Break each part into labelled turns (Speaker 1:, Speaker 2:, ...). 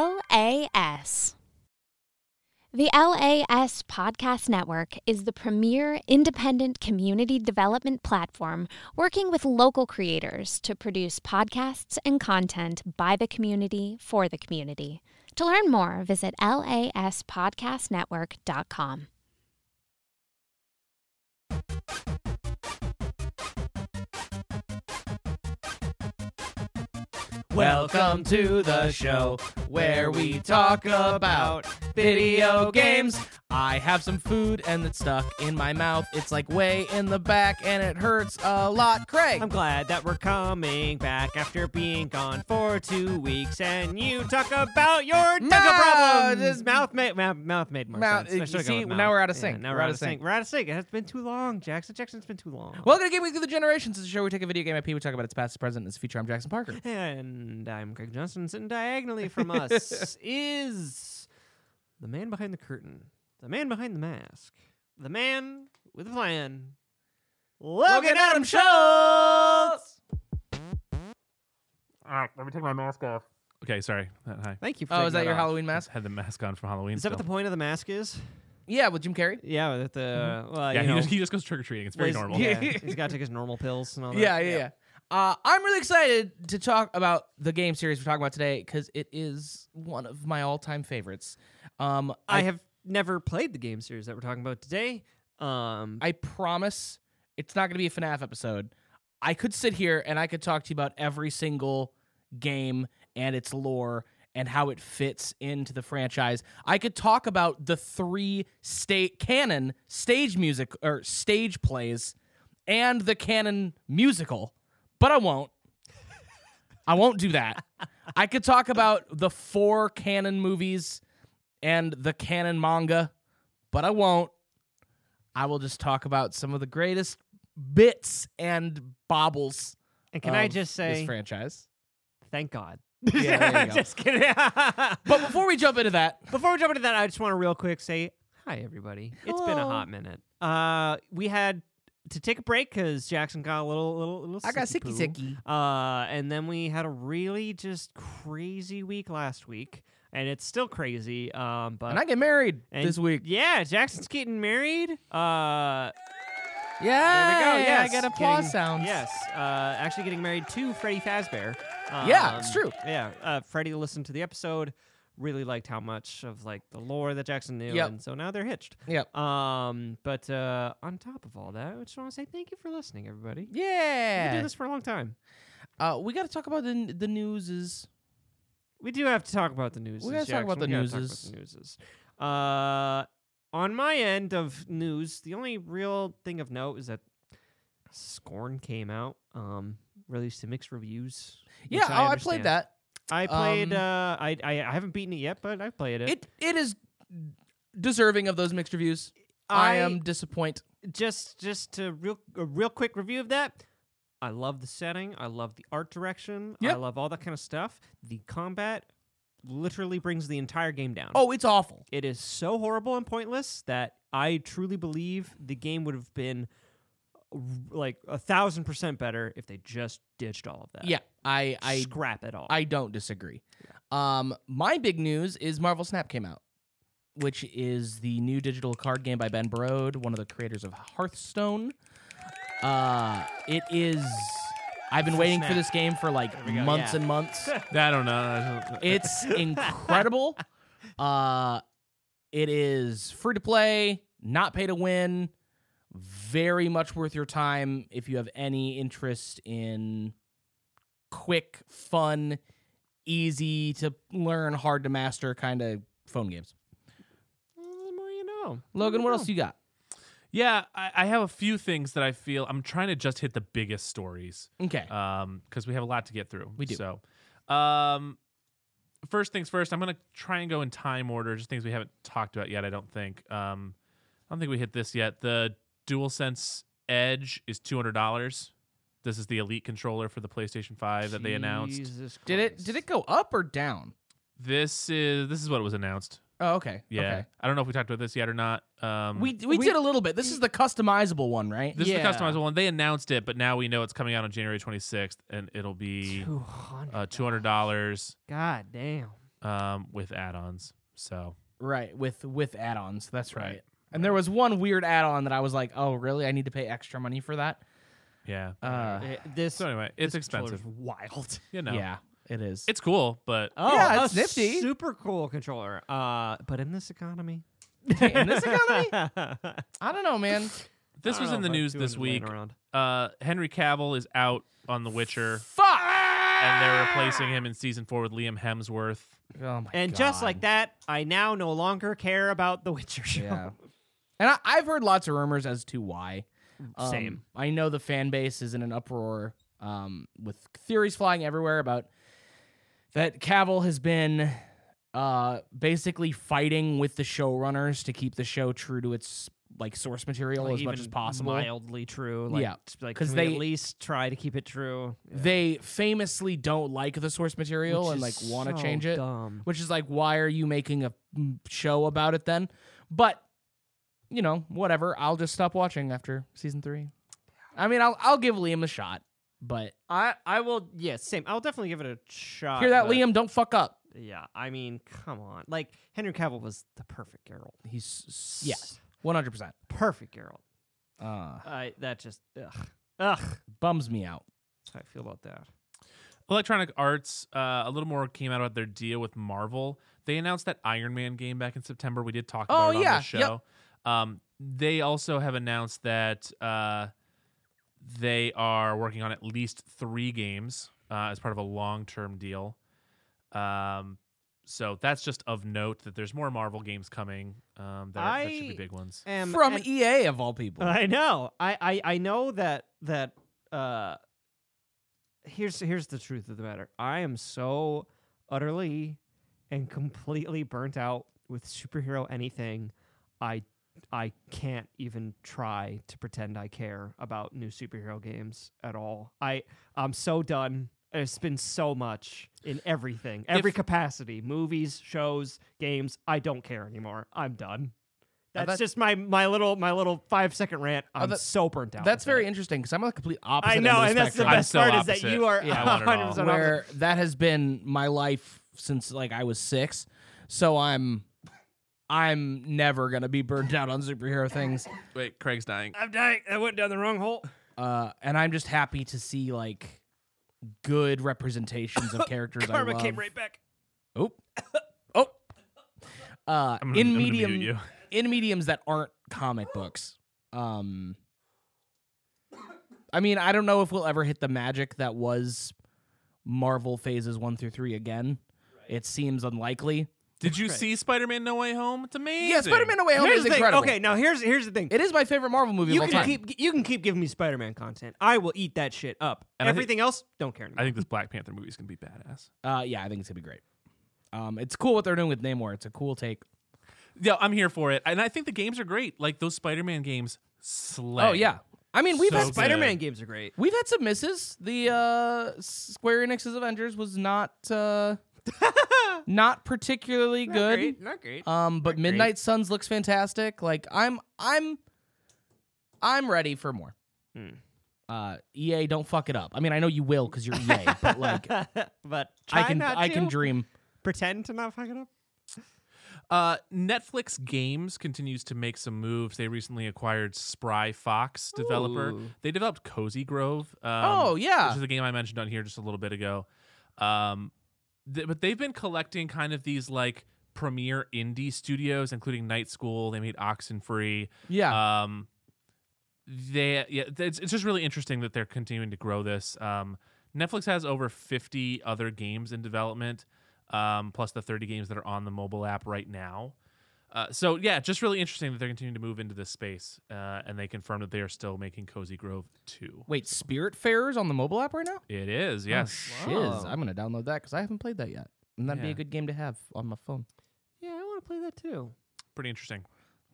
Speaker 1: LAS. The LAS Podcast Network is the premier independent community development platform working with local creators to produce podcasts and content by the community for the community. To learn more, visit laspodcastnetwork.com.
Speaker 2: Welcome to the show where we talk about video games. I have some food and it's stuck in my mouth. It's like way in the back and it hurts a lot. Craig,
Speaker 3: I'm glad that we're coming back after being gone for two weeks, and you talk about your dental
Speaker 2: No,
Speaker 3: problems.
Speaker 2: this-
Speaker 3: mouth made mouth, mouth made more
Speaker 2: Mouth-
Speaker 3: sense. I
Speaker 2: you
Speaker 3: should've
Speaker 2: see,
Speaker 3: gone with
Speaker 2: now we're
Speaker 3: mouth.
Speaker 2: out of
Speaker 3: Yeah,
Speaker 2: sync.
Speaker 3: now we're, out of sync. We're out of sync. It has been too long, Jackson. Jackson's been too long.
Speaker 2: Welcome to Game Week Through the Generations. It's a show where we take a video game IP, we talk about its past, its present, and its future. I'm Jackson Parker.
Speaker 3: And I'm Craig Johnson. Sitting diagonally from us is the man behind the curtain, the man behind the mask, the man with a plan, Logan Adam Schultz.
Speaker 4: All right, let me take my mask off. Okay, sorry. Uh, Hi.
Speaker 3: Thank you. For
Speaker 2: Oh,
Speaker 3: taking
Speaker 2: is that your
Speaker 3: off.
Speaker 2: Halloween mask?
Speaker 4: Had the mask on from Halloween.
Speaker 3: Is that what the
Speaker 4: still.
Speaker 3: point of the mask is?
Speaker 2: Yeah, with Jim Carrey.
Speaker 3: Yeah, that the well,
Speaker 4: Mm-hmm. yeah,
Speaker 3: you
Speaker 4: he
Speaker 3: know,
Speaker 4: just, he just goes trick or treating. It's very
Speaker 3: well,
Speaker 4: normal.
Speaker 3: he's- Yeah, he's got to take his normal pills and all that.
Speaker 2: Yeah, yeah, yeah. Uh, I'm really excited to talk about the game series we're talking about today because it is one of my all-time favorites. Um,
Speaker 3: I have never played the game series that we're talking about today. Um,
Speaker 2: I promise it's not going to be a FNAF episode. I could sit here and I could talk to you about every single game and its lore and how it fits into the franchise. I could talk about the three state canon stage music or stage plays and the canon musical, but I won't. I won't do that. I could talk about the four canon movies and the canon manga, but I won't. I will just talk about some of the greatest bits and bobbles.
Speaker 3: and can I
Speaker 2: of
Speaker 3: just say,
Speaker 2: um, this franchise?
Speaker 3: thank God.
Speaker 2: Yeah, there you go.
Speaker 3: just kidding.
Speaker 2: But before we jump into that,
Speaker 3: Before we jump into that, I just want to real quick say hi, everybody. It's been a
Speaker 2: Hello.
Speaker 3: hot minute. Uh, we had to take a break because Jackson got a little, little, little. sicky-poo. Uh, and then we had a really just crazy week last week, and it's still crazy. Um, but
Speaker 2: and I get married
Speaker 3: and-
Speaker 2: this week.
Speaker 3: yeah, Jackson's getting married. Uh,
Speaker 2: Yeah,
Speaker 3: There we go.
Speaker 2: yeah,
Speaker 3: Yes.
Speaker 2: I get applause
Speaker 3: Getting-
Speaker 2: sounds.
Speaker 3: Yes. Uh, actually getting married to Freddie Fazbear. Um,
Speaker 2: Yeah, it's true.
Speaker 3: Yeah. Uh, Freddie listened to the episode, really liked how much of like the lore that Jackson knew,
Speaker 2: Yep.
Speaker 3: and so now they're hitched.
Speaker 2: Yep.
Speaker 3: Um, but uh, on top of all that, I just want to say thank you for listening, everybody. We've been doing
Speaker 2: Yeah.
Speaker 3: this for a long time.
Speaker 2: Uh, we got to talk about the the newses.
Speaker 3: We do have to talk about the news.
Speaker 2: We gotta talk about the newses.
Speaker 3: the newses. Uh, on my end of news, the only real thing of note is that Scorn came out, um, released to mixed reviews. which
Speaker 2: Yeah, oh, I played
Speaker 3: understand.
Speaker 2: that.
Speaker 3: I played.
Speaker 2: Um,
Speaker 3: uh, I, I I haven't beaten it yet, but I played it.
Speaker 2: It it is deserving of those mixed reviews. I, um, am disappoint.
Speaker 3: just just to real a real quick review of that. I love the setting. I love the art direction. I
Speaker 2: Yep.
Speaker 3: love all that kind of stuff. The combat literally brings the entire game down.
Speaker 2: Oh, it's awful.
Speaker 3: It is so horrible and pointless that I truly believe the game would have been uh, like a thousand percent better if they just ditched all of that.
Speaker 2: Yeah, I I
Speaker 3: scrap it all.
Speaker 2: I don't disagree. Um, my big news is Marvel Snap came out, which is the new digital card game by Ben Brode, one of the creators of Hearthstone. Uh, it is. I've been waiting for
Speaker 3: Snap.
Speaker 2: this game for like
Speaker 3: go.
Speaker 2: months
Speaker 3: Yeah.
Speaker 2: and months.
Speaker 4: I don't know. I don't-
Speaker 2: It's incredible. Uh, it is free to play, not pay to win. Very much worth your time if you have any interest in quick, fun, easy to learn, hard to master kind of phone games.
Speaker 3: Well,
Speaker 4: mm,
Speaker 3: the more you know.
Speaker 2: Logan, what else you got?
Speaker 4: yeah, I, I have a few things that I feel I'm trying to just hit the biggest stories
Speaker 2: Okay.
Speaker 4: because um, we have a lot to get through.
Speaker 2: We do.
Speaker 4: So, um, first things first, I'm gonna try and go in time order. Just things we haven't talked about yet. I don't think. Um, I don't think we hit this yet. The DualSense Edge is two hundred dollars. This is the elite controller for the PlayStation Five that they announced.
Speaker 3: Jesus
Speaker 2: Did it
Speaker 3: Christ.
Speaker 2: did it go up or down?
Speaker 4: This is this is what was announced.
Speaker 2: Oh, okay.
Speaker 4: Yeah,
Speaker 2: Okay.
Speaker 4: I don't know if we talked about this yet or not. Um,
Speaker 2: We, we
Speaker 3: We-
Speaker 2: did a little bit. This is the customizable one, right?
Speaker 4: this
Speaker 3: Yeah.
Speaker 4: is the customizable one. They announced it, but now we know it's coming out on January 26th, and it'll be
Speaker 3: 200.
Speaker 4: uh, two hundred dollars.
Speaker 3: God damn.
Speaker 4: um, with add-ons. So
Speaker 2: Right, with with add-ons. That's right.
Speaker 4: Right,
Speaker 2: And there was one weird add-on that I was like, "Oh, really? I need to pay extra money for that?"
Speaker 4: yeah.
Speaker 2: Uh,
Speaker 3: Uh, this
Speaker 4: so anyway, it's
Speaker 3: this controller's
Speaker 4: expensive.
Speaker 3: Wild.
Speaker 4: You know,
Speaker 2: Yeah, it is.
Speaker 4: it's cool, but
Speaker 3: Oh,
Speaker 2: Yeah,
Speaker 3: a
Speaker 2: it's nifty.
Speaker 3: Super cool controller. Uh, but in this economy,
Speaker 2: in this economy.
Speaker 3: this
Speaker 2: I don't know, man.
Speaker 4: this was in the news this week.
Speaker 3: Around.
Speaker 4: Uh, Henry Cavill is out on The Witcher,
Speaker 2: Fuck.
Speaker 4: and they're replacing him in season four with Liam Hemsworth.
Speaker 2: Oh my
Speaker 3: And just
Speaker 2: God.
Speaker 3: like that, I now no longer care about the Witcher show.
Speaker 2: Yeah. And I, I've heard lots of rumors as to why. Um,
Speaker 3: Same.
Speaker 2: I know the fan base is in an uproar um, with theories flying everywhere about that Cavill has been uh, basically fighting with the showrunners to keep the show true to its like source material
Speaker 3: Like,
Speaker 2: as much
Speaker 3: even
Speaker 2: as possible.
Speaker 3: Mildly true. Like,
Speaker 2: Yeah,
Speaker 3: t- Like,
Speaker 2: 'cause
Speaker 3: can we
Speaker 2: they-
Speaker 3: at least try to keep it true.
Speaker 2: They famously don't like the source material
Speaker 3: Which
Speaker 2: and like
Speaker 3: is
Speaker 2: want to
Speaker 3: so
Speaker 2: change it.
Speaker 3: dumb.
Speaker 2: which is like why are you making a mm, show about it then but you know whatever i'll just stop watching after season three i mean i'll, I'll give liam a shot but
Speaker 3: I I will. Yeah, same. I'll definitely give it a shot.
Speaker 2: hear that
Speaker 3: but-
Speaker 2: liam don't fuck up
Speaker 3: Yeah, I mean, come on. Like Henry Cavill was the perfect Geralt.
Speaker 2: he's yes 100%
Speaker 3: perfect Geralt.
Speaker 2: uh,
Speaker 3: I that just ugh ugh. That's
Speaker 2: bums me out
Speaker 3: how I feel about that.
Speaker 4: Electronic Arts, uh, a little more came out about their deal with Marvel. They announced that Iron Man game back in September. We did talk about
Speaker 2: Oh,
Speaker 4: it on
Speaker 2: yeah,
Speaker 4: the show. Um, they also have announced that uh, they are working on at least three games uh, as part of a long-term deal. Um, so that's just of note that there's more Marvel games coming. Um, that, are- that should
Speaker 3: I-
Speaker 4: be big ones.
Speaker 3: Um,
Speaker 2: from
Speaker 3: and-
Speaker 2: ea of all people
Speaker 3: I know. I, I I know that that uh here's here's the truth of the matter. I am so utterly and completely burnt out with superhero anything. I I can't even try to pretend I care about new superhero games at all. I I'm so done. It's been so much in everything, every
Speaker 4: If-
Speaker 3: capacity, movies, shows, games. I don't care anymore. I'm done.
Speaker 2: Now
Speaker 3: That's
Speaker 2: that-
Speaker 3: just my my little my little five second rant. I'm
Speaker 2: that-
Speaker 3: so burnt out.
Speaker 2: that's
Speaker 3: with
Speaker 2: very
Speaker 3: it.
Speaker 2: interesting because i'm on the complete opposite
Speaker 3: I
Speaker 2: end
Speaker 3: know,
Speaker 2: of
Speaker 3: and
Speaker 2: the
Speaker 3: that's the
Speaker 2: spectrum,
Speaker 3: best
Speaker 4: so
Speaker 3: part is
Speaker 4: opposite.
Speaker 3: that you are
Speaker 4: Yeah, I want it all.
Speaker 3: 100 percent
Speaker 2: where that has been my life since like i was six so i'm i'm never gonna be burned out on superhero things
Speaker 4: Wait, Craig's dying.
Speaker 3: I'm dying. I went down the wrong hole.
Speaker 2: uh, and I'm just happy to see like good representations of characters I
Speaker 3: Karma
Speaker 2: love.
Speaker 3: came
Speaker 4: Um,
Speaker 3: right back.
Speaker 2: Oh, oh. Uh,
Speaker 4: I'm gonna-
Speaker 2: in
Speaker 4: I'm gonna mute
Speaker 2: medium,
Speaker 4: you.
Speaker 2: in mediums that aren't comic books. Um, I mean, I don't know if we'll ever hit the magic that was Marvel phases one through three again. It seems unlikely.
Speaker 4: Did you see Spider-Man: No Way Home? It's amazing.
Speaker 2: Yeah, Spider-Man: No Way Home
Speaker 3: Here's
Speaker 2: is
Speaker 3: the thing.
Speaker 2: incredible.
Speaker 3: Okay, now here's here's the thing.
Speaker 2: it is my favorite Marvel movie
Speaker 3: you
Speaker 2: of all
Speaker 3: can
Speaker 2: time.
Speaker 3: keep you can keep giving me Spider-Man content. I will eat that shit up.
Speaker 4: And I think-
Speaker 3: Everything else, don't care
Speaker 4: I
Speaker 3: anymore.
Speaker 4: think this Black Panther movie is gonna be badass.
Speaker 2: uh, yeah, I think it's gonna be great. Um, it's cool what they're doing with Namor. It's a cool take.
Speaker 4: Yeah, I'm here for it. And I think the games are great. Like those Spider-Man games slay.
Speaker 2: Oh yeah, I mean we've
Speaker 4: So
Speaker 2: had
Speaker 4: good.
Speaker 2: Spider-Man
Speaker 3: Spider-Man games are great.
Speaker 2: We've had some misses. The uh, Square Enix's Avengers was not uh, not particularly good.
Speaker 3: Not great.
Speaker 2: Um, but
Speaker 3: Not great.
Speaker 2: Midnight Suns looks fantastic. Like I'm I'm I'm ready for more.
Speaker 3: Hmm.
Speaker 2: Uh, EA, don't fuck it up. I mean, I know you will because you're EA, but like
Speaker 3: but
Speaker 2: I
Speaker 3: try
Speaker 2: can
Speaker 3: not
Speaker 2: I can
Speaker 3: to.
Speaker 2: dream.
Speaker 3: pretend to not fuck it up.
Speaker 4: Uh, Netflix Games continues to make some moves. They recently acquired Spry Fox developer.
Speaker 3: Ooh.
Speaker 4: They developed Cozy Grove. Um,
Speaker 2: oh
Speaker 4: which
Speaker 2: yeah,
Speaker 4: is the game I mentioned on here just a little bit ago. Um, th- but they've been collecting kind of these like premier indie studios, including Night School. They made Oxenfree.
Speaker 2: yeah.
Speaker 3: uh,
Speaker 4: Um, they yeah, th- it's, it's just really interesting that they're continuing to grow this. Um, Netflix has over 50 other games in development, um, plus the 30 games that are on the mobile app right now. Uh, so yeah, just really interesting that they're continuing to move into this space, uh, and they confirmed that they are still making Cozy Grove two.
Speaker 2: Wait, Spirit Fairers on the mobile app right now?
Speaker 4: It is yes.
Speaker 2: Oh, shiz.
Speaker 3: Wow.
Speaker 2: I'm gonna download that because I haven't played that yet, and that'd be a
Speaker 4: Yeah.
Speaker 2: good game to have on my phone.
Speaker 3: Yeah, I want to play that too.
Speaker 4: pretty interesting.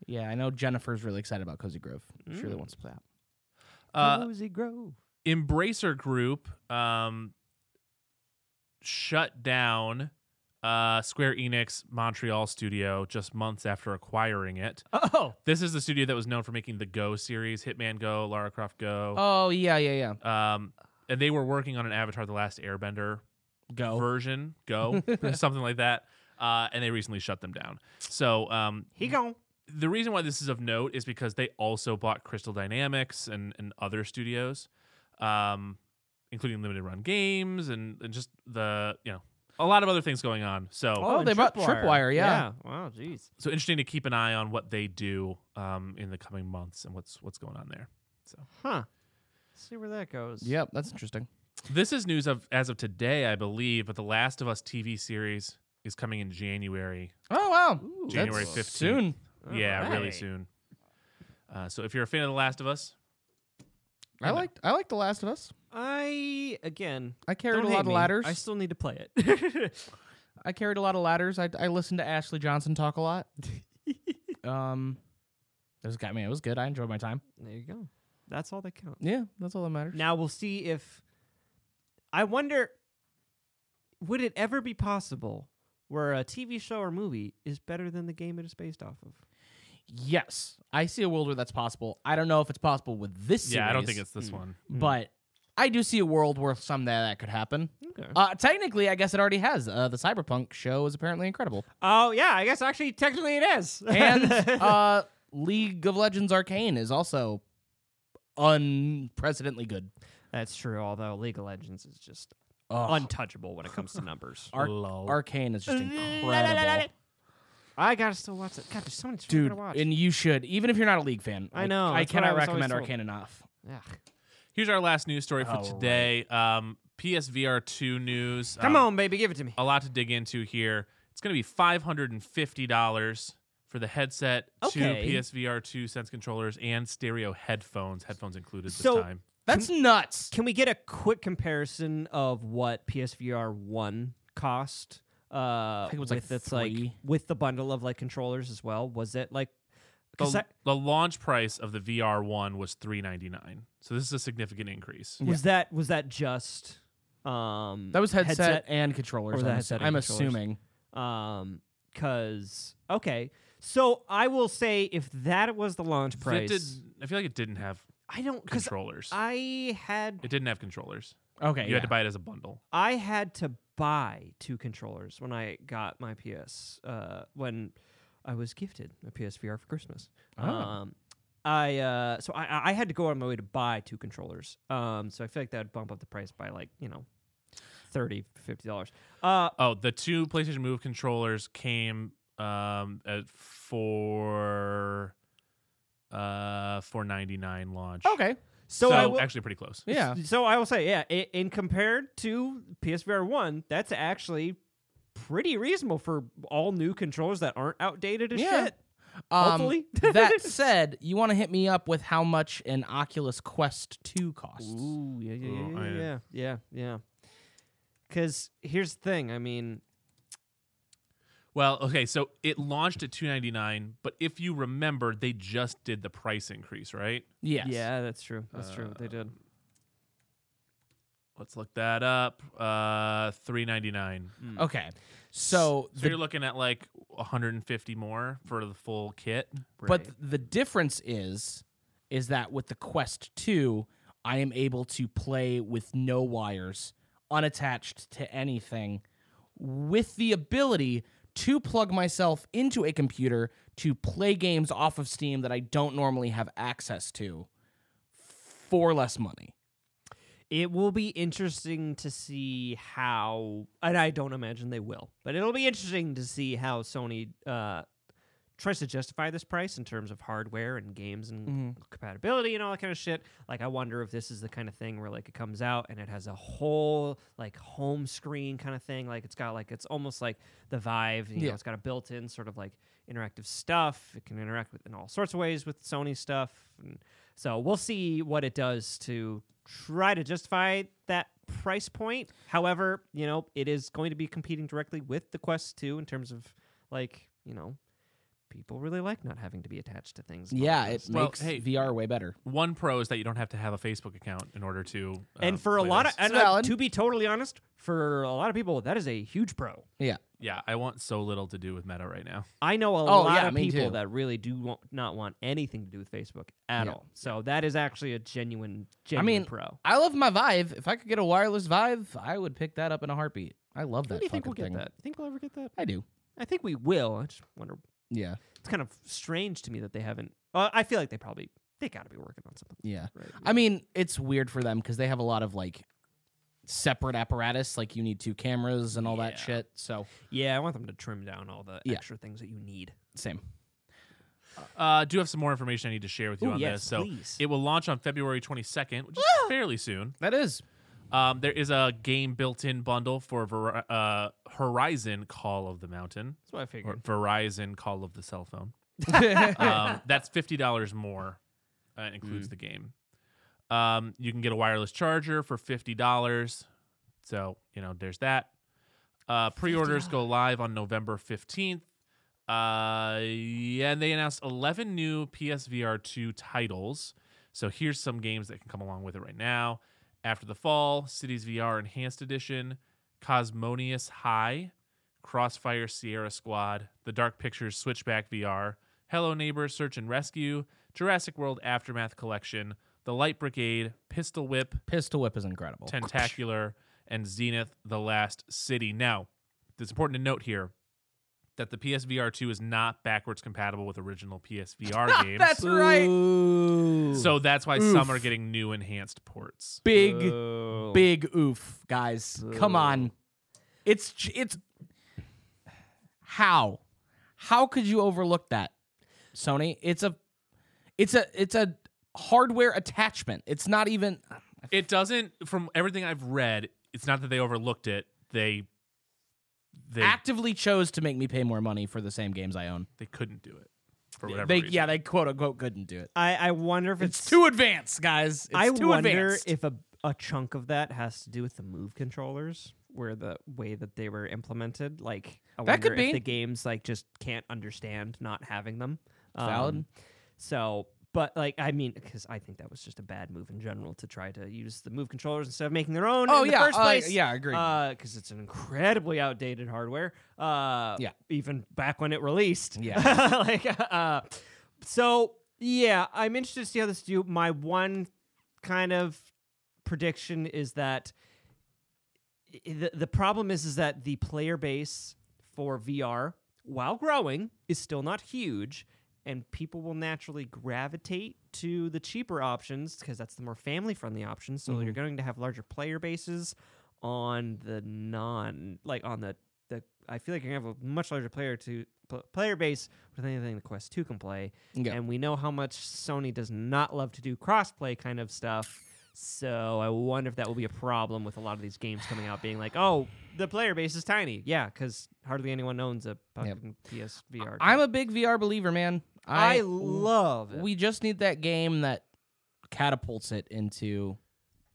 Speaker 2: Yeah, I know Jennifer's really excited about Cozy Grove. She really
Speaker 3: Mm.
Speaker 2: wants to play that.
Speaker 4: Uh,
Speaker 3: Cozy Grove.
Speaker 4: Embracer Group um, shut down uh, Square Enix Montreal studio just months after acquiring it.
Speaker 3: Oh,
Speaker 4: This is the studio that was known for making the Go series, Hitman Go, Lara Croft Go.
Speaker 2: Oh yeah, yeah, yeah.
Speaker 4: Um, and they were working on an Avatar: The Last Airbender
Speaker 2: Go.
Speaker 4: version go something like that uh, and they recently shut them down so um,
Speaker 3: He gone.
Speaker 4: the reason why this is of note is because they also bought crystal dynamics and, and other studios um, including limited run games and, and just the you know a lot of other things going on so
Speaker 2: Oh,
Speaker 3: and
Speaker 2: they bought Tripwire, yeah.
Speaker 3: Wow, jeez.
Speaker 4: so interesting to keep an eye on what they do um, in the coming months and what's what's going on there
Speaker 3: Huh. See where that goes.
Speaker 2: Yep, that's interesting.
Speaker 4: This is news of as of today, I believe, but the Last of Us TV series is coming in January.
Speaker 2: Oh wow,
Speaker 3: Ooh,
Speaker 4: January
Speaker 2: That's
Speaker 4: 15th.
Speaker 2: Soon.
Speaker 3: All
Speaker 4: yeah, really
Speaker 3: right.
Speaker 4: soon. Uh, so if you're a fan of The Last of Us,
Speaker 2: I
Speaker 4: I know.
Speaker 2: liked I liked The Last of Us.
Speaker 3: I again
Speaker 2: I carried
Speaker 3: don't
Speaker 2: a
Speaker 3: hate
Speaker 2: lot of
Speaker 3: me.
Speaker 2: ladders.
Speaker 3: I still need to play it.
Speaker 2: I carried a lot of ladders. I, I listened to Ashley Johnson talk a lot. um, it was I mean, it was good. I enjoyed my time.
Speaker 3: there you go. That's all that counts.
Speaker 2: Yeah, that's all that matters.
Speaker 3: Now we'll see if I wonder would it ever be possible where a TV show or movie is better than the game it is based off of?
Speaker 2: Yes, I see a world where that's possible. I don't know if it's possible with this. Series, Hmm.
Speaker 4: yeah, I don't think it's this
Speaker 3: Mm.
Speaker 4: one.
Speaker 2: But I do see a world where someday that could happen.
Speaker 3: Okay.
Speaker 2: Uh, technically, I guess it already has. Uh, the Cyberpunk show is apparently incredible,
Speaker 3: oh yeah, I guess actually technically it is.
Speaker 2: and uh, League of Legends Arcane is also unprecedentedly good.
Speaker 3: That's true, although League of Legends is just
Speaker 2: Ugh.
Speaker 3: untouchable when it comes to numbers.
Speaker 2: Arc-
Speaker 4: Lol.
Speaker 2: Arcane is just incredible,
Speaker 3: I gotta still watch it. God, there's so many things I
Speaker 2: dude.
Speaker 3: gotta watch.
Speaker 2: And you should, even if you're not a League fan.
Speaker 3: I know,
Speaker 2: I
Speaker 3: that's what I
Speaker 2: cannot
Speaker 3: was always
Speaker 2: recommend
Speaker 3: told.
Speaker 2: Arcane enough.
Speaker 3: Ugh.
Speaker 4: Here's our last news story for
Speaker 2: Oh,
Speaker 4: today. Um, PSVR two news.
Speaker 3: Come
Speaker 4: Um,
Speaker 3: on, baby, give it to me.
Speaker 4: a lot to dig into here. It's going to be five hundred and fifty dollars for the headset,
Speaker 3: Okay.
Speaker 4: two PSVR two sense controllers, and stereo headphones. Headphones included this
Speaker 3: So-
Speaker 4: time.
Speaker 2: That's nuts.
Speaker 3: Can we get a quick comparison of what PSVR one cost? Uh,
Speaker 2: think it was, like,
Speaker 3: with its like
Speaker 2: three.
Speaker 3: with the bundle of like controllers as well. Was it like? 'cause
Speaker 4: the,
Speaker 3: I-
Speaker 4: the launch price of the VR one was three ninety nine. So this is a significant increase.
Speaker 3: was that was that just? Um,
Speaker 2: That was headset, and
Speaker 3: Or
Speaker 2: controllers.
Speaker 3: the
Speaker 2: I'm,
Speaker 3: headset and
Speaker 2: I'm
Speaker 3: controllers.
Speaker 2: assuming.
Speaker 3: Um, cause okay, so I will say if that was the launch
Speaker 4: So it
Speaker 3: price,
Speaker 4: did- I feel like it didn't have
Speaker 3: I don't because
Speaker 4: controllers.
Speaker 3: I had
Speaker 4: it didn't have controllers.
Speaker 2: Okay,
Speaker 4: You had to buy it as a bundle.
Speaker 3: I had to buy two controllers when I got my PS uh, when I was gifted a PSVR for Christmas.
Speaker 2: Oh.
Speaker 3: Um, I uh, so I- I, I had to go out of my way to buy two controllers. Um, so I feel like that would bump up the price by like you know. 30 50 dollars uh
Speaker 4: Oh, the two PlayStation Move controllers came um at for uh four ninety nine launch.
Speaker 2: Okay,
Speaker 3: so, I will,
Speaker 4: actually pretty close.
Speaker 2: yeah.
Speaker 3: so i will say yeah in, in compared to psvr 1 that's actually pretty reasonable for all new controllers that aren't outdated as
Speaker 2: Yeah.
Speaker 3: shit
Speaker 2: Um,
Speaker 3: hopefully.
Speaker 2: that said, you want to hit me up with how much an Oculus Quest 2 costs.
Speaker 3: Ooh, yeah, yeah,
Speaker 4: Ooh,
Speaker 3: yeah,
Speaker 4: I-
Speaker 3: yeah, yeah, yeah, yeah. Because here's the thing. I mean,
Speaker 4: Well, okay, so it launched at two ninety nine, but if you remember, they just did the price increase, right?
Speaker 2: Yes.
Speaker 3: yeah, that's true. That's true. They did.
Speaker 4: Let's look that up. Uh, three ninety nine.
Speaker 3: Mm. Hmm.
Speaker 2: Okay. So,
Speaker 4: So
Speaker 2: the-
Speaker 4: you're looking at like 150 more for the full kit.
Speaker 2: but the difference is, is that with the Quest 2, I am able to play with no wires, unattached to anything, with the ability to plug myself into a computer to play games off of Steam that I don't normally have access to for less money.
Speaker 3: it will be interesting to see how, and I don't imagine they will, but it'll be interesting to see how Sony uh, tries to justify this price in terms of hardware and games and compatibility and all that kind of shit. Like, I wonder if this is the kind of thing where like it comes out and it has a whole like home screen kind of thing. Like, it's got like it's almost like the Vive. You
Speaker 2: Yeah.
Speaker 3: know, it's got a built-in sort of like interactive stuff. It can interact with in all sorts of ways with Sony stuff. And so we'll see what it does to try to justify that price point. However, you know, it is going to be competing directly with the Quest 2 in terms of like, you know, people really like not having to be attached to things. and all
Speaker 2: Yeah,
Speaker 3: that
Speaker 2: it
Speaker 3: kind of
Speaker 2: makes
Speaker 3: stuff.
Speaker 4: hey-
Speaker 3: uh,
Speaker 2: VR way better.
Speaker 4: One pro is that you don't have to have a Facebook account in order to. uh,
Speaker 3: and for a
Speaker 4: play
Speaker 3: lot of
Speaker 4: this.
Speaker 3: and
Speaker 2: It's
Speaker 3: uh,
Speaker 2: valid.
Speaker 3: to be totally honest, for a lot of people that is a huge pro.
Speaker 2: Yeah.
Speaker 4: Yeah, I want so little to do with meta right now.
Speaker 3: I know a
Speaker 2: Oh,
Speaker 3: lot
Speaker 2: yeah,
Speaker 3: of
Speaker 2: me
Speaker 3: people
Speaker 2: too.
Speaker 3: that really do want, not want anything to do with Facebook at
Speaker 2: Yeah.
Speaker 3: all. So that is actually a genuine, genuine
Speaker 2: mean,
Speaker 3: pro.
Speaker 2: I love my Vive. If I could get a wireless Vive, I would pick that up in a heartbeat. I love that
Speaker 3: do you
Speaker 2: fucking
Speaker 3: think we'll get
Speaker 2: thing.
Speaker 3: that? You think we'll ever get that?
Speaker 2: I do.
Speaker 3: I think we will. I just wonder.
Speaker 2: Yeah.
Speaker 3: It's kind of strange to me that they haven't. Uh, I feel like they probably they got to be working on something.
Speaker 2: Yeah.
Speaker 3: Right?
Speaker 2: I mean, it's weird for them because they have a lot of like separate apparatus. Like you need two cameras and all
Speaker 3: Yeah.
Speaker 2: that shit. So
Speaker 3: yeah, I want them to trim down all the
Speaker 2: Yeah.
Speaker 3: extra things that you need.
Speaker 2: same.
Speaker 4: Uh, I do have some more information I need to share with you
Speaker 3: Ooh,
Speaker 4: on
Speaker 3: yes,
Speaker 4: this. So
Speaker 3: please.
Speaker 4: it will launch on February 22nd, which is fairly soon.
Speaker 2: That is.
Speaker 4: Um, there is a game built-in bundle for Ver- uh, Horizon Call of the Mountain
Speaker 3: That's what I
Speaker 4: or
Speaker 3: figured.
Speaker 4: Verizon Call of the Cell Phone.
Speaker 2: yeah.
Speaker 4: Um, that's fifty dollars more. Uh, it includes the game. Um, you can get a wireless charger for fifty dollars. So you know, there's that. Uh, pre-orders go live on November fifteenth. Uh, yeah, and they announced eleven new PSVR two titles. So here's some games that can come along with it right now. After the Fall, Cities VR Enhanced Edition, Cosmonius High, Crossfire Sierra Squad, The Dark Pictures Switchback VR, Hello Neighbor Search and Rescue, Jurassic World Aftermath Collection, The Light Brigade, Pistol Whip,
Speaker 2: Pistol whip is incredible.
Speaker 4: Tentacular, and Zenith The Last City. Now, it's important to note here that the PSVR 2 is not backwards compatible with original PSVR games.
Speaker 2: That's right.
Speaker 4: so that's why
Speaker 2: Oof.
Speaker 4: some are getting new enhanced ports.
Speaker 2: Big,
Speaker 3: Boo.
Speaker 2: big oof, guys. Come
Speaker 3: Boo.
Speaker 2: on. It's j- it's how how could you overlook that, Sony? It's a it's a it's a hardware attachment. It's not even.
Speaker 4: It doesn't from everything I've read, it's not that they overlooked it. They they
Speaker 2: actively chose to make me pay more money for the same games I own.
Speaker 4: they couldn't do it for whatever
Speaker 2: They
Speaker 4: reason.
Speaker 2: yeah, they quote unquote couldn't do it.
Speaker 3: I, I wonder if
Speaker 2: It's
Speaker 3: it's,
Speaker 2: too advanced, guys. It's
Speaker 3: I
Speaker 2: too
Speaker 3: wonder
Speaker 2: advanced.
Speaker 3: if a a chunk of that has to do with the move controllers, where the way that they were implemented. Like I
Speaker 2: That could
Speaker 3: wonder
Speaker 2: be.
Speaker 3: if the games like just can't understand not having them. Um,
Speaker 2: Valid.
Speaker 3: So, but like I mean, because I think that was just a bad move in general to try to use the move controllers instead of making their own.
Speaker 2: oh
Speaker 3: in
Speaker 2: yeah,
Speaker 3: the first
Speaker 2: uh,
Speaker 3: place.
Speaker 2: yeah, I agree.
Speaker 3: Because it's an incredibly outdated hardware. Uh,
Speaker 2: Yeah.
Speaker 3: Even back when it released.
Speaker 2: Yeah.
Speaker 3: like, uh, so yeah, I'm interested to see how this do. My one kind of prediction is that i- the the problem is is that the player base for VR, while growing, is still not huge. And people will naturally gravitate to the cheaper options because that's the more family friendly options.
Speaker 2: Mm-hmm.
Speaker 3: So you're going to have larger player bases on the non like on the the I feel like you're gonna have a much larger player to pl- player base with anything the Quest Two can play,
Speaker 2: Yeah.
Speaker 3: and we know how much Sony does not love to do crossplay kind of stuff. So I wonder if that will be a problem with a lot of these games coming out, being like, "Oh, the player base is tiny." Yeah, because hardly anyone owns a fucking PSVR.
Speaker 2: I'm a big VR believer, man.
Speaker 3: I
Speaker 2: I
Speaker 3: love it.
Speaker 2: we just need that game that catapults it into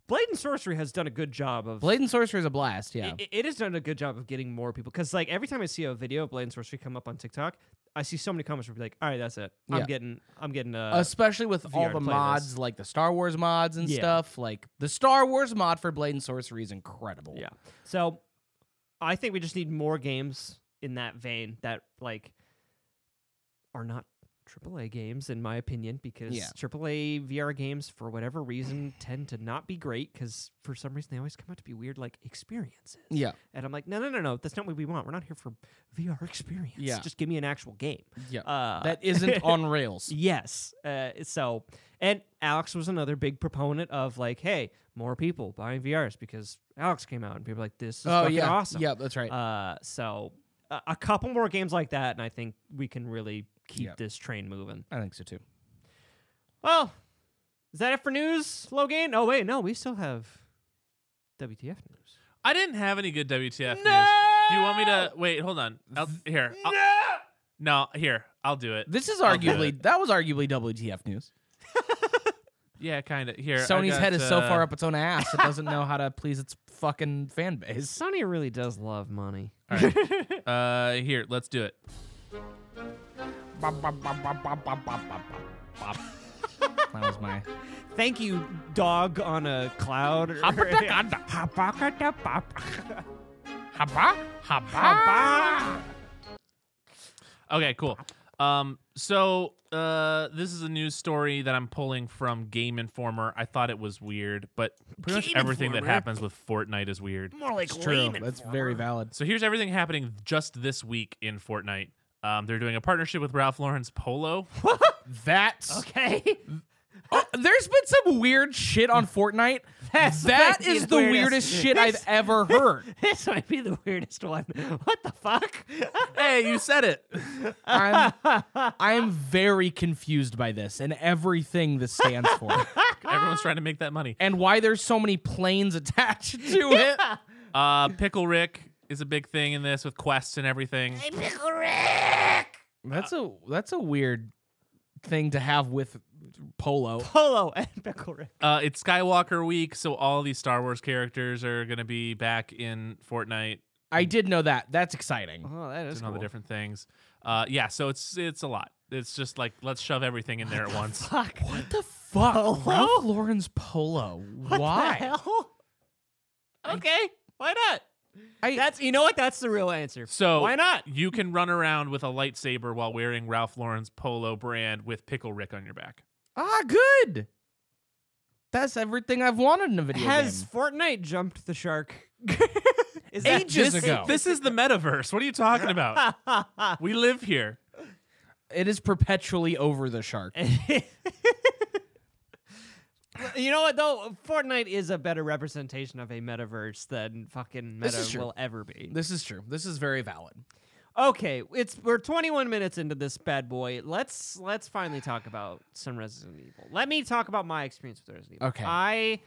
Speaker 3: Blade and Sorcery has done a good job of
Speaker 2: Blade and Sorcerer is a blast. Yeah,
Speaker 3: It- it, it has done a good job of getting more people because like every time I see a video of Blade and Sorcery come up on TikTok, I see so many comments where people are like, "All right, that's it. I'm
Speaker 2: Yeah.
Speaker 3: getting, I'm getting uh,
Speaker 2: especially with
Speaker 3: VR
Speaker 2: all
Speaker 3: to
Speaker 2: the
Speaker 3: play this.
Speaker 2: mods like the Star Wars mods and
Speaker 3: Yeah.
Speaker 2: stuff. Like the Star Wars mod for Blade and Sorcery is incredible.
Speaker 3: yeah." So I think we just need more games in that vein that like are not AAA games, in my opinion, because
Speaker 2: Yeah.
Speaker 3: AAA VR games, for whatever reason, tend to not be great because for some reason they always come out to be weird like experiences.
Speaker 2: yeah,
Speaker 3: And I'm like, no, no, no, no, that's not what we want. We're not here for VR experience.
Speaker 2: Yeah.
Speaker 3: Just give me an actual game.
Speaker 2: yeah.
Speaker 3: Uh,
Speaker 2: that isn't on rails.
Speaker 3: Yes. Uh, so, and Alex was another big proponent of like, hey, more people buying VRs because Alex came out and people were like, this is
Speaker 2: Oh
Speaker 3: fucking
Speaker 2: yeah,
Speaker 3: awesome.
Speaker 2: yeah, that's right.
Speaker 3: Uh, so, uh, a couple more games like that, and I think we can really keep
Speaker 2: Yep.
Speaker 3: this train moving.
Speaker 2: I think so too.
Speaker 3: Well, is that it for news, Logan? Oh, wait, no, we still have WTF news.
Speaker 4: I didn't have any good WTF news. Do you want me to wait? Hold on. I'll, here. I'll- no. Here. I'll do it.
Speaker 2: This is
Speaker 4: I'll do it.
Speaker 2: arguably that was arguably WTF news.
Speaker 4: Yeah, kind of. Here. I
Speaker 2: Sony's
Speaker 4: got,
Speaker 2: head is so
Speaker 4: uh,
Speaker 2: far up its own ass it doesn't know how to please its fucking fan base.
Speaker 3: Sony really does love money.
Speaker 4: All right. uh, here. Let's do it.
Speaker 2: that was my
Speaker 3: Thank you, dog on a cloud. or-
Speaker 4: Haba, haba, haba. Okay, cool. Um, so uh, this is a news story that I'm pulling from Game Informer. I thought it was weird, but pretty much
Speaker 3: Game
Speaker 4: everything that
Speaker 3: Informer?
Speaker 4: happens with Fortnite is weird.
Speaker 3: More like
Speaker 2: It's true. That's very valid.
Speaker 4: So here's everything happening just this week in Fortnite. Um, they're doing a partnership with Ralph Lauren's Polo.
Speaker 2: That's
Speaker 3: Okay.
Speaker 2: Oh, there's been some weird shit on Fortnite.
Speaker 3: That's
Speaker 2: That
Speaker 3: might be
Speaker 2: is the weirdest shit I've
Speaker 3: This-
Speaker 2: ever heard.
Speaker 3: This might be the weirdest one. What the fuck?
Speaker 4: hey, you said it.
Speaker 2: I'm I am very confused by this and everything this stands for.
Speaker 4: Everyone's trying to make that money.
Speaker 2: and why there's so many planes attached to it.
Speaker 4: Uh, Pickle Rick is a big thing in this with quests and everything.
Speaker 2: That's a that's a weird thing to have with polo.
Speaker 3: Polo and pickle Rick.
Speaker 4: Uh, it's Skywalker week, so all these Star Wars characters are going to be back in Fortnite
Speaker 2: I did know that. That's exciting.
Speaker 3: Oh, that is
Speaker 4: and all the
Speaker 3: cool.
Speaker 4: different things. Uh, yeah, so it's it's a lot. It's just like let's shove everything in there at once.
Speaker 3: Fuck.
Speaker 2: What the fuck?
Speaker 3: Polo?
Speaker 2: Ralph Lauren's polo.
Speaker 3: What
Speaker 2: why?
Speaker 3: The hell? Okay, why not?
Speaker 2: I-
Speaker 3: That's you know what? That's the real answer.
Speaker 4: So
Speaker 3: why not?
Speaker 4: You can run around with a lightsaber while wearing Ralph Lauren's Polo brand with Pickle Rick on your back.
Speaker 2: Ah, good. That's everything I've wanted in a video
Speaker 3: Has
Speaker 2: game.
Speaker 3: Fortnite jumped the shark? is
Speaker 2: Ages
Speaker 4: this,
Speaker 2: ago.
Speaker 4: This is the metaverse. What are you talking about? we live here.
Speaker 2: It is perpetually over the shark.
Speaker 3: Eh. you know what though? Fortnite is a better representation of a metaverse than fucking
Speaker 2: This is
Speaker 3: meta
Speaker 2: true.
Speaker 3: will ever be.
Speaker 2: This is true. This is very valid.
Speaker 3: Okay, it's we're 21 minutes into this bad boy. Let's let's finally talk about some Resident Evil. Let me talk about my experience with Resident Evil.
Speaker 2: Okay.
Speaker 3: I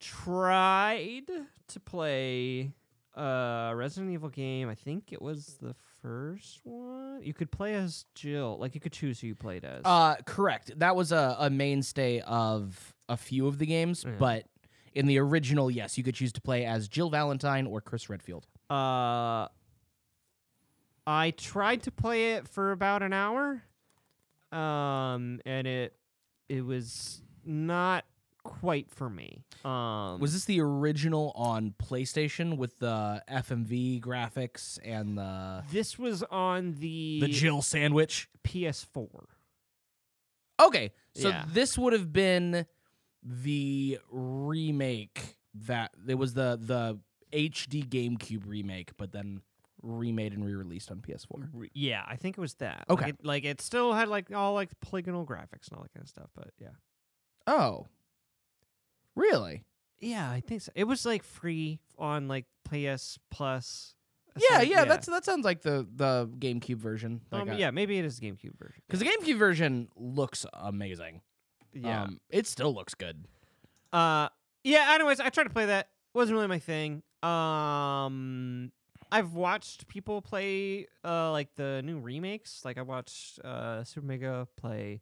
Speaker 3: tried to play a Resident Evil game. I think it was the first one. You could play as Jill. Like you could choose who you played as.
Speaker 2: Uh, correct. That was a, a mainstay of a few of the games,
Speaker 3: Yeah.
Speaker 2: but in the original, yes, you could choose to play as Jill Valentine or Chris Redfield.
Speaker 3: Uh, I tried to play it for about an hour, um, and it it was not quite for me. Um,
Speaker 2: Was this the original on PlayStation with the FMV graphics and the
Speaker 3: this was on the,
Speaker 2: the Jill sandwich?
Speaker 3: PS4?
Speaker 2: Okay, so
Speaker 3: Yeah.
Speaker 2: this would have been the remake that it was the the HD GameCube remake, but then remade and re-released on PS4.
Speaker 3: Re- Yeah, I think it was that.
Speaker 2: Okay.
Speaker 3: like it, like, it still had like all like polygonal graphics and all that kind of stuff. But yeah,
Speaker 2: Oh, really?
Speaker 3: yeah, I think so. It was like free on like PS Plus. or
Speaker 2: Yeah,
Speaker 3: something.
Speaker 2: yeah, that's that sounds like the the GameCube version.
Speaker 3: um, yeah. Maybe it is the GameCube version.
Speaker 2: because the GameCube version looks amazing.
Speaker 3: Yeah.
Speaker 2: um, it still looks good.
Speaker 3: Uh, yeah. Anyways, I tried to play that. wasn't really my thing. Um, I've watched people play uh like the new remakes. Like I watched uh Super Mega play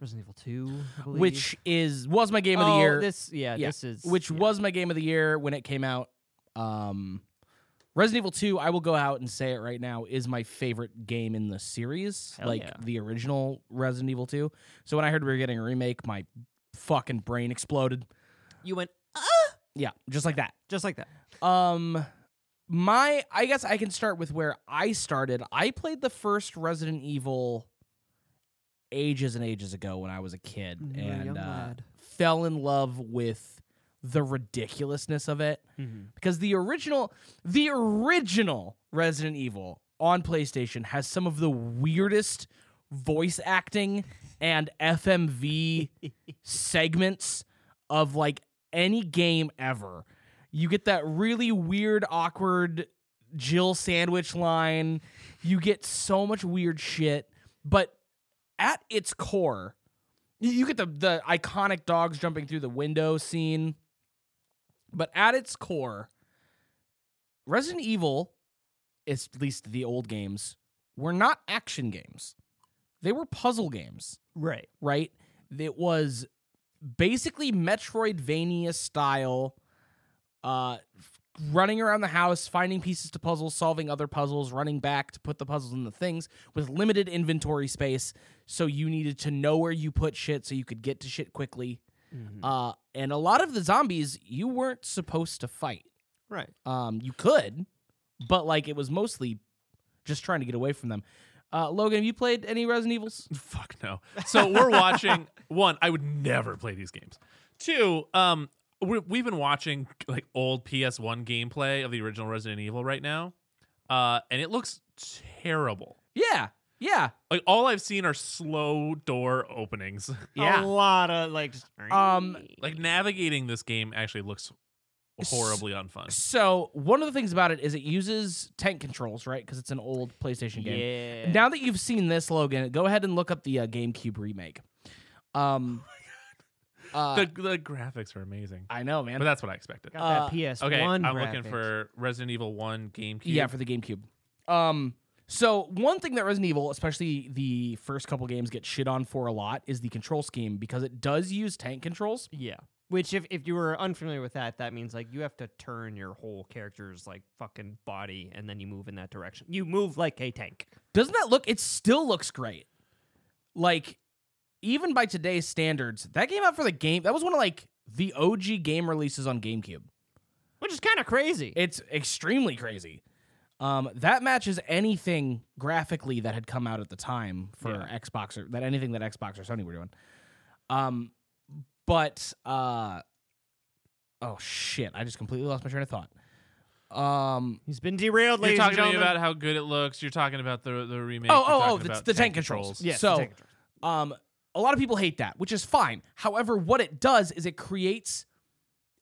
Speaker 3: Resident Evil Two, I believe.
Speaker 2: Which is was my game of the
Speaker 3: Oh,
Speaker 2: year.
Speaker 3: This yeah,
Speaker 2: Yeah,
Speaker 3: this is
Speaker 2: which
Speaker 3: yeah.
Speaker 2: was my game of the year when it came out. Um, Resident Evil 2, I will go out and say it right now, is my favorite game in the series,
Speaker 3: Hell
Speaker 2: like
Speaker 3: yeah.
Speaker 2: the original Resident Evil 2. So when I heard we were getting a remake, my fucking brain exploded.
Speaker 3: you went "Ah!"
Speaker 2: Yeah, just like that.
Speaker 3: just like that.
Speaker 2: Um my I guess I can start with where I started. I played the first Resident Evil ages and ages ago when I was a kid
Speaker 3: When you were a young
Speaker 2: and uh,
Speaker 3: lad.
Speaker 2: fell in love with the ridiculousness of it because the original the original Resident Evil on PlayStation has some of the weirdest voice acting and FMV segments of like any game ever. You get that really weird awkward Jill sandwich line. You get so much weird shit, but at its core, you- you get the the iconic dogs jumping through the window scene. But at its core, Resident Evil, it's at least the old games, were not action games. They were puzzle games,
Speaker 3: Right.
Speaker 2: right? It was basically Metroidvania style, uh, f- running around the house, finding pieces to puzzles, solving other puzzles, running back to put the puzzles in the things with limited inventory space. So you needed to know where you put shit so you could get to Mm-hmm. shit quickly. Uh, and a lot of the zombies you weren't supposed to fight.
Speaker 3: Right.
Speaker 2: Um, you could, but like it was mostly just trying to get away from them. Uh, Logan, have you played any Resident Evils?
Speaker 4: Fuck no. So we're watching one. I would never play these games. Two. Um, we we've been watching like old PS1 gameplay of the original Resident Evil right now, uh, and it looks terrible.
Speaker 2: Yeah, yeah,
Speaker 4: Like all I've seen are slow door openings.
Speaker 3: A lot of like. just-
Speaker 2: Um,
Speaker 4: like navigating this game actually looks horribly unfun.
Speaker 2: So one of the things about it is it uses tank controls, right? Because it's an old PlayStation game.
Speaker 3: yeah.
Speaker 2: Now that you've seen this, Logan, go ahead and look up the uh, GameCube remake. Um, uh,
Speaker 4: The the graphics are amazing,
Speaker 2: I know, man.
Speaker 4: but that's what I expected.
Speaker 3: got
Speaker 2: uh,
Speaker 3: that PS1.
Speaker 4: Okay, I'm
Speaker 3: graphics.
Speaker 4: looking for Resident Evil One GameCube.
Speaker 2: Yeah, for the GameCube. Um, so one thing that Resident Evil, especially the first couple games, get shit on for a lot is the control scheme because it does use tank controls.
Speaker 3: Yeah. Which, if, if you were unfamiliar with that, that means like you have to turn your whole character's like fucking body and then you move in that direction. You move like a tank.
Speaker 2: Doesn't that look? It still looks great. Like even by today's standards, that came out for the game. That was one of like the OG game releases on GameCube.
Speaker 3: Which is kind of crazy.
Speaker 2: It's extremely crazy. Um, that matches anything graphically that had come out at the time for
Speaker 3: Yeah.
Speaker 2: Xbox or that anything that Xbox or Sony were doing. Um, but uh, oh shit, I just completely lost my train of thought. Um,
Speaker 3: He's been derailed,
Speaker 4: You're
Speaker 3: ladies and
Speaker 4: talking to me
Speaker 3: gentlemen.
Speaker 4: about how good it looks. You're talking about the the remake.
Speaker 2: Oh,
Speaker 4: You're
Speaker 2: oh,
Speaker 4: talking
Speaker 2: oh, the-
Speaker 4: about
Speaker 2: the tank controls. Yeah.
Speaker 3: Yes,
Speaker 2: So-
Speaker 3: tank controls.
Speaker 2: um, a lot of people hate that, which is fine. However, what it does is it creates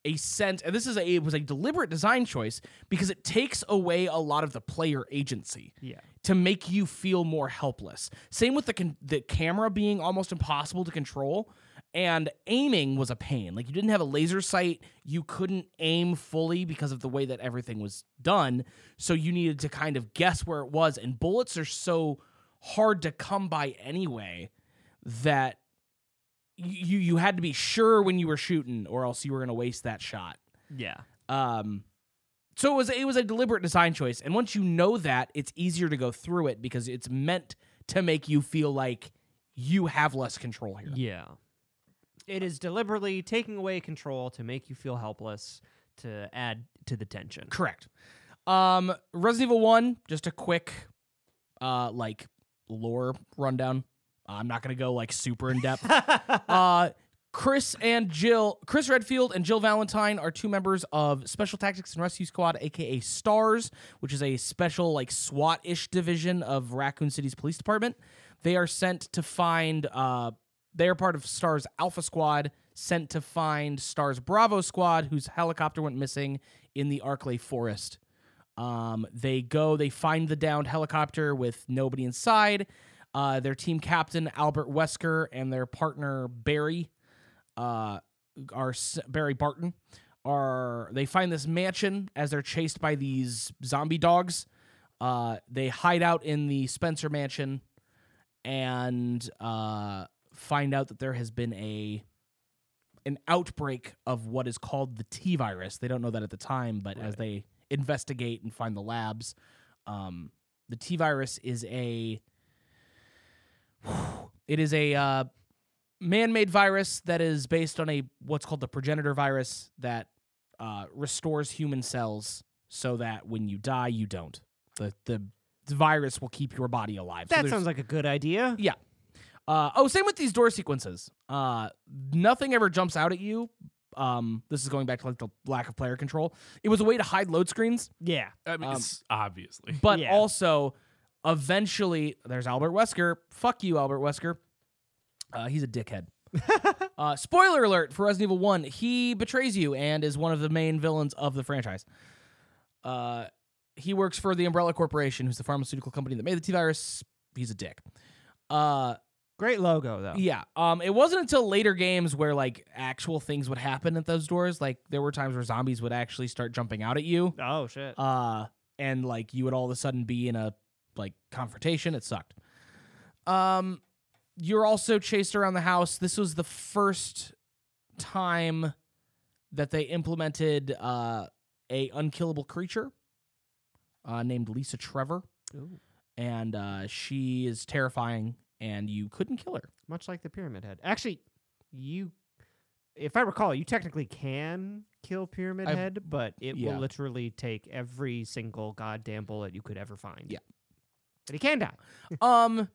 Speaker 2: a sense, and this is a it was a deliberate design choice because it takes away a lot of the player agency.
Speaker 3: yeah.
Speaker 2: to make you feel more helpless. Same with the con- the camera being almost impossible to control and aiming was a pain. Like you didn't have a laser sight, you couldn't aim fully because of the way that everything was done, so you needed to kind of guess where it was and bullets are so hard to come by anyway that y- you you had to be sure when you were shooting or else you were going to waste that shot.
Speaker 3: Yeah.
Speaker 2: Um, so it was it was a deliberate design choice, and once you know that, it's easier to go through it because it's meant to make you feel like you have less control here.
Speaker 3: Yeah. It is deliberately taking away control to make you feel helpless to add to the tension.
Speaker 2: Correct. Um, Resident Evil One, just a quick, uh, like lore rundown. I'm not gonna go like super in depth. uh, Chris and Jill, Chris Redfield and Jill Valentine are two members of Special Tactics and Rescue Squad, aka STARS, which is a special like SWAT ish division of Raccoon City's police department. They are sent to find. Uh, they are part of STARS Alpha Squad, sent to find STARS Bravo Squad, whose helicopter went missing in the Arklay Forest. Um, they go, they find the downed helicopter with nobody inside. Uh, their team captain Albert Wesker and their partner Barry, uh, are s- Barry Barton, are they find this mansion as they're chased by these zombie dogs. Uh, they hide out in the Spencer mansion and uh, find out that there has been a an outbreak of what is called the T virus. They don't know that at the time, but as they investigate and find the labs, um, the T virus is a it is a uh, man-made virus that is based on a what's called the progenitor virus that uh, restores human cells so that when you die, you don't. The the the virus will keep your body alive. So
Speaker 3: that
Speaker 2: there's-
Speaker 3: sounds like a good idea.
Speaker 2: yeah. Uh, oh, same with these door sequences. Uh, nothing ever jumps out at you. Um, this is going back to like the lack of player control. It was a way to hide load screens,
Speaker 3: Yeah.
Speaker 4: I mean,
Speaker 2: Um,
Speaker 4: it's obviously.
Speaker 2: but
Speaker 3: Yeah.
Speaker 2: also eventually there's Albert Wesker. Fuck you, Albert Wesker. Uh, he's a dickhead. uh, spoiler alert for Resident Evil One: he betrays you and is one of the main villains of the franchise. Uh, he works for the Umbrella Corporation, who's the pharmaceutical company that made the T virus. He's a dick. Uh,
Speaker 3: Great logo though.
Speaker 2: yeah. Um, it wasn't until later games where like actual things would happen at those doors. Like there were times where zombies would actually start jumping out at you.
Speaker 3: Oh shit.
Speaker 2: Uh, and like you would all of a sudden be in a like confrontation. It sucked. Um, you're also chased around the house. This was the first time that they implemented uh, a unkillable creature uh, named Lisa Trevor,
Speaker 3: Ooh.
Speaker 2: and uh, she is terrifying. And you couldn't kill her.
Speaker 3: Much like the Pyramid Head. Actually, you if I recall, you technically can kill Pyramid
Speaker 2: I've-
Speaker 3: Head, but it
Speaker 2: yeah.
Speaker 3: will literally take every single goddamn bullet you could ever find.
Speaker 2: Yeah.
Speaker 3: But he can die.
Speaker 2: Um,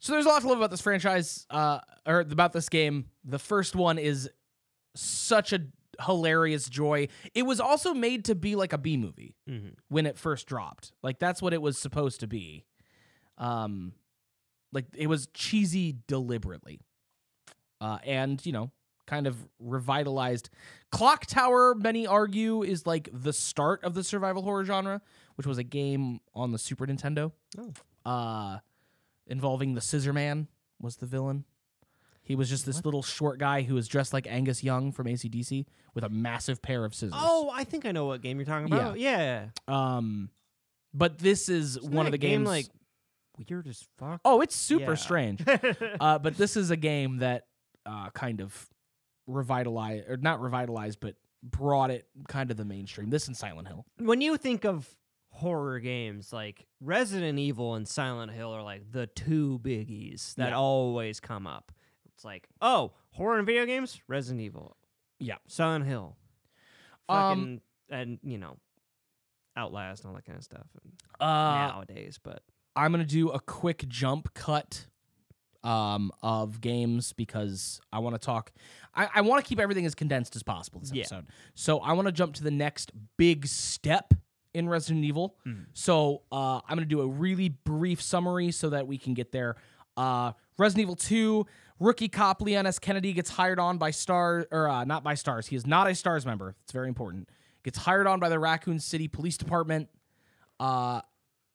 Speaker 2: so there's a lot to love about this franchise, uh, or about this game. The first one is such a hilarious joy. It was also made to be like a B movie
Speaker 3: Mm-hmm.
Speaker 2: when it first dropped. Like that's what it was supposed to be. Um, like it was cheesy deliberately, uh, and you know, kind of revitalized. Clock Tower, many argue, is like the start of the survival horror genre, which was a game on the Super Nintendo
Speaker 3: Oh.
Speaker 2: uh, involving the Scissor Man was the villain. He was just this
Speaker 3: What?
Speaker 2: little short guy who was dressed like Angus Young from ACDC with a massive pair of scissors.
Speaker 3: Oh, I think I know what game you're talking
Speaker 2: Yeah.
Speaker 3: about. Yeah.
Speaker 2: Um, but this is
Speaker 3: Isn't
Speaker 2: one of
Speaker 3: that
Speaker 2: the
Speaker 3: game,
Speaker 2: games.
Speaker 3: like weird as fuck.
Speaker 2: oh, it's super
Speaker 3: Yeah.
Speaker 2: strange. Uh, but this is a game that uh, kind of revitalized, or not revitalized, but brought it kind of the mainstream. This and Silent Hill.
Speaker 3: when you think of horror games like Resident Evil and Silent Hill are like the two biggies that
Speaker 2: Yeah.
Speaker 3: always come up. It's like, oh, horror and video games, Resident Evil.
Speaker 2: Yeah.
Speaker 3: Silent Hill.
Speaker 2: Um,
Speaker 3: Fucking, and you know, Outlast and all that kind of stuff
Speaker 2: Uh,
Speaker 3: nowadays, but
Speaker 2: I'm gonna do a quick jump cut um, of games because I want to talk. I, I want to keep everything as condensed as possible this
Speaker 3: Yeah.
Speaker 2: episode. So I want to jump to the next big step in Resident Evil.
Speaker 3: Mhm.
Speaker 2: So uh, I'm gonna do a really brief summary so that we can get there. Uh, Resident Evil 2 rookie cop Leon S. Kennedy gets hired on by Stars or uh, not by Stars. He is not a Stars member. It's very important. Gets hired on by the Raccoon City Police Department. Uh,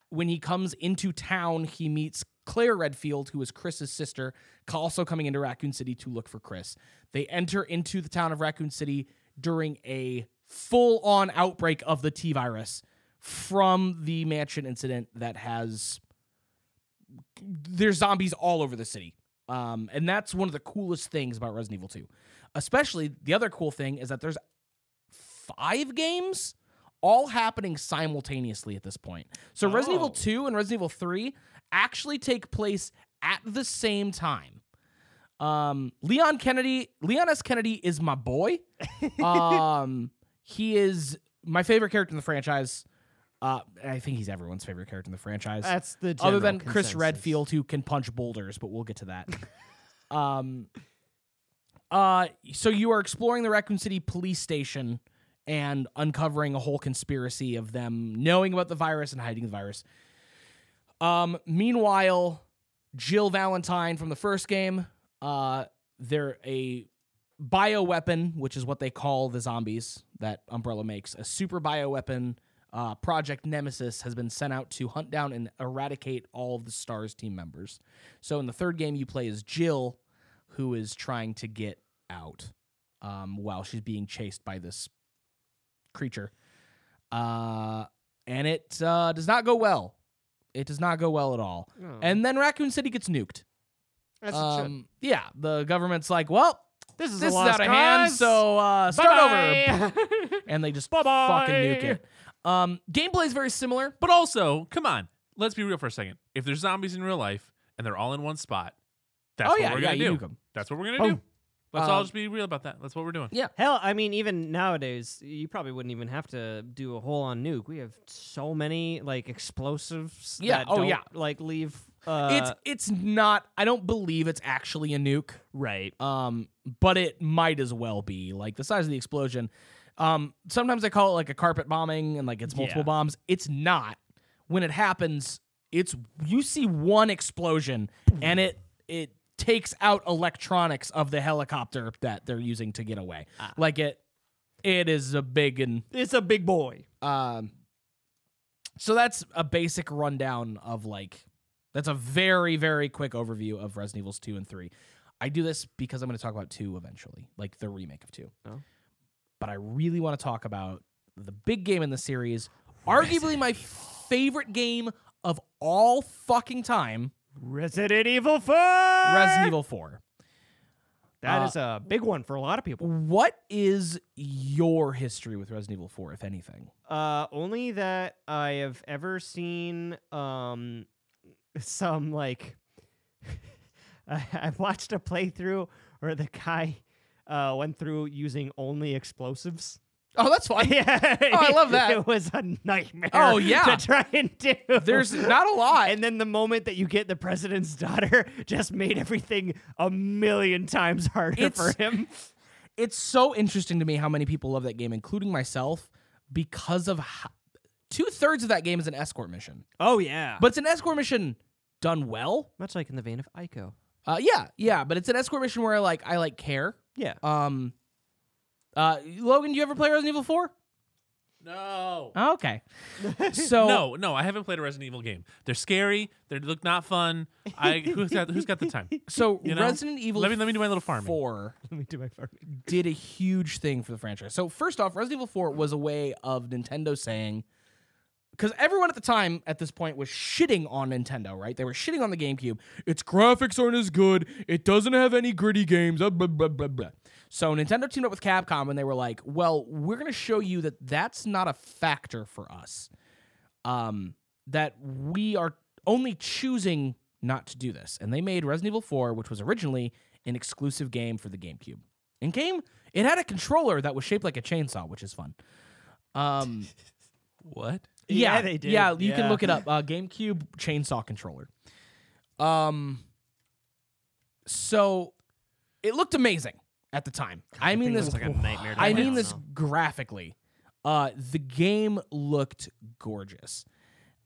Speaker 2: when he comes into town, he meets Claire Redfield, who is Chris's sister, co- also coming into Raccoon City to look for Chris. They enter into the town of Raccoon City during a full on outbreak of the T virus from the mansion incident that has. There's zombies all over the city. Um, and that's one of the coolest things about Resident Evil 2. Especially the other cool thing is that there's five games all happening simultaneously at this point. So Resident Evil
Speaker 3: Oh.
Speaker 2: 2 and Resident Evil 3 actually take place at the same time. Um, Leon Kennedy, Leon S. Kennedy is my boy. um, he is my favorite character in the franchise. Uh, I think he's everyone's favorite character in the franchise
Speaker 3: that's the
Speaker 2: other
Speaker 3: general
Speaker 2: than Chris
Speaker 3: consensus.
Speaker 2: Redfield, who can punch boulders, but we'll get to that. um, uh, so you are exploring the Raccoon City police station and uncovering a whole conspiracy of them knowing about the virus and hiding the virus. Um, meanwhile, Jill Valentine from the first game, uh, they're a bioweapon, which is what they call the zombies that Umbrella makes, a super bioweapon. Uh, Project Nemesis has been sent out to hunt down and eradicate all of the STARS team members. So in the third game, you play as Jill, who is trying to get out um, while she's being chased by this creature. Uh, and it uh, does not go well. It does not go well at all.
Speaker 3: Oh,
Speaker 2: And then Raccoon City gets nuked.
Speaker 3: that's a chip.
Speaker 2: Um, yeah, the government's like, well,
Speaker 3: this is
Speaker 2: this
Speaker 3: a
Speaker 2: is
Speaker 3: lost
Speaker 2: out of hand,
Speaker 3: cause.
Speaker 2: so uh, start over.
Speaker 3: Bye-bye.
Speaker 2: And they just
Speaker 3: Bye-bye.
Speaker 2: fucking nuke it. Um, gameplay is very similar.
Speaker 4: But also, come on, let's be real for a second. If there's zombies in real life and they're all in one spot, that's
Speaker 2: oh
Speaker 4: what
Speaker 2: yeah,
Speaker 4: we're
Speaker 2: yeah,
Speaker 4: gonna
Speaker 2: you
Speaker 4: do.
Speaker 2: nuke 'em.
Speaker 4: That's what we're gonna
Speaker 3: Boom.
Speaker 4: do. Let's all
Speaker 2: Um,
Speaker 4: just be real about that. That's what we're doing.
Speaker 3: Hell, I mean, even nowadays, you probably wouldn't even have to do a whole on nuke. We have so many like explosives.
Speaker 2: Yeah,
Speaker 3: That
Speaker 2: oh,
Speaker 3: don't,
Speaker 2: yeah.
Speaker 3: Like leave. Uh,
Speaker 2: it's it's not. I don't believe it's actually a nuke.
Speaker 3: right.
Speaker 2: Um, but it might as well be like the size of the explosion. Um, sometimes I call it like a carpet bombing, and like it's multiple
Speaker 3: Yeah.
Speaker 2: bombs. It's not. When it happens, it's you see one explosion, and it it takes out electronics of the helicopter that they're using to get away.
Speaker 3: Ah.
Speaker 2: Like it, it is a big and
Speaker 3: It's a big boy.
Speaker 2: Um, so that's a basic rundown of like that's a very very quick overview of Resident Evils two and three. I do this because I'm going to talk about two eventually, like the remake of two.
Speaker 3: Oh.
Speaker 2: But I really want to talk about the big game in the series, arguably my favorite game of all fucking time,
Speaker 3: Resident Evil Four.
Speaker 2: Resident Evil four.
Speaker 3: That
Speaker 2: uh,
Speaker 3: is a big one for a lot of people.
Speaker 2: What is your history with Resident Evil four, if anything?
Speaker 3: Uh, only that I have ever seen um some like I- I've watched a playthrough where the guy uh, went through using only explosives.
Speaker 2: Oh, that's fine.
Speaker 3: yeah,
Speaker 2: Oh, I love that.
Speaker 3: It was a nightmare.
Speaker 2: Oh, yeah.
Speaker 3: to try and do.
Speaker 2: There's not a lot.
Speaker 3: And then the moment that you get the president's daughter just made everything a million times harder
Speaker 2: It's-
Speaker 3: for him.
Speaker 2: it's so interesting to me how many people love that game, including myself, because of how, two thirds of that game is an escort mission.
Speaker 3: Oh yeah.
Speaker 2: But it's an escort mission done well.
Speaker 3: much like in the vein of Ico.
Speaker 2: Uh, yeah, yeah. But it's an escort mission where I like I like care.
Speaker 3: Yeah.
Speaker 2: Um, uh, Logan, do you ever play Resident Evil Four?
Speaker 4: No.
Speaker 2: Oh, okay. So
Speaker 4: No, no, I haven't played a Resident Evil game. They're scary. They look not fun. I who's got who's got the time?
Speaker 2: so
Speaker 4: You know?
Speaker 2: Resident Evil.
Speaker 4: Let me- let me do my little farming.
Speaker 2: Four.
Speaker 3: Let me do my farming.
Speaker 2: did a huge thing for the franchise. So first off, Resident Evil 4 was a way of Nintendo saying because everyone at the time at this point was shitting on Nintendo, right? They were shitting on the GameCube. Its graphics aren't as good. It doesn't have any gritty games. uh, Blah, blah, blah, blah. So Nintendo teamed up with Capcom and they were like, well, we're going to show you that that's not a factor for us. Um, that we are only choosing not to do this. And they made Resident Evil 4, which was originally an exclusive game for the GameCube. In game, it had a controller that was shaped like a chainsaw, which is fun. Um,
Speaker 4: What?
Speaker 2: yeah,
Speaker 3: Yeah, they did.
Speaker 2: Yeah, you can
Speaker 3: Yeah.
Speaker 2: look it up. Uh, GameCube chainsaw controller. Um, so it looked amazing at the time. I mean this.
Speaker 3: like a nightmare.
Speaker 2: I mean this graphically. Uh, the game looked gorgeous,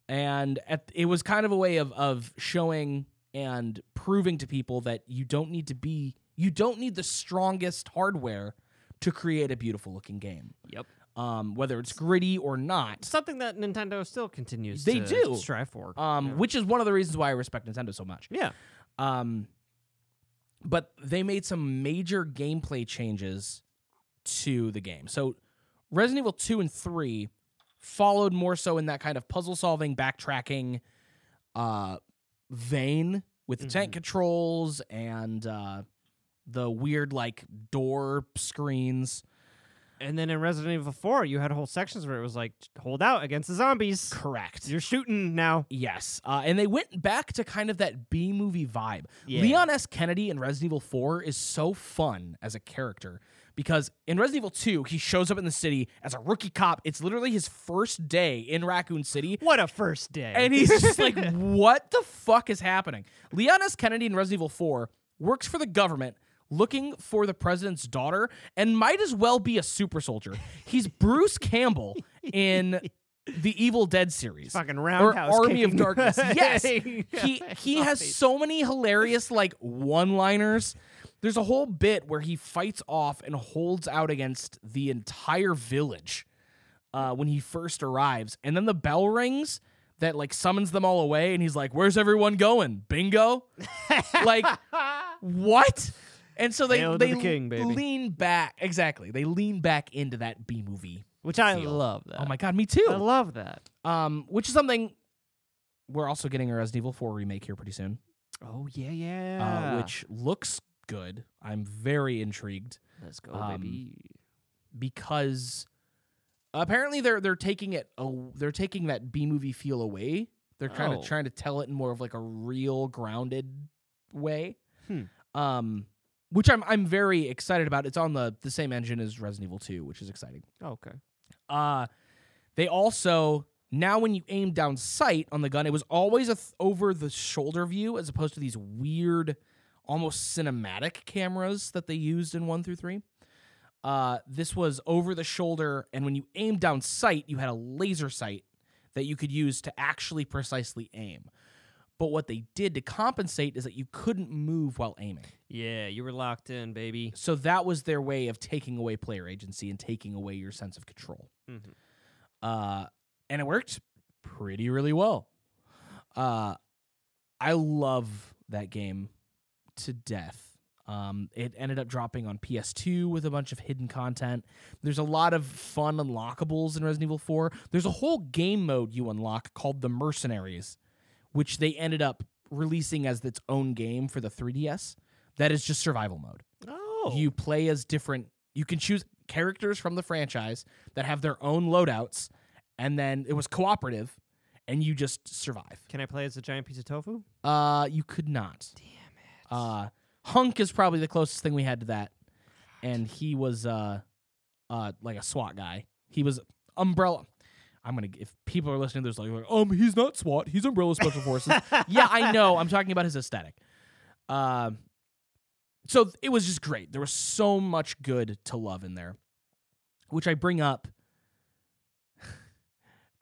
Speaker 2: and at, it was kind of a way of of showing and proving to people that you don't need to be you don't need the strongest hardware to create a beautiful looking game.
Speaker 3: Yep.
Speaker 2: Um, whether it's gritty or not,
Speaker 3: Something that Nintendo still continues
Speaker 2: They
Speaker 3: to
Speaker 2: do.
Speaker 3: strive for.
Speaker 2: um,
Speaker 3: Yeah.
Speaker 2: which is one of the reasons why I respect Nintendo so much.
Speaker 3: yeah.
Speaker 2: Um, but they made some major gameplay changes to the game. So Resident Evil 2 and 3 followed more so in that kind of puzzle solving, backtracking uh, vein with the tank
Speaker 3: Mhm.
Speaker 2: controls and uh, the weird like door screens.
Speaker 3: And then in Resident Evil 4, you had whole sections where it was like, hold out against the zombies.
Speaker 2: Correct.
Speaker 3: You're shooting now.
Speaker 2: Yes. Uh, and they went back to kind of that B movie vibe.
Speaker 3: Yeah.
Speaker 2: Leon S. Kennedy in Resident Evil 4 is so fun as a character because in Resident Evil 2, he shows up in the city as a rookie cop. It's literally his first day in Raccoon City.
Speaker 3: What a first day.
Speaker 2: And he's just like, what the fuck is happening? Leon S. Kennedy in Resident Evil 4 works for the government looking for the president's daughter and might as well be a super soldier. He's Bruce Campbell in the Evil Dead series
Speaker 3: fucking roundhouse.
Speaker 2: or Army
Speaker 3: kicking.
Speaker 2: of Darkness. Yes,
Speaker 3: Yeah.
Speaker 2: he he has so many hilarious like one-liners. There's a whole bit where he fights off and holds out against the entire village uh, when he first arrives, and then the bell rings that like summons them all away, and he's like, "Where's everyone going? Bingo!" like what? And so they
Speaker 3: Hail to
Speaker 2: they
Speaker 3: the king, baby.
Speaker 2: lean back exactly. They lean back into that B movie.
Speaker 3: Which I
Speaker 2: feel.
Speaker 3: love that.
Speaker 2: Oh my god, me too
Speaker 3: Uh, I love that.
Speaker 2: um, which is something we're also getting a Resident Evil 4 remake here pretty soon,
Speaker 3: Oh yeah,
Speaker 2: uh,
Speaker 3: yeah.
Speaker 2: which looks good. I'm very intrigued
Speaker 3: let's go,
Speaker 2: um,
Speaker 3: baby.
Speaker 2: because apparently they're they're taking it a, they're taking that B movie feel away. They're kind of
Speaker 3: Oh.
Speaker 2: trying to tell it in more of like a real grounded way.
Speaker 3: Hmm.
Speaker 2: Um, which I'm I'm very excited about. It's on the the same engine as Resident Evil 2, which is exciting.
Speaker 3: Oh, okay.
Speaker 2: Uh, they also now when you aim down sight on the gun, it was always a th- over the shoulder view as opposed to these weird, almost cinematic cameras that they used in one through three. Uh, this was over the shoulder, and when you aimed down sight, you had a laser sight that you could use to actually precisely aim. But what they did to compensate is that you couldn't move while aiming.
Speaker 3: Yeah, you were locked in, baby.
Speaker 2: So that was their way of taking away player agency and taking away your sense of control
Speaker 3: Mhm.
Speaker 2: uh, and it worked pretty really well. Uh, I love that game to death. Um, it ended up dropping on PS2 with a bunch of hidden content. There's a lot of fun unlockables in Resident Evil 4. There's a whole game mode you unlock called the Mercenaries, which they ended up releasing as its own game for the 3DS. That is just survival mode.
Speaker 3: Oh,
Speaker 2: You play as different. You can choose characters from the franchise that have their own loadouts, and then it was cooperative, and you just survive.
Speaker 3: Can I play as a giant piece of tofu?
Speaker 2: Uh, you could not. Damn it. Uh, Hunk is probably the closest thing we had to that. and he was uh uh like a SWAT guy. He was umbrella. I'm gonna if people are listening, to this, like um he's not SWAT, he's umbrella special forces. yeah, I know. I'm talking about his aesthetic. Um, so th- it was just great. There was so much good to love in there, which I bring up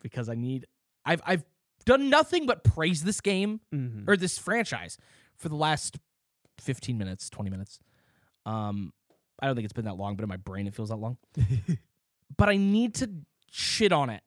Speaker 2: because I need. I've I've done nothing but praise this game
Speaker 3: Mhm.
Speaker 2: or this franchise for the last 15 minutes, 20 minutes. Um, I don't think it's been that long, but in my brain it feels that long. but I need to shit on it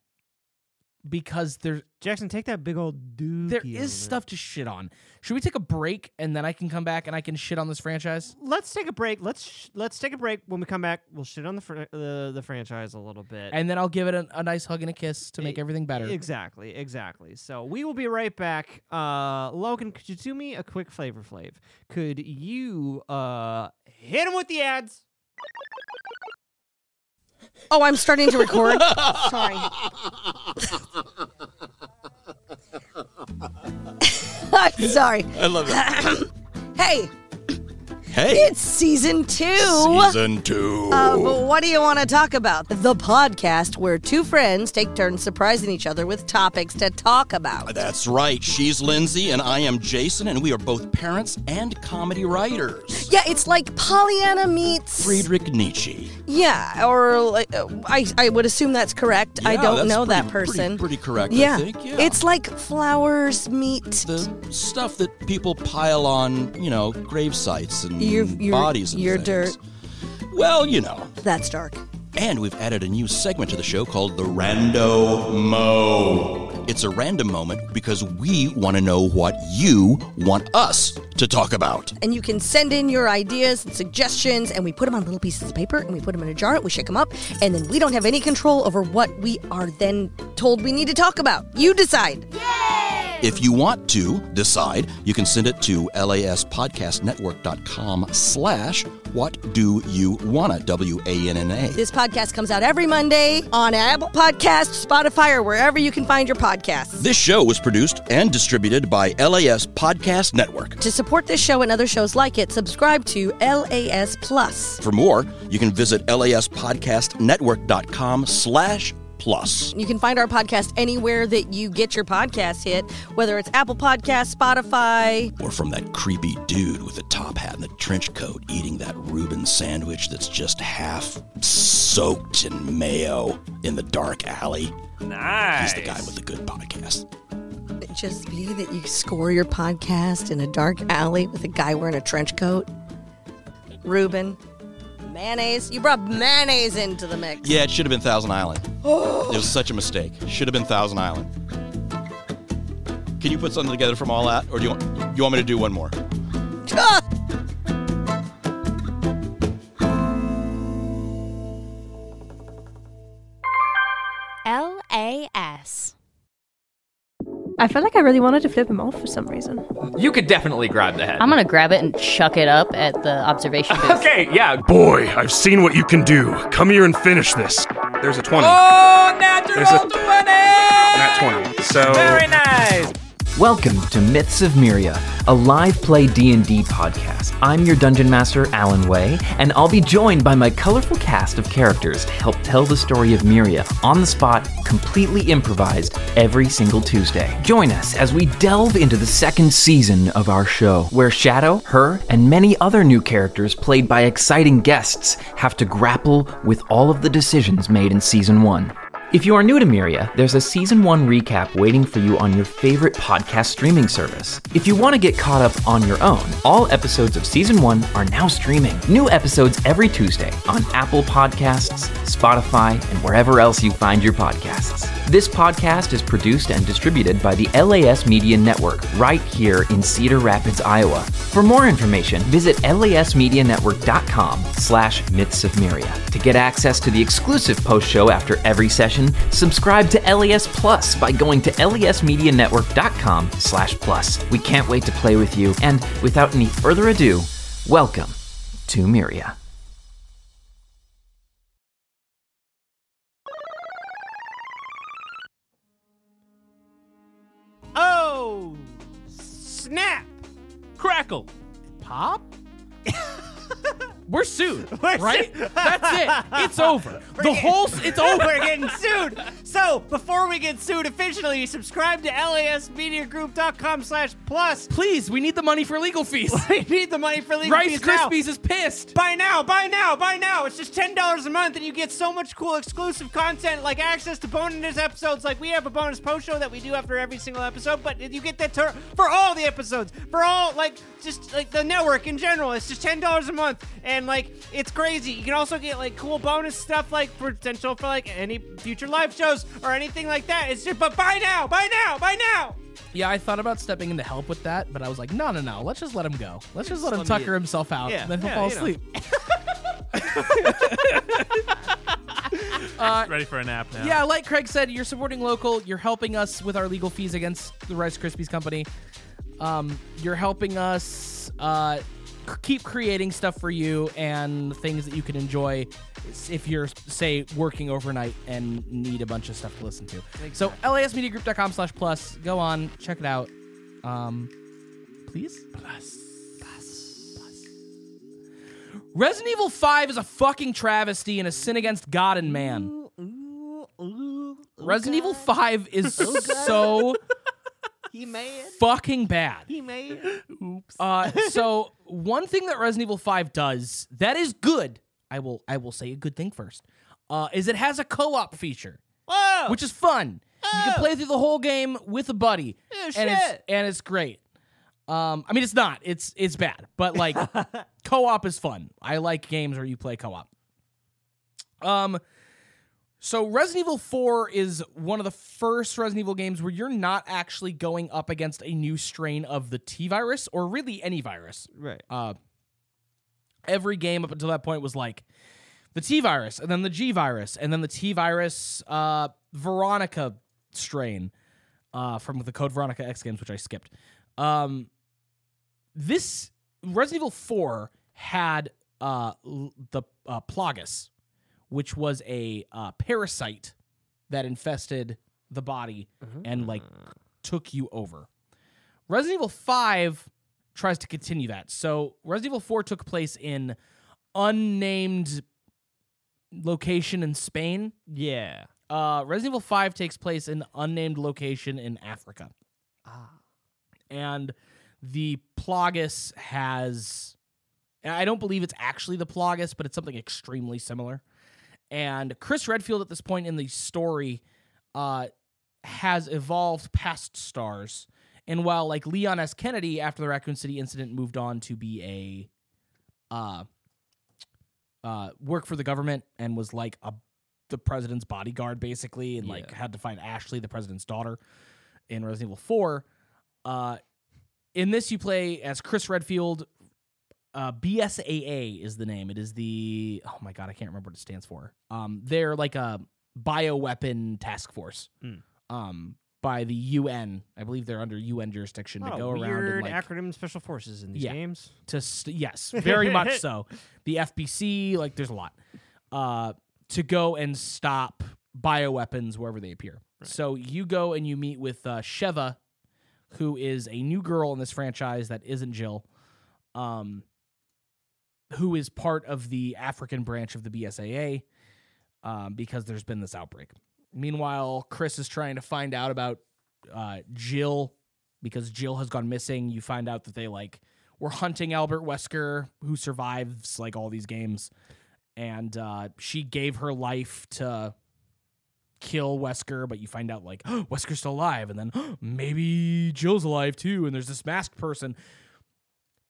Speaker 2: because there's
Speaker 3: Jackson, take that big old dookie.
Speaker 2: there
Speaker 3: over
Speaker 2: is stuff to shit on. Should we take a break and then I can come back and I can shit on this franchise?
Speaker 3: Let's take a break. Let's sh- let's take a break. When we come back, we'll shit on the fr- the, the franchise a little bit.
Speaker 2: And then I'll give it a, a nice hug and a kiss to make
Speaker 3: E-
Speaker 2: everything better.
Speaker 3: Exactly, exactly. So we will be right back. Uh, Logan, could you do me a quick flavor flave? Could you uh, hit him with the ads?
Speaker 5: Oh, I'm starting to record. Sorry. I'm sorry.
Speaker 6: I love it.
Speaker 5: Hey,
Speaker 6: Hey,
Speaker 5: it's season two.
Speaker 6: season two.
Speaker 5: of what do you want to talk about? The podcast where two friends take turns surprising each other with topics to talk about.
Speaker 6: That's right. She's Lindsay and I am Jason, and we are both parents and comedy writers.
Speaker 5: Yeah, it's like Pollyanna meets.
Speaker 6: Friedrich Nietzsche.
Speaker 5: Yeah, or like, uh, I, I would assume that's correct. I
Speaker 6: Yeah,
Speaker 5: don't
Speaker 6: that's
Speaker 5: know that
Speaker 6: pretty- pretty-
Speaker 5: person.
Speaker 6: Pretty, correct,
Speaker 5: yeah.
Speaker 6: I think. Yeah.
Speaker 5: it's like flowers meet.
Speaker 6: the stuff that people pile on, you know, grave sites and
Speaker 5: Your- your-
Speaker 6: bodies and
Speaker 5: your
Speaker 6: things. Well, you know.
Speaker 5: That's dark.
Speaker 6: And we've added a new segment to the show called the Rando Mo. It's a random moment because we want to know what you want us to talk about.
Speaker 5: And you can send in your ideas and suggestions, and we put them on little pieces of paper and we put them in a jar, we shake them up, and then we don't have any control over what we are then told we need to talk about. You decide.
Speaker 6: If you want to decide, you can send it to laspodcastnetwork.com slash what do you wanna, W-A-N-N-A.
Speaker 5: This podcast comes out every Monday on Apple Podcasts, Spotify, or wherever you can find your podcasts.
Speaker 6: This show was produced and distributed by LAS Podcast Network.
Speaker 5: To support this show and other shows like it, subscribe to LAS Plus.
Speaker 6: For more, you can visit laspodcastnetwork.com slash plus.
Speaker 5: You can find our podcast anywhere that you get your podcast hit, whether it's Apple Podcasts, Spotify.
Speaker 6: Or from that creepy dude with the top hat and the trench coat eating that Reuben sandwich that's just half soaked in mayo in the dark alley. Nice. He's the guy with the good podcast.
Speaker 5: It just be that you score your podcast in a dark alley with a guy wearing a trench coat. Reuben. Mayonnaise. You brought mayonnaise into the mix.
Speaker 6: Yeah, it should have been Thousand Island. It was such a mistake. Should have been Thousand Island. Can you put something together from all that, or do you want, you want me to do one more?
Speaker 1: LAS.
Speaker 7: I felt like I really wanted to flip him off for some reason.
Speaker 8: You could definitely grab the head.
Speaker 9: I'm gonna grab it and chuck it up at the observation booth.
Speaker 8: Okay, yeah.
Speaker 10: Boy, I've seen what you can do. Come here and finish this. There's a 20.
Speaker 8: Oh, natural
Speaker 10: There's a-
Speaker 8: 20!
Speaker 10: Nat 20. So
Speaker 8: Very nice!
Speaker 11: Welcome to Myths of Myria, a live play D&D podcast. I'm your dungeon master Alan Way, and I'll be joined by my colorful cast of characters to help tell the story of Myria on the spot, completely improvised every single Tuesday. Join us as we delve into the second season of our show, where Shadow, her, and many other new characters played by exciting guests have to grapple with all of the decisions made in season 1. If you are new to Miria, there's a season one recap waiting for you on your favorite podcast streaming service. If you want to get caught up on your own, all episodes of season one are now streaming. New episodes every Tuesday on Apple Podcasts, Spotify, and wherever else you find your podcasts. This podcast is produced and distributed by the LAS Media Network right here in Cedar Rapids, Iowa. For more information, visit lasmedianetwork.com slash myths of Myria. To get access to the exclusive post show after every session, subscribe to LAS Plus by going to lasmedianetwork.com slash plus. We can't wait to play with you, and without any further ado, welcome to Myria.
Speaker 3: Oh, snap!
Speaker 4: Crackle.
Speaker 2: Pop? We're sued, right? That's it. It's over. the whole s- it's over.
Speaker 3: We're getting sued. So before we get sued officially, subscribe to lasmediagroup.com slash plus.
Speaker 2: Please, we need the money for legal fees.
Speaker 3: We need the money for legal
Speaker 2: Rice
Speaker 3: fees now.
Speaker 2: Krispies is pissed.
Speaker 3: Buy now, buy now, buy now. It's just $10 a month and you get so much cool exclusive content like access to bonus episodes. Like we have a bonus post show that we do after every single episode, but you get that ter- for all the episodes. For all like just like the network in general. It's just $10 a month and like it's crazy. You can also get like cool bonus stuff like for potential for like any future live shows or anything like that. It's just but buy now, buy now, buy now.
Speaker 2: Yeah, I thought about stepping in to help with that, but I was like, no, no, no. Let's just let him go. Let's just let him
Speaker 3: Just let me-
Speaker 2: tucker himself out,
Speaker 3: Yeah,
Speaker 2: and then he'll
Speaker 3: yeah,
Speaker 2: fall
Speaker 3: you know.
Speaker 2: asleep.
Speaker 4: Ready for a nap now.
Speaker 2: Uh, Yeah, like Craig said, you're supporting local. You're helping us with our legal fees against the Rice Krispies Company. Um, you're helping us uh, c- keep creating stuff for you and things that you can enjoy s- if you're, say, working overnight and need a bunch of stuff to listen to. So, lasmediagroup.com slash plus. Go on, check it out. Um, please? Resident Evil 5 is a fucking travesty and a sin against God and man. Resident Evil 5 is so
Speaker 3: He mad.
Speaker 2: fucking bad.
Speaker 3: He mad.
Speaker 2: Uh, so one thing that Resident Evil 5 does that is good, I will I will say a good thing first, uh, is it has a co-op feature,
Speaker 3: Whoa.
Speaker 2: which is fun. You can play through the whole game with a buddy.
Speaker 3: Oh,
Speaker 2: and it's
Speaker 3: shit.
Speaker 2: and it's great. Um, I mean it's not. It's it's bad, but like co-op is fun. I like games where you play co-op. Um so Resident Evil 4 is one of the first Resident Evil games where you're not actually going up against a new strain of the T virus or really any virus.
Speaker 3: Right.
Speaker 2: Uh every game up until that point was like the T virus and then the G virus and then the T virus uh Veronica strain uh, from the Code Veronica X games, which I skipped. Um, this Resident Evil 4 had uh, l- the uh, Plagas, which was a uh, parasite that infested the body and like took you over. Resident Evil 5 tries to continue that. So Resident Evil 4 took place in unnamed location in Spain.
Speaker 3: Yeah.
Speaker 2: Uh, Resident Evil 5 takes place in unnamed location in Africa. And the Plagas has. and I don't believe it's actually the Plagas, but it's something extremely similar. And Chris Redfield, at this point in the story, uh, has evolved past stars. And while, like, Leon S. Kennedy, after the Raccoon City incident, moved on to be a. Uh, uh, work for the government and was like a the president's bodyguard basically and like
Speaker 3: Yeah.
Speaker 2: had to find Ashley the president's daughter in Resident Evil 4 uh in this you play as Chris Redfield uh BSAA is the name it is the oh my god I can't remember what it stands for um they're like a bioweapon task force
Speaker 3: Mm.
Speaker 2: um by the UN I believe they're under UN jurisdiction to
Speaker 3: Lot
Speaker 2: go
Speaker 3: of
Speaker 2: around and
Speaker 3: weird
Speaker 2: like
Speaker 3: acronym special forces in these
Speaker 2: Yeah.
Speaker 3: games.
Speaker 2: to st- yes, very much so. The FBC, like there's a lot uh, to go and stop bioweapons wherever they appear. So you go and you meet with uh, Sheva, who is a new girl in this franchise that isn't Jill, um, who is part of the African branch of the BSAA um, because there's been this outbreak. Meanwhile, Chris is trying to find out about uh, Jill because Jill has gone missing. You find out that they like were hunting Albert Wesker, who survives like all these games, and uh, she gave her life to kill Wesker. But you find out like Wesker's still alive, and then maybe Jill's alive too. And there's this masked person.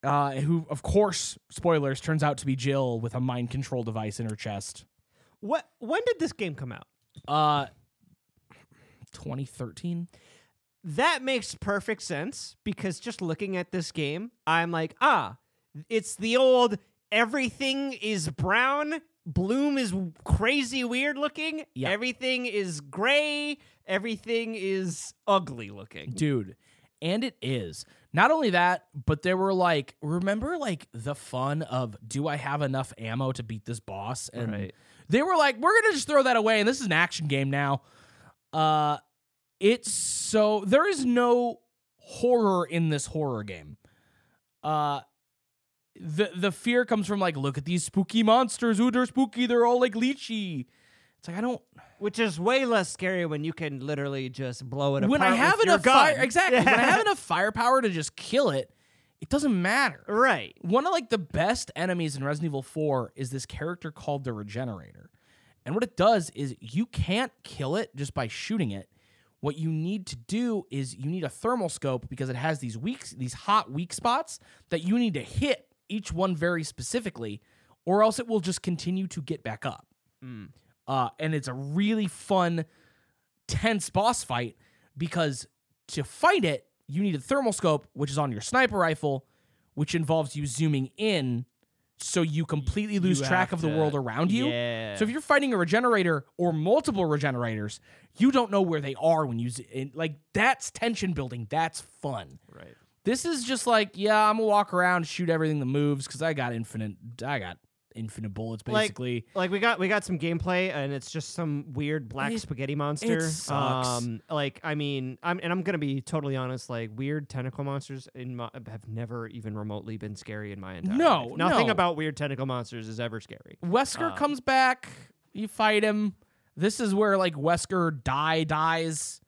Speaker 2: Uh, who, of course, spoilers, turns out to be Jill with a mind control device in her chest.
Speaker 3: What? When did this game come out?
Speaker 2: Uh, 2013.
Speaker 3: That makes perfect sense because just looking at this game, I'm like, ah, it's the old everything is brown, bloom is crazy weird looking,
Speaker 2: Yeah.
Speaker 3: everything is gray, everything is ugly looking.
Speaker 2: dude and it is not only that but there were like remember like the fun of do i have enough ammo to beat this boss and
Speaker 3: Right.
Speaker 2: they were like we're gonna just throw that away and this is an action game now uh it's so there is no horror in this horror game uh the the fear comes from like, look at these spooky monsters. Ooh, they're spooky. They're all like lychee. It's like I don't.
Speaker 3: Which is way less scary when you can literally just blow it
Speaker 2: When I
Speaker 3: apart
Speaker 2: have
Speaker 3: with your
Speaker 2: enough fire,
Speaker 3: gun.
Speaker 2: exactly. When I
Speaker 3: Yeah.
Speaker 2: have enough firepower to just kill it, it doesn't matter.
Speaker 3: Right.
Speaker 2: One of like the best enemies in Resident Evil 4 is this character called the Regenerator. And what it does is you can't kill it just by shooting it. What you need to do is you need a thermal scope because it has these weak these hot weak spots that you need to hit each one very specifically or else it will just continue to get back up.
Speaker 3: Mm.
Speaker 2: Uh, and it's a really fun tense boss fight because to fight it, you need a thermal scope, which is on your sniper rifle, which involves you zooming in so you completely lose
Speaker 3: You
Speaker 2: track
Speaker 3: have
Speaker 2: of the
Speaker 3: to-
Speaker 2: world around you.
Speaker 3: Yeah.
Speaker 2: So if you're fighting a regenerator or multiple regenerators, you don't know where they are when you z- and, like that's tension building. That's fun.
Speaker 3: Right.
Speaker 2: This is just like, yeah, I'm gonna walk around, shoot everything that moves because I got infinite, I got infinite bullets basically.
Speaker 3: Like, like we got we got some gameplay and it's just some weird black
Speaker 2: It-
Speaker 3: spaghetti monster.
Speaker 2: sucks.
Speaker 3: Um like I mean I'm and I'm gonna be totally honest, like weird tentacle monsters in my, have never even remotely been scary in my entire
Speaker 2: No,
Speaker 3: life. Nothing
Speaker 2: no.
Speaker 3: about weird tentacle monsters is ever scary.
Speaker 2: Wesker
Speaker 3: Uh,
Speaker 2: comes back. You fight him. This is where like Wesker die dies,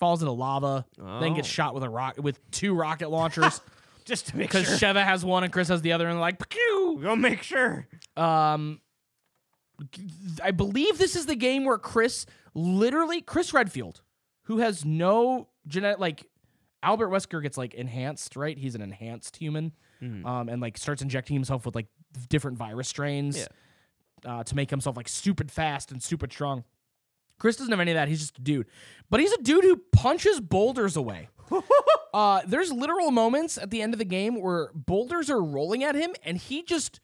Speaker 2: falls into lava, then gets
Speaker 3: Oh.
Speaker 2: shot with a rock with two rocket launchers
Speaker 3: Just to make sure
Speaker 2: because Sheva has one and Chris has the other, and they're like, "Pew!"
Speaker 3: we gonna make sure.
Speaker 2: um, I believe this is the game where Chris literally Chris Redfield, who has no genetic like Albert Wesker gets like enhanced, right? He's an enhanced human, um, and like starts injecting himself with like different virus strains uh, to make himself like super fast and super strong. Chris doesn't have any of that. He's just a dude, but he's a dude who punches boulders away. uh, there's literal moments at the end of the game where boulders are rolling at him, and he just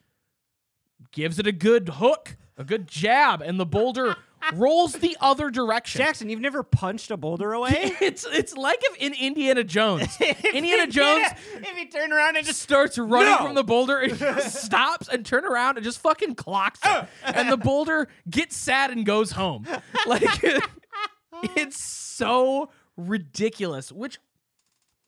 Speaker 2: gives it a good hook, a good jab, and the boulder rolls the other direction.
Speaker 3: Jackson, you've never punched a boulder away?
Speaker 2: it's it's like if in Indiana Jones, Indiana Jones
Speaker 3: if you turn around and
Speaker 2: just
Speaker 3: just
Speaker 2: starts running
Speaker 3: No!
Speaker 2: from the boulder and just stops and turn around and just fucking clocks it. and the boulder gets sad and goes home. Like it's so ridiculous, which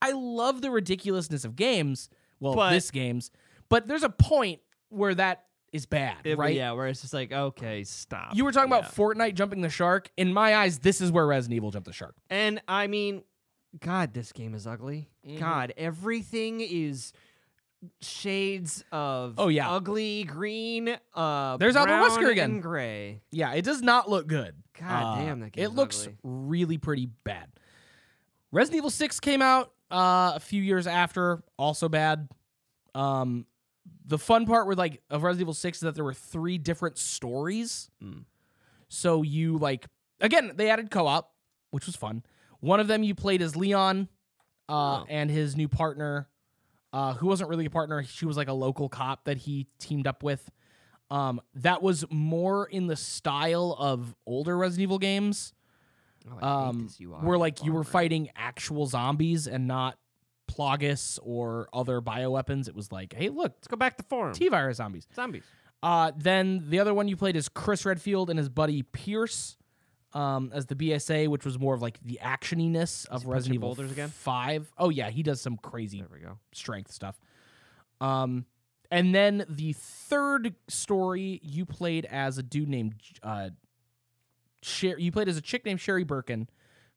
Speaker 2: I love the ridiculousness of games. Well,
Speaker 3: But-
Speaker 2: this games, but there's a point where that is bad,
Speaker 3: it-
Speaker 2: right?
Speaker 3: Yeah, where it's just like, okay, stop.
Speaker 2: You were talking
Speaker 3: Yeah.
Speaker 2: about Fortnite jumping the shark. In my eyes, this is where Resident Evil jumped the shark.
Speaker 3: And I mean, God, this game is ugly.
Speaker 2: Mm-hmm.
Speaker 3: God, everything is shades of
Speaker 2: Oh, yeah.
Speaker 3: ugly green. Uh,
Speaker 2: There's Albert
Speaker 3: brown
Speaker 2: Wesker again.
Speaker 3: and Gray.
Speaker 2: Yeah, it does not look good. Uh,
Speaker 3: God damn, that
Speaker 2: It
Speaker 3: game's
Speaker 2: looks
Speaker 3: ugly.
Speaker 2: really pretty bad. Resident Evil 6 came out uh, a few years after, also bad. Um, the fun part with like of Resident Evil 6 is that there were three different stories. So you like again, they added co-op, which was fun. One of them you played as Leon uh, and his new partner, uh, who wasn't really a partner. She was like a local cop that he teamed up with. Um, that was more in the style of older Resident Evil games,
Speaker 3: Oh, I hate
Speaker 2: um,
Speaker 3: this Oh, UI
Speaker 2: where like you were
Speaker 3: armor.
Speaker 2: fighting actual zombies and not Plagas or other bioweapons. It was like, hey, look,
Speaker 3: Let's go back to form.
Speaker 2: T virus zombies.
Speaker 3: Zombies.
Speaker 2: Uh, then the other one you played is Chris Redfield and his buddy Pierce um, as the BSA, which was more of like the actioniness of
Speaker 3: he punching
Speaker 2: Resident Evil
Speaker 3: boulders again?
Speaker 2: Five. Oh yeah, he does some crazy
Speaker 3: There we go.
Speaker 2: strength stuff. Um, and then the third story you played as a dude named uh, Sher- you played as a chick named Sherry Birkin,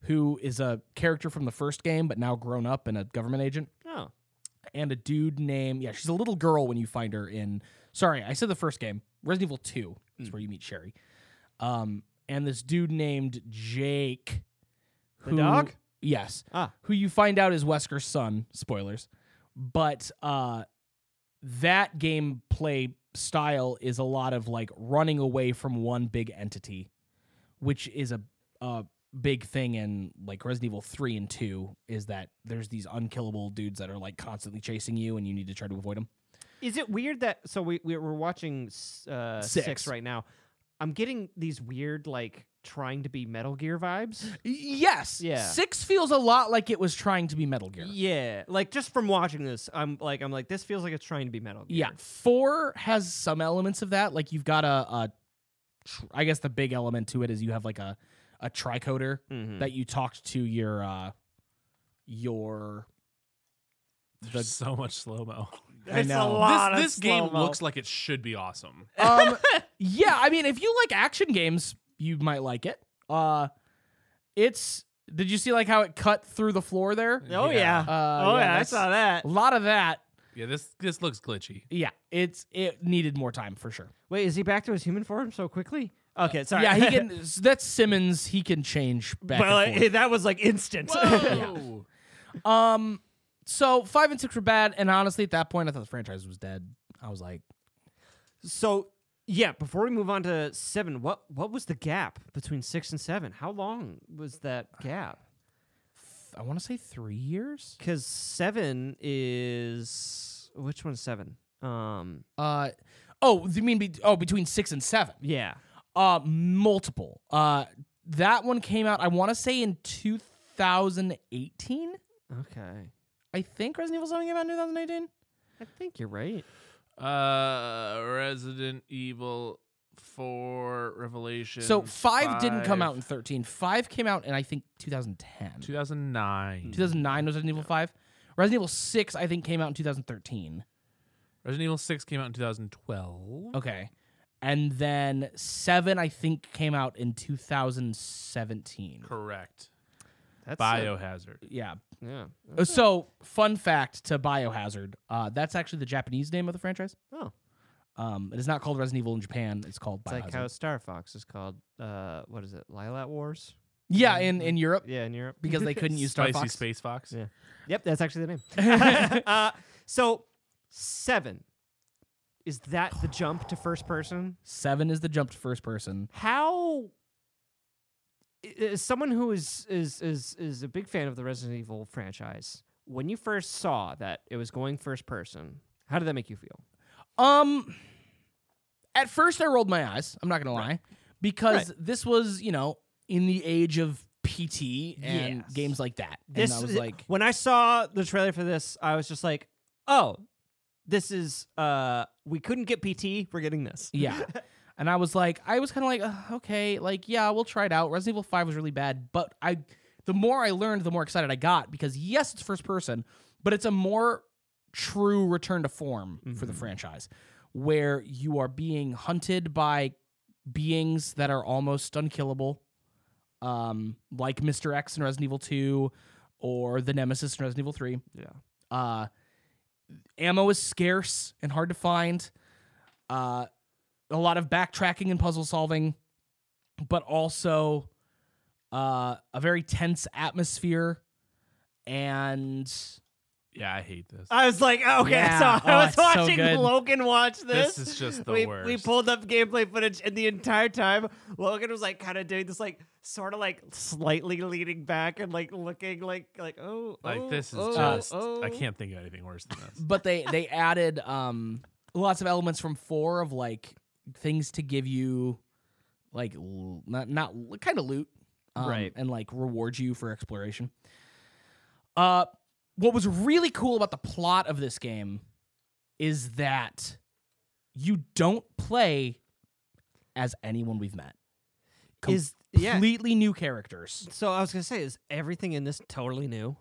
Speaker 2: who is a character from the first game, but now grown up and a government agent
Speaker 3: Oh,
Speaker 2: and a dude named yeah, she's a little girl when you find her in. Sorry, I said the first game. Resident Evil Two
Speaker 3: Hmm.
Speaker 2: is where you meet Sherry, um, and this dude named Jake,
Speaker 3: The dog?
Speaker 2: yes,
Speaker 3: Ah.
Speaker 2: who you find out is Wesker's son. Spoilers, but uh, that gameplay style is a lot of like running away from one big entity, which is a a big thing in like Resident Evil 3 and 2 is that there's these unkillable dudes that are like constantly chasing you and you need to try to avoid them.
Speaker 3: is it weird that so we we- we're watching s- uh,
Speaker 2: Six.
Speaker 3: right now? I'm getting these weird like trying to be Metal Gear vibes.
Speaker 2: Yes.
Speaker 3: Yeah.
Speaker 2: 6 feels a lot like it was trying to be Metal Gear.
Speaker 3: Yeah, like just from watching this, I'm like I'm like this feels like it's trying to be Metal Gear.
Speaker 2: Yeah, four has some elements of that. Like you've got a, a tr- I guess the big element to it is you have like a, a tricoder
Speaker 3: Mhm.
Speaker 2: that you talked to your, uh, your
Speaker 4: There's so much slow mo.
Speaker 2: I know.
Speaker 4: This, this game looks like it should be awesome.
Speaker 2: um, yeah, I mean, if you like action games, you might like it. Uh, it's. Did you see like how it cut through the floor there?
Speaker 3: Oh, yeah.
Speaker 2: Uh,
Speaker 3: Oh, yeah, I
Speaker 2: that's-
Speaker 3: saw that.
Speaker 2: A lot of that.
Speaker 4: Yeah, this this looks glitchy.
Speaker 2: Yeah, it's it needed more time for sure.
Speaker 3: Wait, is he back to his human form so quickly? Okay, sorry.
Speaker 2: Yeah, he can. s- That's Simmons. He can change back.
Speaker 3: but
Speaker 2: and
Speaker 3: like,
Speaker 2: forth.
Speaker 3: that was like instant.
Speaker 4: Whoa!
Speaker 2: Um, so five and six were bad, and honestly, at that point, I thought the franchise was dead. I was like,
Speaker 3: So yeah, before we move on to seven, what what was the gap between six and seven? How long was that gap?
Speaker 2: I want to say three years.
Speaker 3: Because seven is which one's seven? Um,
Speaker 2: Uh, oh, you mean be- oh between six and seven?
Speaker 3: yeah,
Speaker 2: Uh, multiple. Uh, that one came out. I want to say in 2018.
Speaker 3: okay.
Speaker 2: I think Resident Evil Seven came out in 2018.
Speaker 3: I think you're right.
Speaker 4: Uh, Resident Evil Four Revelation.
Speaker 2: So 5 didn't come out in 13. Five came out in I think 2010.
Speaker 4: 2009.
Speaker 2: 2009 was Resident Evil Five. Resident Evil Six I think came out in 2013.
Speaker 4: Resident Evil Six came out in 2012.
Speaker 2: Okay. And then seven, I think, came out in 2017.
Speaker 4: Correct.
Speaker 3: That's a-
Speaker 4: Biohazard.
Speaker 2: Yeah.
Speaker 3: yeah.
Speaker 2: Uh, So, fun fact to Biohazard, uh, that's actually the Japanese name of the franchise.
Speaker 3: Oh,
Speaker 2: Um, it is not called Resident Evil in Japan. It's called
Speaker 3: it's
Speaker 2: Biohazard.
Speaker 3: like how Star Fox is called. Uh, what is it? Lilat Wars.
Speaker 2: yeah, in, in Europe
Speaker 3: Yeah, in Europe
Speaker 2: because they couldn't use Star
Speaker 4: Spicy
Speaker 2: Fox.
Speaker 4: Space Fox.
Speaker 3: Yeah. Yep, that's actually the name. uh, so seven is that the jump to first person?
Speaker 2: Seven is the jump to first person.
Speaker 3: How i- as someone who is is is is a big fan of the Resident Evil franchise, when you first saw that it was going first person, how did that make you feel?
Speaker 2: Um, at first I rolled my eyes. I'm not gonna lie, because this was you know in the age of PT and
Speaker 3: Yes.
Speaker 2: games like that.
Speaker 3: This
Speaker 2: and I was
Speaker 3: is-
Speaker 2: like,
Speaker 3: when I saw the trailer for this, I was just like, "Oh, this is uh we couldn't get PT, we're getting this."
Speaker 2: Yeah. And I was like, I was kind of like, "Ugh, okay, like, yeah, we'll try it out. Resident Evil 5 was really bad, but I, the more I learned, the more excited I got because, yes, it's first person, but it's a more true return to form for the franchise where you are being hunted by beings that are almost unkillable, um, like Mr. X in Resident Evil 2 or the Nemesis in Resident Evil 3.
Speaker 3: Yeah.
Speaker 2: Uh, ammo is scarce and hard to find. Uh, a lot of backtracking and puzzle solving, but also uh, a very tense atmosphere. And
Speaker 4: Yeah, I hate this.
Speaker 3: I was like, okay,
Speaker 2: Yeah.
Speaker 3: so I
Speaker 2: Oh,
Speaker 3: was
Speaker 2: it's so
Speaker 3: watching
Speaker 2: good.
Speaker 3: Logan watch this.
Speaker 4: This is just the
Speaker 3: we,
Speaker 4: worst.
Speaker 3: We pulled up gameplay footage, and the entire time Logan was like, kind of doing this, like, sort of like slightly leaning back and like looking like, like, oh,
Speaker 4: like
Speaker 3: oh,
Speaker 4: this is
Speaker 3: oh,
Speaker 4: just.
Speaker 3: oh.
Speaker 4: I can't think of anything worse than this.
Speaker 2: but they they added um, lots of elements from four of like things to give you like l- not not kind of loot, um,
Speaker 3: Right.
Speaker 2: And like reward you for exploration. Uh, what was really cool about the plot of this game is that you don't play as anyone we've met.
Speaker 3: Is yeah.
Speaker 2: completely new characters.
Speaker 3: So I was gonna say, is everything in this totally new?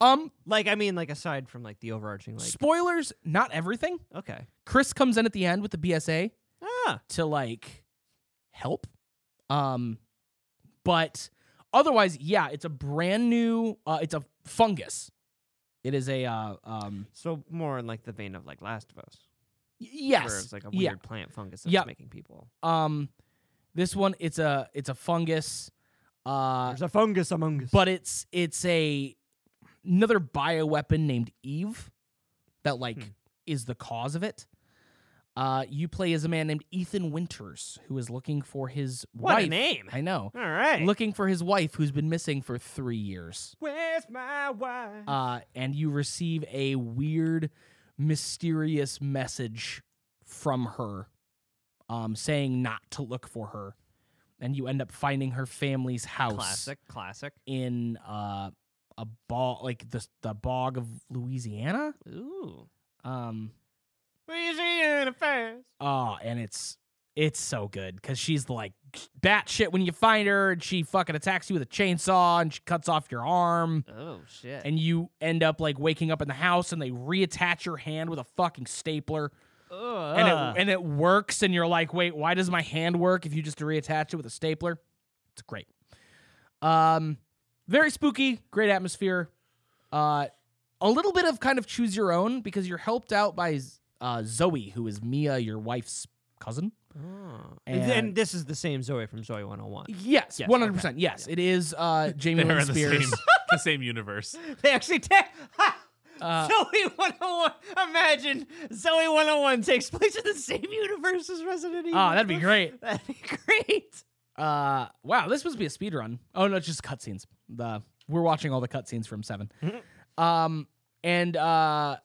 Speaker 2: Um,
Speaker 3: Like, I mean, like aside from like the overarching, like,
Speaker 2: spoilers, not everything.
Speaker 3: okay,
Speaker 2: Chris comes in at the end with the BSA
Speaker 3: ah,
Speaker 2: to like help. Um, but otherwise, yeah, it's a brand new. Uh, it's a fungus. It is a uh, um
Speaker 3: so more in like the vein of like Last of Us,
Speaker 2: y-
Speaker 3: where
Speaker 2: yes,
Speaker 3: it's like a weird
Speaker 2: yeah.
Speaker 3: plant fungus that's
Speaker 2: Yep.
Speaker 3: making people.
Speaker 2: Um, this one it's a it's a fungus. Uh,
Speaker 3: There's a fungus among us,
Speaker 2: but it's it's a another bioweapon named Eve that like
Speaker 3: Hmm.
Speaker 2: is the cause of it. Uh, you play as a man named Ethan Winters who is looking for his
Speaker 3: what
Speaker 2: wife.
Speaker 3: a name!
Speaker 2: I know.
Speaker 3: All right,
Speaker 2: Looking for his wife who's been missing for 3 years.
Speaker 3: Where's my wife?
Speaker 2: Uh, and you receive a weird mysterious message from her um saying not to look for her. And you end up finding her family's house
Speaker 3: classic, classic.
Speaker 2: in uh, a bog, like the the bog of Louisiana.
Speaker 3: Ooh.
Speaker 2: Um,
Speaker 3: Louisiana fast.
Speaker 2: oh, and it's It's so good because she's like batshit when you find her, and she fucking attacks you with a chainsaw, and she cuts off your arm.
Speaker 3: Oh shit!
Speaker 2: And you end up like waking up in the house, and they reattach your hand with a fucking stapler. And
Speaker 3: Ugh.
Speaker 2: it, and it works, and you're like, wait, why does my hand work if you just reattach it with a stapler? It's great. Um, very spooky, great atmosphere. Uh, a little bit of kind of choose your own because you're helped out by uh, Zoe, who is Mia, your wife's cousin.
Speaker 3: And, then this is the same Zoe from Zoe 101.
Speaker 2: Yes, one hundred percent. Yes, it is uh, Jamie
Speaker 4: They're
Speaker 2: Lynn
Speaker 4: in the same,
Speaker 2: Spears.
Speaker 4: the same universe.
Speaker 3: They actually take
Speaker 2: Uh,
Speaker 3: Zoe 101. Imagine Zoe 101 takes place in the same universe as Resident Evil.
Speaker 2: Oh, that'd be great.
Speaker 3: Ah, That'd be great.
Speaker 2: Uh, wow, this must be a speed run. Oh no, it's just cutscenes. The we're watching all the cutscenes from Seven. um, and uh,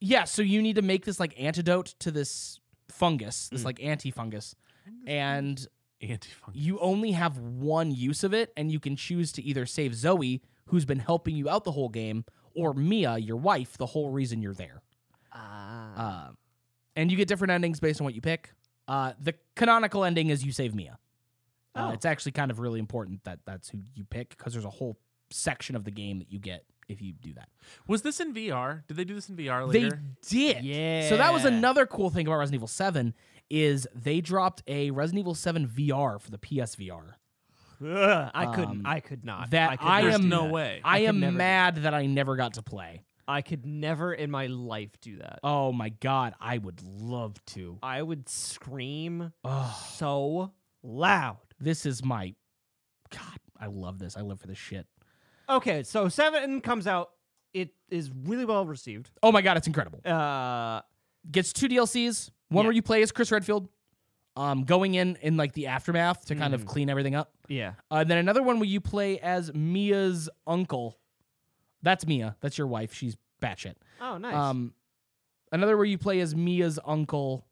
Speaker 2: yeah, so you need to make this like antidote to this fungus, this like antifungus, and
Speaker 4: Antifungus.
Speaker 2: you only have one use of it, and you can choose to either save Zoe, who's been helping you out the whole game, or Mia, your wife, the whole reason you're there. Ah. Uh, and you get different endings based on what you pick. Uh, the canonical ending is you save Mia. Uh,
Speaker 3: Oh.
Speaker 2: it's actually kind of really important that that's who you pick because there's a whole section of the game that you get if you do that.
Speaker 4: Was this in VR? Did they do this in VR later?
Speaker 2: They did. So that was
Speaker 4: Yeah.
Speaker 2: another cool thing about Resident Evil 7 is they dropped a Resident Evil 7 VR for the PSVR.
Speaker 3: Ugh, I couldn't.
Speaker 2: Um,
Speaker 3: I could not.
Speaker 2: That
Speaker 3: I, could
Speaker 2: I
Speaker 3: not
Speaker 2: am
Speaker 3: do
Speaker 4: no
Speaker 3: that.
Speaker 4: way.
Speaker 2: I,
Speaker 3: I could never
Speaker 2: am
Speaker 3: do
Speaker 2: mad that I never got to play.
Speaker 3: I could never in my life do that.
Speaker 2: Oh my god, I would love to.
Speaker 3: I would scream
Speaker 2: Oh,
Speaker 3: so loud.
Speaker 2: this is my God, I love this. I live for this shit.
Speaker 3: Okay, so Seven comes out. It is really well received.
Speaker 2: Oh my god, it's incredible.
Speaker 3: Uh,
Speaker 2: Gets two DLCs. One
Speaker 3: Yeah.
Speaker 2: where you play as Chris Redfield, um, going in in like the aftermath to
Speaker 3: Mm.
Speaker 2: kind of clean everything up.
Speaker 3: yeah.
Speaker 2: Uh, and then another one where you play as Mia's uncle. That's Mia. That's your wife. She's batshit.
Speaker 3: Oh, nice.
Speaker 2: Um, another where you play as Mia's uncle,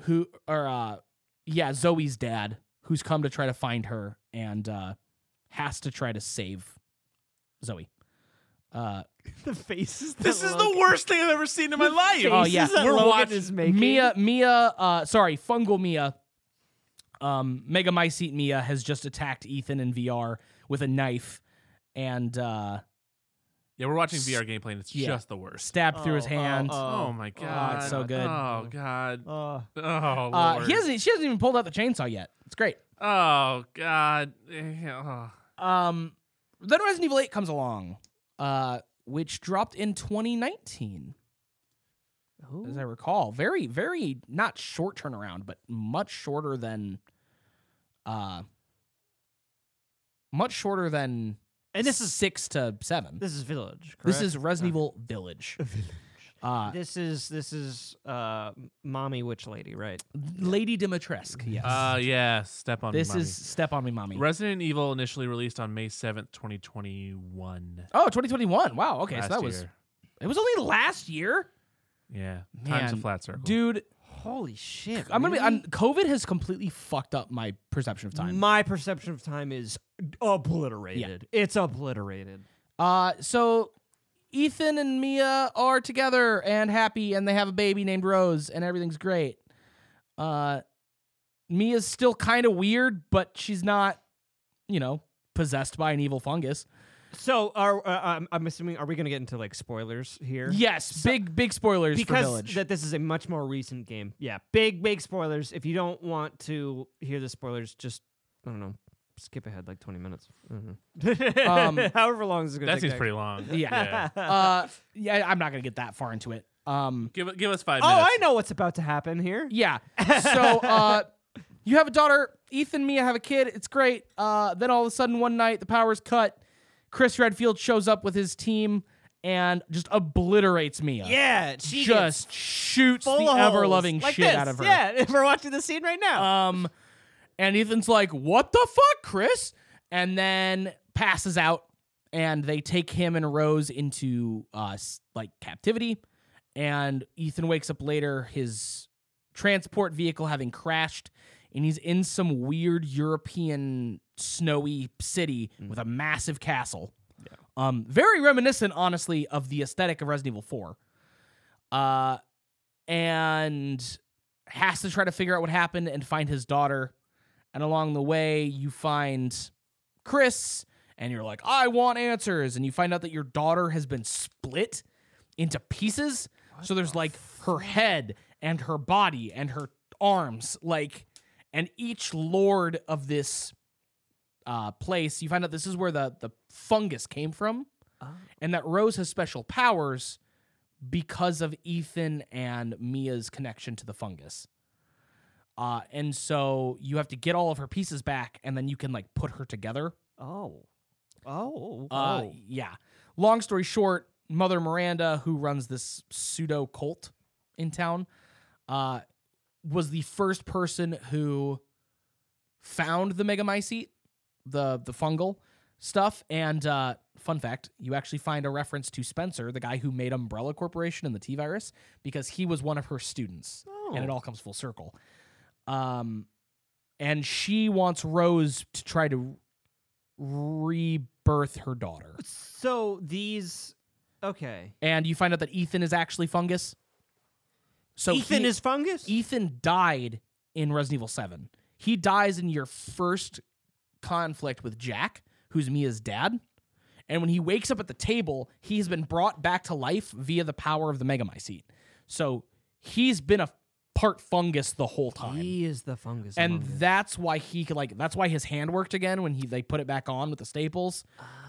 Speaker 2: who or uh, yeah, Zoe's dad, who's come to try to find her and uh, has to try to save Zoe. Uh,
Speaker 3: the faces. that
Speaker 4: This is the
Speaker 3: Logan-
Speaker 4: worst thing I've ever seen in my life.
Speaker 2: oh yeah,
Speaker 3: faces that
Speaker 2: we're
Speaker 3: Logan
Speaker 2: watching
Speaker 3: is making.
Speaker 2: Mia. Mia. Uh, sorry, fungal Mia. Um, Megamycete Mia has just attacked Ethan in VR with a knife, and uh,
Speaker 4: Yeah, we're watching VR gameplay and it's
Speaker 2: Yeah.
Speaker 4: just the worst.
Speaker 2: stabbed through his
Speaker 3: Oh, oh,
Speaker 2: hand.
Speaker 3: oh.
Speaker 4: Oh, my god.
Speaker 2: it's so good.
Speaker 4: Oh god.
Speaker 3: Uh,
Speaker 4: Oh
Speaker 2: Uh,
Speaker 4: lord.
Speaker 2: he hasn't. She hasn't even pulled out the chainsaw yet. It's great.
Speaker 4: Oh god. Eh, oh.
Speaker 2: Um, then Resident Evil 8 comes along, uh, which dropped in 2019, as I recall. Very, very not short turnaround, but much shorter than, uh, much shorter than.
Speaker 3: And this is-
Speaker 2: six to seven. This,
Speaker 3: this is Village. Correct?
Speaker 2: is Resident Evil Village. Uh,
Speaker 3: This is this is uh, mommy witch lady, right?
Speaker 2: Lady Dimitrescu. Yes.
Speaker 4: Uh yeah, step on me,
Speaker 2: this
Speaker 4: mommy.
Speaker 2: is Step on Me, Mommy.
Speaker 4: Resident Evil initially released on May 7th, 2021.
Speaker 2: oh, 2021. Wow. Okay, so
Speaker 4: Last
Speaker 2: that was
Speaker 4: year.
Speaker 2: it was only last year,
Speaker 4: Yeah. Time's a
Speaker 2: Man,
Speaker 4: flat circle.
Speaker 2: dude.
Speaker 3: Holy shit!
Speaker 2: I'm gonna be.
Speaker 3: really?
Speaker 2: I'm, COVID has completely fucked up my perception of time.
Speaker 3: My perception of time is obliterated. It's obliterated.
Speaker 2: Uh, so Ethan and Mia are together and happy, and they have a baby named Rose, and everything's great. Uh, Mia's still kind of weird, but she's not, you know, possessed by an evil fungus.
Speaker 3: So, are uh, I'm, I'm assuming are we going to get into like spoilers here?
Speaker 2: Yes, big big spoilers for
Speaker 3: because
Speaker 2: Village.
Speaker 3: that this is a much more recent game. Yeah, big big spoilers. If you don't want to hear the spoilers, just I don't know, skip ahead like 20 minutes. I don't know.
Speaker 2: Um,
Speaker 3: However long this is going to
Speaker 4: that
Speaker 3: take.
Speaker 4: seems
Speaker 3: to
Speaker 4: pretty long.
Speaker 2: yeah. uh, yeah, I'm not gonna get that far into it. Um,
Speaker 4: Give give us 5
Speaker 3: Oh,
Speaker 4: minutes.
Speaker 3: I know what's about to happen here.
Speaker 2: Yeah. So uh, you have a daughter. Ethan, Mia have a kid. It's great. Uh, then all of a sudden, one night, the power's cut. Chris Redfield shows up with his team and just obliterates Mia.
Speaker 3: Yeah, she gets
Speaker 2: just shoots the
Speaker 3: full of holes,
Speaker 2: ever loving
Speaker 3: like
Speaker 2: shit
Speaker 3: this.
Speaker 2: out of her.
Speaker 3: Yeah, if we're watching the scene right now.
Speaker 2: Um, and Ethan's like, "What the fuck, Chris?" And then passes out, and they take him and Rose into uh s- like captivity. And Ethan wakes up later, his transport vehicle having crashed, and he's in some weird European snowy city with a massive castle. Um, very reminiscent, honestly, of the aesthetic of Resident Evil Four. Uh, and has to try to figure out what happened and find his daughter. And along the way, you find Chris, and you're like, I want answers. And you find out that your daughter has been split into pieces. so there's like her head and her body and her arms, like, and each lord of this uh, place, you find out this is where the, the fungus came from, and that Rose has special powers because of Ethan and Mia's connection to the fungus. Uh, and so you have to get all of her pieces back, and then you can like put her together.
Speaker 3: Oh. Oh.
Speaker 2: Uh,
Speaker 3: oh.
Speaker 2: Yeah. Long story short, Mother Miranda, who runs this pseudo cult in town, uh, was the first person who found the megamycete, the the fungal stuff. And uh, fun fact, you actually find a reference to Spencer, the guy who made Umbrella Corporation and the T virus, because he was one of her students, and it
Speaker 3: Oh.
Speaker 2: all comes full circle. Um, and she wants Rose to try to rebirth her daughter.
Speaker 3: So these. Okay.
Speaker 2: And you find out that Ethan is actually fungus. So E
Speaker 3: Ethan is fungus?
Speaker 2: Ethan died in Resident Evil 7. He dies in your first conflict with Jack, who's Mia's dad. And when he wakes up at the table, he's been brought back to life via the power of the Megamycete. So he's been a part fungus the whole time
Speaker 3: He is the fungus.
Speaker 2: and
Speaker 3: among us.
Speaker 2: that's why he could like that's why his hand worked again when he they put it back on with the staples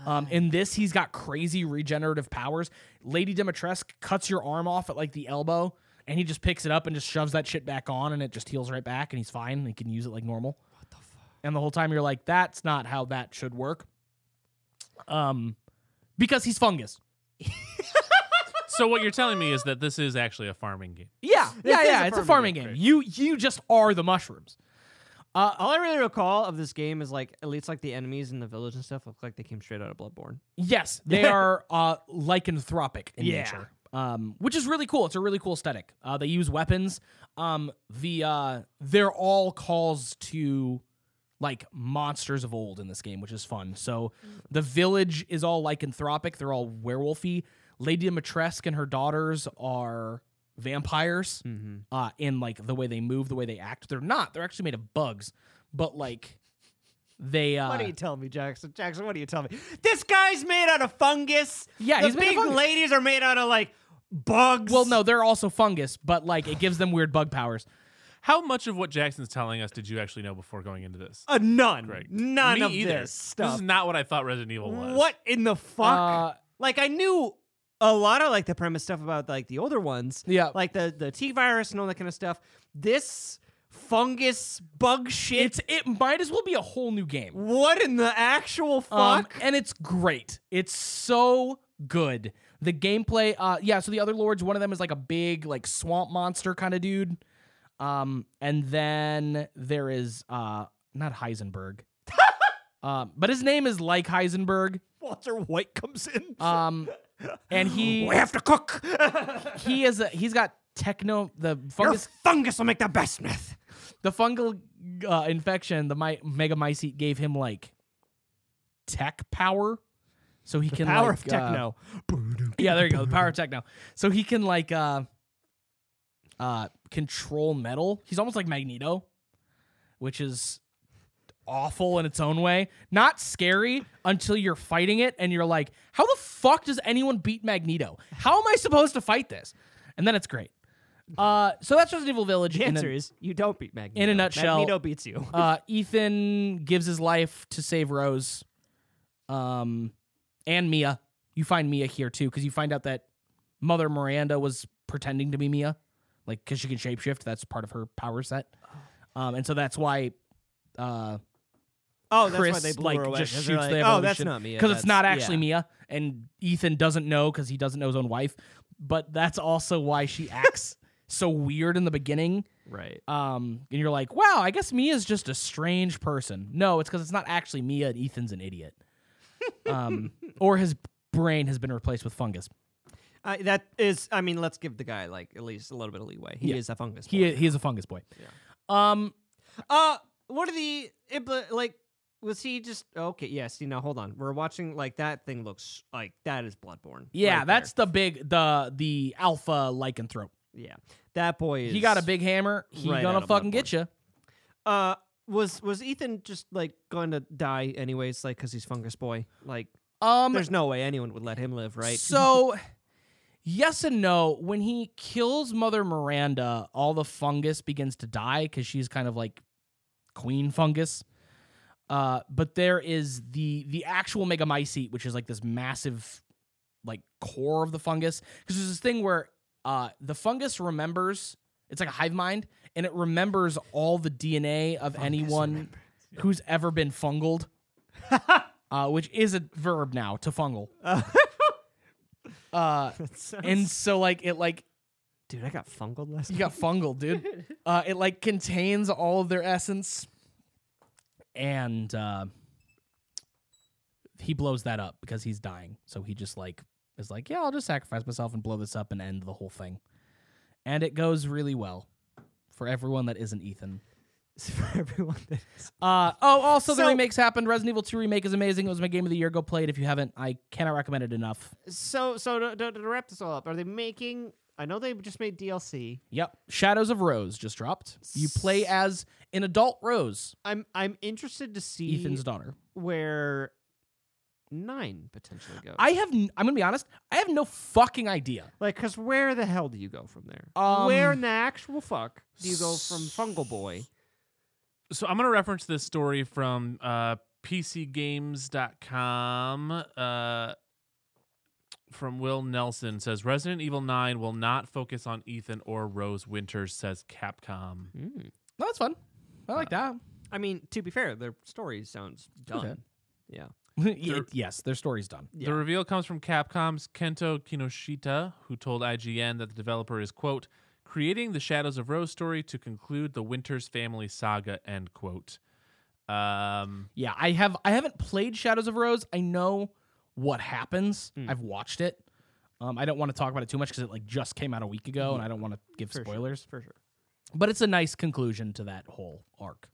Speaker 2: um in this he's got crazy regenerative powers lady dimitrescu cuts your arm off at like the elbow and he just picks it up and just shoves that shit back on and it just heals right back and he's fine and he can use it like normal what the fuck? and the whole time you're like that's not how that should work um because he's fungus
Speaker 4: so what you're telling me is that this is actually a farming game.
Speaker 2: yeah
Speaker 3: This
Speaker 2: yeah
Speaker 3: is
Speaker 2: yeah it's a farming game you you just are the mushrooms uh
Speaker 3: All I really recall of this game is like at least like the enemies in the village and stuff look like they came straight out of Bloodborne.
Speaker 2: Yes, they are uh, lycanthropic in
Speaker 3: Yeah.
Speaker 2: nature, um, which is really cool. It's a really cool aesthetic. Uh, they use weapons. Um, the uh, they're all calls to like monsters of old in this game, which is fun. So the village is all lycanthropic. They're all werewolfy. Lady Dimitrescu and her daughters are vampires
Speaker 3: Mm-hmm.
Speaker 2: uh, in like the way they move, the way they act. They're not. They're actually made of bugs, but like they. Uh,
Speaker 3: what are you telling me, Jackson? Jackson, what are you telling me? This guy's made out of fungus.
Speaker 2: Yeah,
Speaker 3: the
Speaker 2: he's made of
Speaker 3: big
Speaker 2: fungus.
Speaker 3: ladies are made out of like bugs.
Speaker 2: well, no, they're also fungus, but like it gives them weird bug powers.
Speaker 4: How much of what Jackson's telling us did you actually know before going into this?
Speaker 3: uh, none,
Speaker 4: Great.
Speaker 3: none
Speaker 4: me
Speaker 3: of
Speaker 4: either.
Speaker 3: this stuff.
Speaker 4: This is not what I thought Resident Evil was.
Speaker 3: What in the fuck?
Speaker 2: Uh,
Speaker 3: like I knew a lot of like the premise stuff about like the older ones,
Speaker 2: Yeah.
Speaker 3: like the the T virus and all that kind of stuff. This fungus bug shit.
Speaker 2: It's it might as well be a whole new game.
Speaker 3: what in the actual
Speaker 2: Um,
Speaker 3: fuck?
Speaker 2: and it's great. It's so good. The gameplay, uh, yeah. So the other lords, one of them is like a big like swamp monster kind of dude. Um, and then there is uh not Heisenberg, um, but his name is like Heisenberg.
Speaker 3: Walter White comes in.
Speaker 2: Um, and he
Speaker 3: we have to cook.
Speaker 2: he is a, he's got techno the
Speaker 3: Your
Speaker 2: fungus
Speaker 3: fungus will make the best myth.
Speaker 2: the fungal uh, infection, the my- megamycete gave him like tech power, so he
Speaker 3: The
Speaker 2: can
Speaker 3: power
Speaker 2: like,
Speaker 3: of
Speaker 2: uh,
Speaker 3: techno.
Speaker 2: yeah, there you go. The power of techno. So he can like uh, uh, control metal. He's almost like Magneto, which is awful in its own way. Not scary until you're fighting it and you're like, how the fuck does anyone beat Magneto? How am I supposed to fight this? And then it's great. Uh, so that's Resident Evil Village.
Speaker 3: The
Speaker 2: in a-
Speaker 3: answer is you don't beat Magneto.
Speaker 2: nutshell,
Speaker 3: Magneto beats you.
Speaker 2: uh, Ethan gives his life to save Rose, um, and Mia. You find Mia here too because you find out that Mother Miranda was pretending to be Mia, like because she can shapeshift. That's part of her power set, um, and so that's why uh,
Speaker 3: oh, that's
Speaker 2: Chris
Speaker 3: why they blew
Speaker 2: like
Speaker 3: her away.
Speaker 2: just
Speaker 3: 'cause
Speaker 2: shoots
Speaker 3: they're
Speaker 2: the
Speaker 3: like,
Speaker 2: evolution.
Speaker 3: Oh, that's not me.
Speaker 2: because it's not actually Mia, and Ethan doesn't know because he doesn't know his own wife. But that's also why she acts so weird in the beginning
Speaker 3: Right.
Speaker 2: um, and you're like, wow, I guess Mia's just a strange person. No, it's because it's not actually Mia and Ethan's an idiot. Um, or his brain has been replaced with fungus.
Speaker 3: Uh, that is, I mean, let's give the guy like at least a little bit of leeway. He
Speaker 2: Yeah.
Speaker 3: is a fungus.
Speaker 2: He,
Speaker 3: boy.
Speaker 2: he is a fungus boy. Um,
Speaker 3: Uh, what are the impl- like? Was he just okay? Yes. See now, hold on. We're watching like that thing looks like that is Bloodborne.
Speaker 2: yeah,
Speaker 3: right
Speaker 2: that's
Speaker 3: there.
Speaker 2: the big, the, the alpha lycanthrope.
Speaker 3: Yeah, that boy is.
Speaker 2: He got a big hammer. He
Speaker 3: right out
Speaker 2: gonna
Speaker 3: of blood
Speaker 2: fucking get you.
Speaker 3: Uh, was was Ethan just like going to die anyways? Like, cause he's fungus boy. Like,
Speaker 2: Um,
Speaker 3: there's no way anyone would let him live, right?
Speaker 2: So, yes and no. When he kills Mother Miranda, all the fungus begins to die because she's kind of like queen fungus. Uh, but there is the the actual megamycete, which is like this massive, like core of the fungus. Because there's this thing where uh, the fungus remembers. It's like a hive mind, and it remembers all the DNA of anyone who's ever been fungled, uh, which is a verb now to fungal. Uh, and so like it like
Speaker 3: dude, I got fungal last.
Speaker 2: you got fungal, dude. Uh, it like contains all of their essence, and uh, he blows that up because he's dying. So he just like is like, yeah, I'll just sacrifice myself and blow this up and end the whole thing. And it goes really well for everyone that isn't Ethan.
Speaker 3: for everyone that is.
Speaker 2: Uh, oh, also the
Speaker 3: So-
Speaker 2: remakes happened. Resident Evil 2 remake is amazing. It was my game of the year. Go play it if you haven't. I cannot recommend it enough.
Speaker 3: So so to, to, to wrap this all up, are they making? I know they just made DLC.
Speaker 2: Yep. Shadows of Rose just dropped. You play as an adult Rose,
Speaker 3: I'm I'm interested to see
Speaker 2: Ethan's daughter.
Speaker 3: where nine potentially goes.
Speaker 2: I have, n- I'm going to be honest, I have no fucking idea.
Speaker 3: like, cause where the hell do you go from there?
Speaker 2: Um,
Speaker 3: where in the actual fuck do you go from fungal boy?
Speaker 4: So I'm going to reference this story from uh, PCGames.com. Uh, from Will Nelson says Resident Evil 9 will not focus on Ethan or Rose Winters, says Capcom.
Speaker 3: hmm.
Speaker 2: No, that's fun. I like that.
Speaker 3: I mean, to be fair, their story sounds done.
Speaker 2: Okay.
Speaker 3: Yeah.
Speaker 2: Y-
Speaker 4: there-
Speaker 2: yes, their story's done.
Speaker 3: Yeah.
Speaker 4: The reveal comes from Capcom's Kento Kinoshita, who told IGN that the developer is, quote, creating the Shadows of Rose story to conclude the Winters family saga, end quote. Um,
Speaker 2: Yeah, I have I haven't played Shadows of Rose. I know what happens.
Speaker 3: Hmm.
Speaker 2: I've watched it. Um, I don't want to talk about it too much because it like just came out a week ago, and I don't want to give
Speaker 3: for sure,
Speaker 2: spoilers.
Speaker 3: for sure.
Speaker 2: But it's a nice conclusion to that whole arc.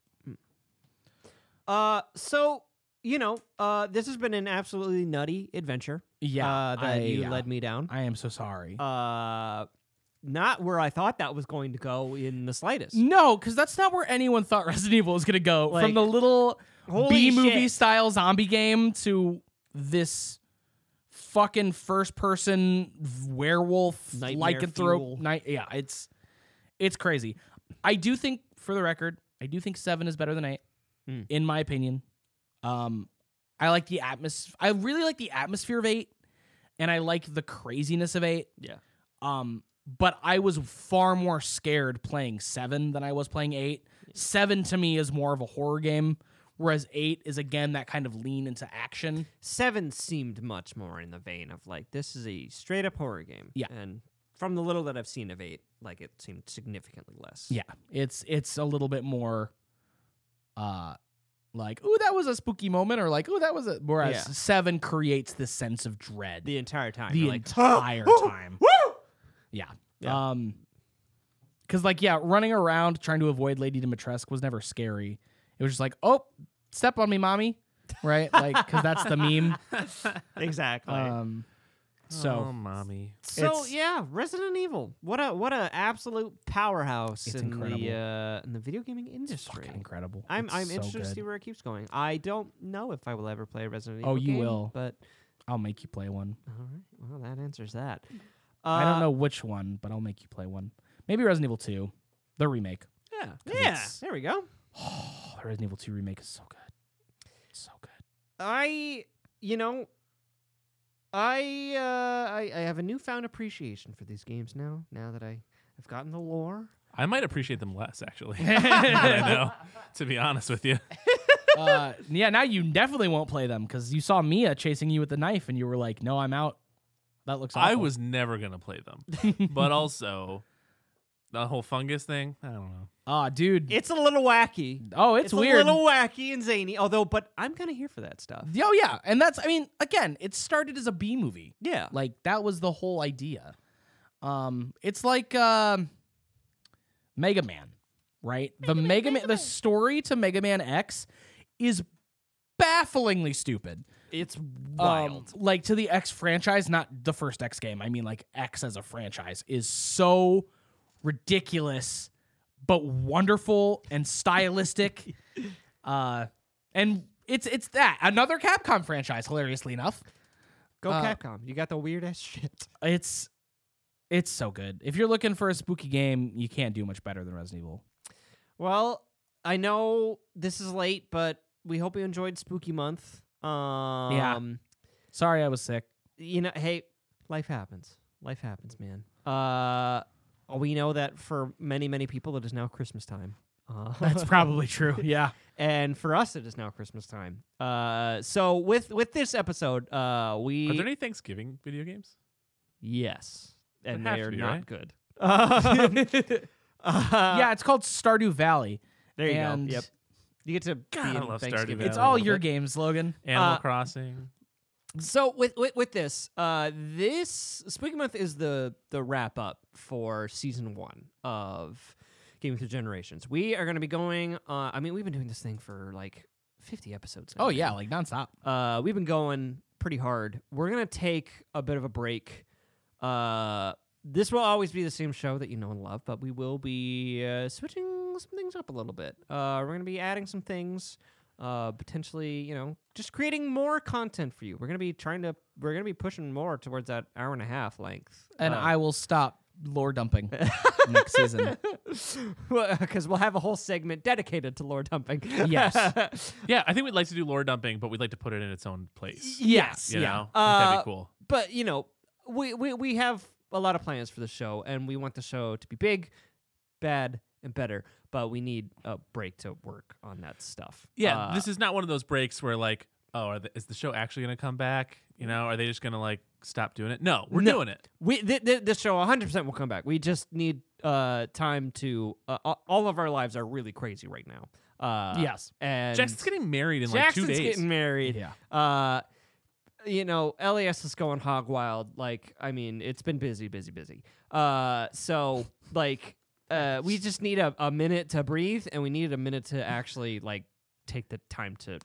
Speaker 3: Uh, so you know, uh, this has been an absolutely nutty adventure.
Speaker 2: Yeah,
Speaker 3: uh, that
Speaker 2: I-
Speaker 3: you
Speaker 2: yeah.
Speaker 3: led me down.
Speaker 2: I am so sorry.
Speaker 3: uh, not where I thought that was going to go in the slightest.
Speaker 2: no, because that's not where anyone thought Resident Evil was gonna go.
Speaker 3: Like,
Speaker 2: From the little
Speaker 3: holy
Speaker 2: B movie
Speaker 3: shit.
Speaker 2: style zombie game to this fucking first person werewolf
Speaker 3: Nightmare fuel.
Speaker 2: lycanthrope night yeah it's it's crazy i do think for the record i do think seven is better than eight
Speaker 3: Mm.
Speaker 2: in my opinion um i like the atmosphere i really like the atmosphere of eight and i like the craziness of eight
Speaker 3: Yeah.
Speaker 2: um but i was far more scared playing seven than i was playing eight seven to me is more of a horror game whereas eight is again that kind of lean into action
Speaker 3: Seven seemed much more in the vein of like this is a straight up horror game.
Speaker 2: Yeah.
Speaker 3: and from the little that I've seen of eight, like it seemed significantly less.
Speaker 2: Yeah, it's it's a little bit more, uh, like oh that was a spooky moment, or like oh that was a. Whereas
Speaker 3: Yeah.
Speaker 2: seven creates this sense of dread
Speaker 3: the entire time.
Speaker 2: the
Speaker 3: you're like,
Speaker 2: entire
Speaker 3: "Huh,
Speaker 2: time.
Speaker 3: woo!"
Speaker 2: Yeah.
Speaker 3: Yeah.
Speaker 2: Um, because like yeah, running around trying to avoid Lady Dimitrescu was never scary. It was just like oh, step on me, mommy, right? Like because that's the meme.
Speaker 3: exactly.
Speaker 2: Um, so
Speaker 4: oh, mommy.
Speaker 3: So
Speaker 2: It's-
Speaker 3: yeah, Resident Evil. What a what a absolute powerhouse
Speaker 2: It's
Speaker 3: in
Speaker 2: incredible.
Speaker 3: the uh, in the video gaming industry.
Speaker 2: fucking incredible.
Speaker 3: I'm
Speaker 2: It's
Speaker 3: I'm
Speaker 2: so
Speaker 3: interested to
Speaker 2: good.
Speaker 3: see where it keeps going. I don't know if I will ever play a Resident Evil.
Speaker 2: Oh, you
Speaker 3: game,
Speaker 2: will.
Speaker 3: But
Speaker 2: I'll make you play one.
Speaker 3: all right, well that answers that. Uh,
Speaker 2: I don't know which one, but I'll make you play one. Maybe Resident Evil Two, the remake.
Speaker 3: Yeah,
Speaker 2: 'Cause
Speaker 3: yeah.
Speaker 2: it's-
Speaker 3: There we go.
Speaker 2: Oh, the Resident Evil 2 remake is so good. So good.
Speaker 3: I you know, I uh, I I have a newfound appreciation for these games now. Now that I I've gotten the lore.
Speaker 4: I might appreciate them less, actually. than I know, to be honest with you.
Speaker 2: Uh, yeah, now you definitely won't play them because you saw Mia chasing you with the knife and you were like, no, I'm out. That looks awful.
Speaker 4: I was never going to play them. but also, the whole fungus thing, I don't know.
Speaker 2: Ah, dude.
Speaker 3: It's a little wacky.
Speaker 2: oh, it's, weird.
Speaker 3: a little wacky and zany. Although, but I'm kind of here for that stuff.
Speaker 2: Oh, yeah. And that's, I mean, again, it started as a B movie.
Speaker 3: Yeah.
Speaker 2: Like, that was the whole idea. Um, It's like um, Mega Man, right? the Mega Man, the story to Mega Man X is bafflingly stupid.
Speaker 3: It's
Speaker 2: um,
Speaker 3: wild.
Speaker 2: like to the X franchise, not the first X game. I mean, like X as a franchise is so ridiculous, but wonderful and stylistic. uh, and it's it's that another Capcom franchise, hilariously enough.
Speaker 3: Go
Speaker 2: Uh,
Speaker 3: Capcom. You got the weirdest shit.
Speaker 2: It's it's so good. If you're looking for a spooky game, you can't do much better than Resident Evil.
Speaker 3: Well, I know this is late, but we hope you enjoyed Spooky Month. Um,
Speaker 2: Sorry, I was sick.
Speaker 3: you know, hey, life happens. Life happens, man. Uh, we know that for many, many people, it is now Christmas time. Uh,
Speaker 2: That's probably true. Yeah.
Speaker 3: and for us, it is now Christmas time. Uh, so with with this episode, uh, we
Speaker 4: Are there any Thanksgiving video games?
Speaker 3: yes,
Speaker 4: There
Speaker 3: and
Speaker 4: have
Speaker 3: they
Speaker 4: to
Speaker 3: are
Speaker 4: be,
Speaker 3: not
Speaker 4: right?
Speaker 3: good. Um, uh,
Speaker 2: yeah, it's called Stardew Valley.
Speaker 3: there you
Speaker 2: and
Speaker 3: go. Yep, you get to
Speaker 4: God,
Speaker 3: be
Speaker 4: I
Speaker 3: in
Speaker 4: love Stardew
Speaker 3: Thanksgiving
Speaker 4: Valley.
Speaker 2: It's
Speaker 3: a
Speaker 2: all
Speaker 3: little
Speaker 2: your
Speaker 3: bit.
Speaker 2: games, Logan.
Speaker 4: Animal
Speaker 3: Uh,
Speaker 4: Crossing.
Speaker 3: So with with, with this, uh, this Spooky Month is the the wrap up for season one of Game Through Generations. We are going to be going. Uh, I mean, we've been doing this thing for like fifty episodes. now,
Speaker 2: Oh yeah,
Speaker 3: man.
Speaker 2: like nonstop.
Speaker 3: uh, we've been going pretty hard. We're gonna take a bit of a break. Uh, this will always be the same show that you know and love, but we will be uh, switching some things up a little bit. Uh, we're gonna be adding some things, uh, potentially, you know, just creating more content for you. We're gonna be trying to, we're gonna be pushing more towards that hour and a half length. uh,
Speaker 2: And I will stop lore dumping next season.
Speaker 3: because we'll have a whole segment dedicated to lore dumping.
Speaker 2: Yes.
Speaker 4: Yeah, I think we'd like to do lore dumping, but we'd like to put it in its own place.
Speaker 2: Yes.
Speaker 4: You
Speaker 2: yeah.
Speaker 4: know, I think
Speaker 3: Uh,
Speaker 4: that'd be cool.
Speaker 3: but you know, we, we we have a lot of plans for the show, and we want the show to be big, bad, and better. But we need a break to work on that stuff.
Speaker 4: Yeah,
Speaker 3: Uh,
Speaker 4: this is not one of those breaks where like, oh, are the, is the show actually going to come back? You know, are they just going to like stop doing it? No, we're
Speaker 3: No.
Speaker 4: doing it.
Speaker 3: we th- th- this show 100 percent will come back. We just need uh time to. Uh, a- all of our lives are really crazy right now. Uh,
Speaker 2: Yes.
Speaker 3: and
Speaker 4: Jackson's getting married in
Speaker 3: Jackson's
Speaker 4: like two days.
Speaker 3: getting married.
Speaker 2: Yeah.
Speaker 3: Uh, you know, LAS is going hog wild. Like, I mean, it's been busy, busy, busy. Uh, so like, uh, we just need a, a minute to breathe, and we needed a minute to actually like take the time to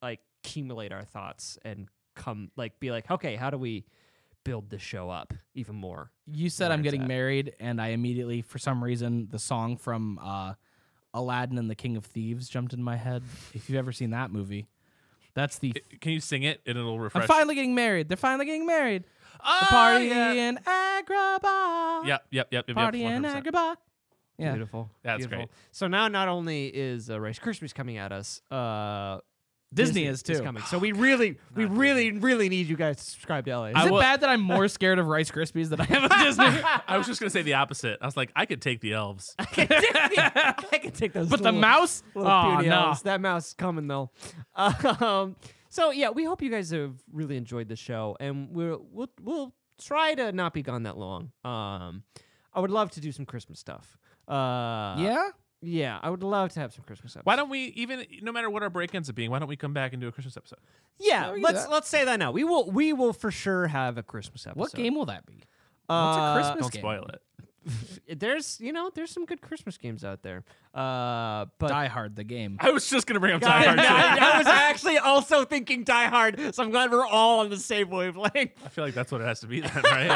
Speaker 3: like accumulate our thoughts and come like be like, okay, how do we build this show up even more?
Speaker 2: You said
Speaker 3: Where
Speaker 2: I'm
Speaker 3: it's
Speaker 2: getting
Speaker 3: at.
Speaker 2: married, and I immediately, for some reason, the song from uh, Aladdin and the King of Thieves jumped in my head. If you've ever seen that movie, that's the. i
Speaker 4: Can you sing it? And it'll
Speaker 2: I'm
Speaker 4: refresh.
Speaker 2: finally getting married. They're finally getting married.
Speaker 4: Oh,
Speaker 2: The party
Speaker 4: yeah.
Speaker 2: in Agrabah.
Speaker 4: Yep, yep, yep, yep.
Speaker 2: Party
Speaker 4: yep
Speaker 2: in
Speaker 4: 100%.
Speaker 2: Agrabah. Yeah.
Speaker 3: Beautiful.
Speaker 4: That's
Speaker 3: Beautiful.
Speaker 4: great.
Speaker 3: So now not only is uh, Rice Krispies coming at us, uh,
Speaker 2: Disney is too. Oh,
Speaker 3: coming. So we really, we really, really need you guys to subscribe to LA.
Speaker 2: Is
Speaker 4: I
Speaker 2: it
Speaker 4: will-
Speaker 2: bad that I'm more scared of Rice Krispies than I am of Disney?
Speaker 4: I was just going to say the opposite. I was like, I could take the elves.
Speaker 3: I can take those.
Speaker 2: But the
Speaker 3: little-
Speaker 2: mouse? Oh,
Speaker 3: little puny
Speaker 2: no.
Speaker 3: elves. That mouse coming though. Um, so yeah, we hope you guys have really enjoyed the show, and we'll we'll we'll try to not be gone that long. Um, I would love to do some Christmas stuff. Uh,
Speaker 2: Yeah?
Speaker 3: yeah, I would love to have some Christmas stuff.
Speaker 4: Why don't we even, no matter what our break ends up being, why don't we come back and do a Christmas episode?
Speaker 2: we
Speaker 3: Yeah,
Speaker 2: can do
Speaker 3: let's
Speaker 2: that.
Speaker 3: let's say that now. We will we will for sure have a Christmas episode.
Speaker 2: What game will that be? What's a
Speaker 3: Uh,
Speaker 2: Christmas
Speaker 4: Don't
Speaker 2: game?
Speaker 4: spoil it.
Speaker 3: There's you know there's some good Christmas games out there. Uh, but
Speaker 2: Die Hard the game.
Speaker 4: I was just going to bring up Die
Speaker 3: I,
Speaker 4: Hard. too.
Speaker 3: I- I was actually also thinking Die Hard, so I'm glad we're all on the same wavelength.
Speaker 4: I feel like that's what it has to be then, right?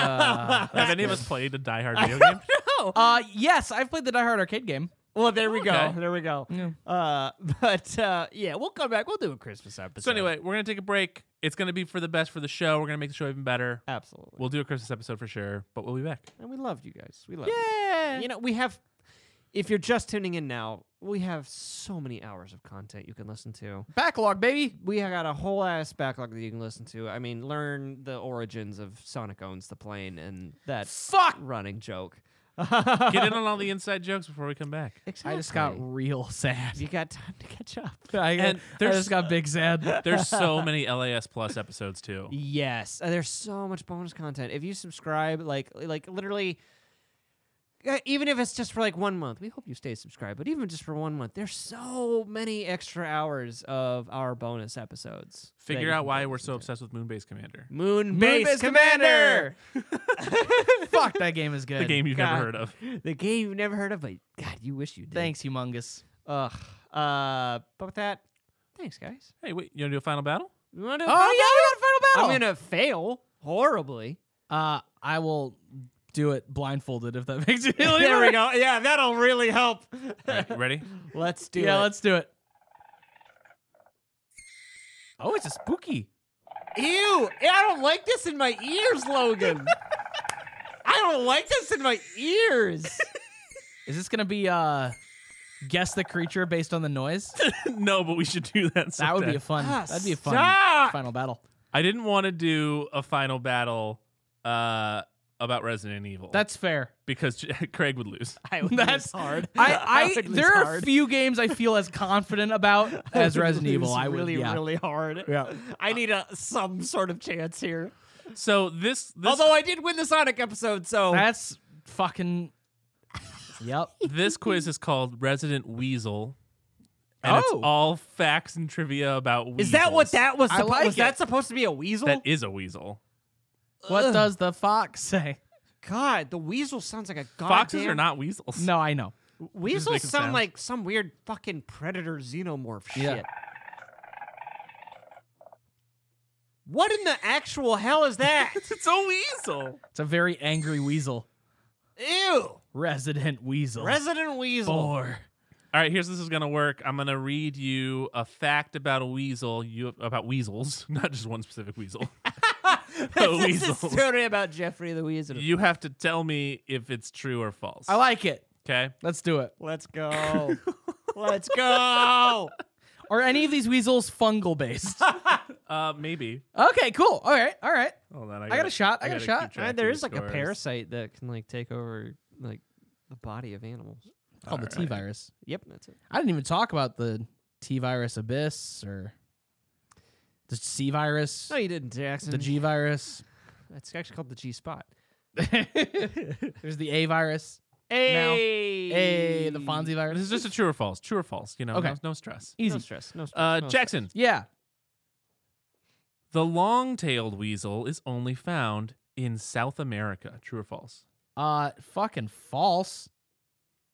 Speaker 4: Have any of us played a Die Hard video game?
Speaker 2: Uh, yes, I've played the Die Hard arcade game.
Speaker 3: Well, there we go.
Speaker 4: Okay.
Speaker 3: There we go. Uh, but uh, yeah, we'll come back. We'll do a Christmas episode.
Speaker 4: So anyway, we're gonna take a break. It's gonna be for the best for the show. We're gonna make the show even better.
Speaker 3: absolutely.
Speaker 4: We'll do a Christmas episode for sure, but we'll be back.
Speaker 3: and we love you guys. We love you. You know, we have. If you're just tuning in now, we have so many hours of content you can listen to.
Speaker 2: Backlog, baby.
Speaker 3: we have got a whole ass backlog that you can listen to. I mean, learn the origins of Sonic owns the plane and that
Speaker 2: Fuck.
Speaker 3: running joke.
Speaker 4: Get in on all the inside jokes before we come back.
Speaker 2: I just got
Speaker 3: Exactly.
Speaker 2: real sad.
Speaker 3: You got time to catch up.
Speaker 2: I,
Speaker 4: And
Speaker 2: I
Speaker 4: there's-
Speaker 2: just got big sad.
Speaker 4: There's so many LAS Plus episodes too.
Speaker 3: Yes, Uh, there's so much bonus content. If you subscribe, like like literally, uh, even if it's just for like one month, we hope you stay subscribed. But even just for one month, there's so many extra hours of our bonus episodes. that you
Speaker 4: Figure
Speaker 3: can
Speaker 4: out why
Speaker 3: go
Speaker 4: we're
Speaker 3: listen
Speaker 4: so
Speaker 3: to.
Speaker 4: obsessed with Moonbase Commander,
Speaker 3: Moon
Speaker 2: Moonbase
Speaker 3: Base
Speaker 2: Commander!
Speaker 3: Commander.
Speaker 2: Fuck, that game is good.
Speaker 4: the game you've
Speaker 3: God.
Speaker 4: never heard of.
Speaker 3: the game you've never heard of, but God, you wish you did.
Speaker 2: Thanks, humongous.
Speaker 3: Ugh. Uh, but with that, thanks, guys.
Speaker 4: Hey, wait, you wanna do a final battle?
Speaker 3: You wanna do a
Speaker 2: Oh, yeah, we got a final
Speaker 3: final
Speaker 2: battle.
Speaker 3: battle? I'm gonna fail horribly.
Speaker 2: Uh, I will do it blindfolded if that makes you feel any
Speaker 3: there we
Speaker 2: better.
Speaker 3: go. Yeah, that'll really help.
Speaker 4: Right, ready?
Speaker 3: Let's do
Speaker 2: yeah,
Speaker 3: it.
Speaker 2: let's do it. Oh, it's a spooky.
Speaker 3: Ew! I don't like this in my ears, Logan. I don't like this in my ears.
Speaker 2: Is this gonna be uh guess the creature based on the noise?
Speaker 4: no, but we should do that.
Speaker 2: That would be
Speaker 4: sometime.
Speaker 2: a fun
Speaker 3: Ah,
Speaker 2: that'd be a fun
Speaker 3: stop!
Speaker 2: final battle.
Speaker 4: I didn't want to do a final battle uh, about Resident Evil.
Speaker 2: That's fair.
Speaker 4: because J- Craig would lose.
Speaker 3: I would
Speaker 2: That's-
Speaker 3: lose hard.
Speaker 2: I, I
Speaker 3: would lose
Speaker 2: there are
Speaker 3: hard.
Speaker 2: few games I feel as confident about
Speaker 3: I
Speaker 2: as
Speaker 3: would
Speaker 2: Resident Evil.
Speaker 3: lose
Speaker 2: I would
Speaker 3: really,
Speaker 2: yeah.
Speaker 3: really hard.
Speaker 2: Yeah.
Speaker 3: I need a some sort of chance here.
Speaker 4: So this, this
Speaker 3: Although I did win the Sonic episode, so
Speaker 2: That's fucking Yep.
Speaker 4: this quiz is called Resident Weasel, and it's
Speaker 2: Oh.
Speaker 4: all facts and trivia about. Weasels.
Speaker 3: is that what that was?
Speaker 2: I
Speaker 3: suppo-
Speaker 2: like
Speaker 3: was that
Speaker 2: it.
Speaker 3: supposed to be a weasel?
Speaker 4: That is a weasel.
Speaker 2: What does the fox say?
Speaker 3: God, the weasel sounds like a goddamn.
Speaker 4: Foxes are not weasels.
Speaker 2: No, I know.
Speaker 3: Weasels
Speaker 4: making
Speaker 3: sound
Speaker 4: sounds.
Speaker 3: like some weird fucking predator xenomorph shit.
Speaker 2: Yeah.
Speaker 3: What in the actual hell is that?
Speaker 4: it's a weasel.
Speaker 2: It's a very angry weasel.
Speaker 3: Ew!
Speaker 2: Resident weasel.
Speaker 3: Resident Weasel.
Speaker 2: Four.
Speaker 4: All right, here's this is gonna work. I'm gonna read you a fact about a weasel. You about weasels, not just one specific weasel. Oh,
Speaker 3: this is a
Speaker 4: weasels.
Speaker 3: story about Jeffrey the Weasel.
Speaker 4: you have to tell me if it's true or false.
Speaker 2: I like it.
Speaker 4: Okay.
Speaker 2: Let's do it.
Speaker 3: Let's go. Let's go.
Speaker 2: Are any of these weasels fungal based?
Speaker 4: Uh, maybe.
Speaker 2: okay, cool. All right, all right.
Speaker 4: Hold on. I,
Speaker 2: got a shot, I got a
Speaker 4: gotta
Speaker 2: shot.
Speaker 4: keep track of
Speaker 3: Uh, there
Speaker 4: your
Speaker 3: is like a
Speaker 4: scores.
Speaker 3: parasite that can like take over like the body of animals.
Speaker 2: Called the T virus.
Speaker 3: Yep, that's it.
Speaker 2: I didn't even talk about the T virus abyss or the C virus,
Speaker 3: No, you didn't, Jackson.
Speaker 2: the G virus.
Speaker 3: That's actually called the G spot.
Speaker 2: There's the A virus.
Speaker 3: Hey,
Speaker 2: A the Fonzie
Speaker 4: This
Speaker 2: virus.
Speaker 4: is just a true or false. True or false. You know.
Speaker 2: Okay.
Speaker 4: No, no stress.
Speaker 3: No
Speaker 2: Easy.
Speaker 3: stress. No stress.
Speaker 4: Uh,
Speaker 3: no
Speaker 4: Jackson,
Speaker 2: Yeah.
Speaker 4: the long-tailed weasel is only found in South America. True or false?
Speaker 2: Uh fucking false.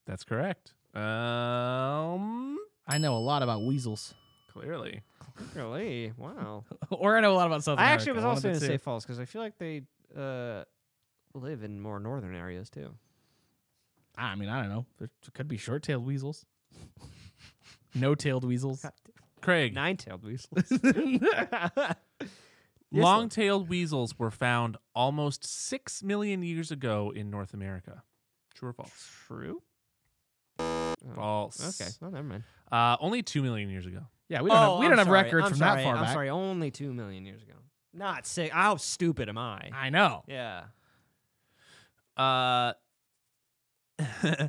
Speaker 4: That's correct. Um,
Speaker 2: I know a lot about weasels.
Speaker 4: clearly.
Speaker 3: stress. Really? Wow.
Speaker 2: or I know a lot about South
Speaker 3: I
Speaker 2: America.
Speaker 3: actually was
Speaker 2: One of
Speaker 3: also
Speaker 2: the
Speaker 3: going to
Speaker 2: two.
Speaker 3: say false because I feel like they uh, live in more northern areas too.
Speaker 2: I mean, I don't know. There could be short tailed weasels. no tailed weasels.
Speaker 4: Craig,
Speaker 3: Nine-tailed weasels.
Speaker 4: long-tailed weasels were found almost six million years ago in North America. True or false?
Speaker 3: True.
Speaker 4: False.
Speaker 3: Okay. Well, never mind.
Speaker 4: Uh, only two million years ago.
Speaker 2: Yeah, we don't
Speaker 4: Oh,
Speaker 2: have, we don't have records
Speaker 3: Oh, I'm
Speaker 2: from
Speaker 3: sorry,
Speaker 2: that far
Speaker 3: I'm
Speaker 2: back.
Speaker 3: sorry. Only two million years ago. Not six. How stupid am I?
Speaker 2: I know.
Speaker 3: yeah.
Speaker 4: Uh,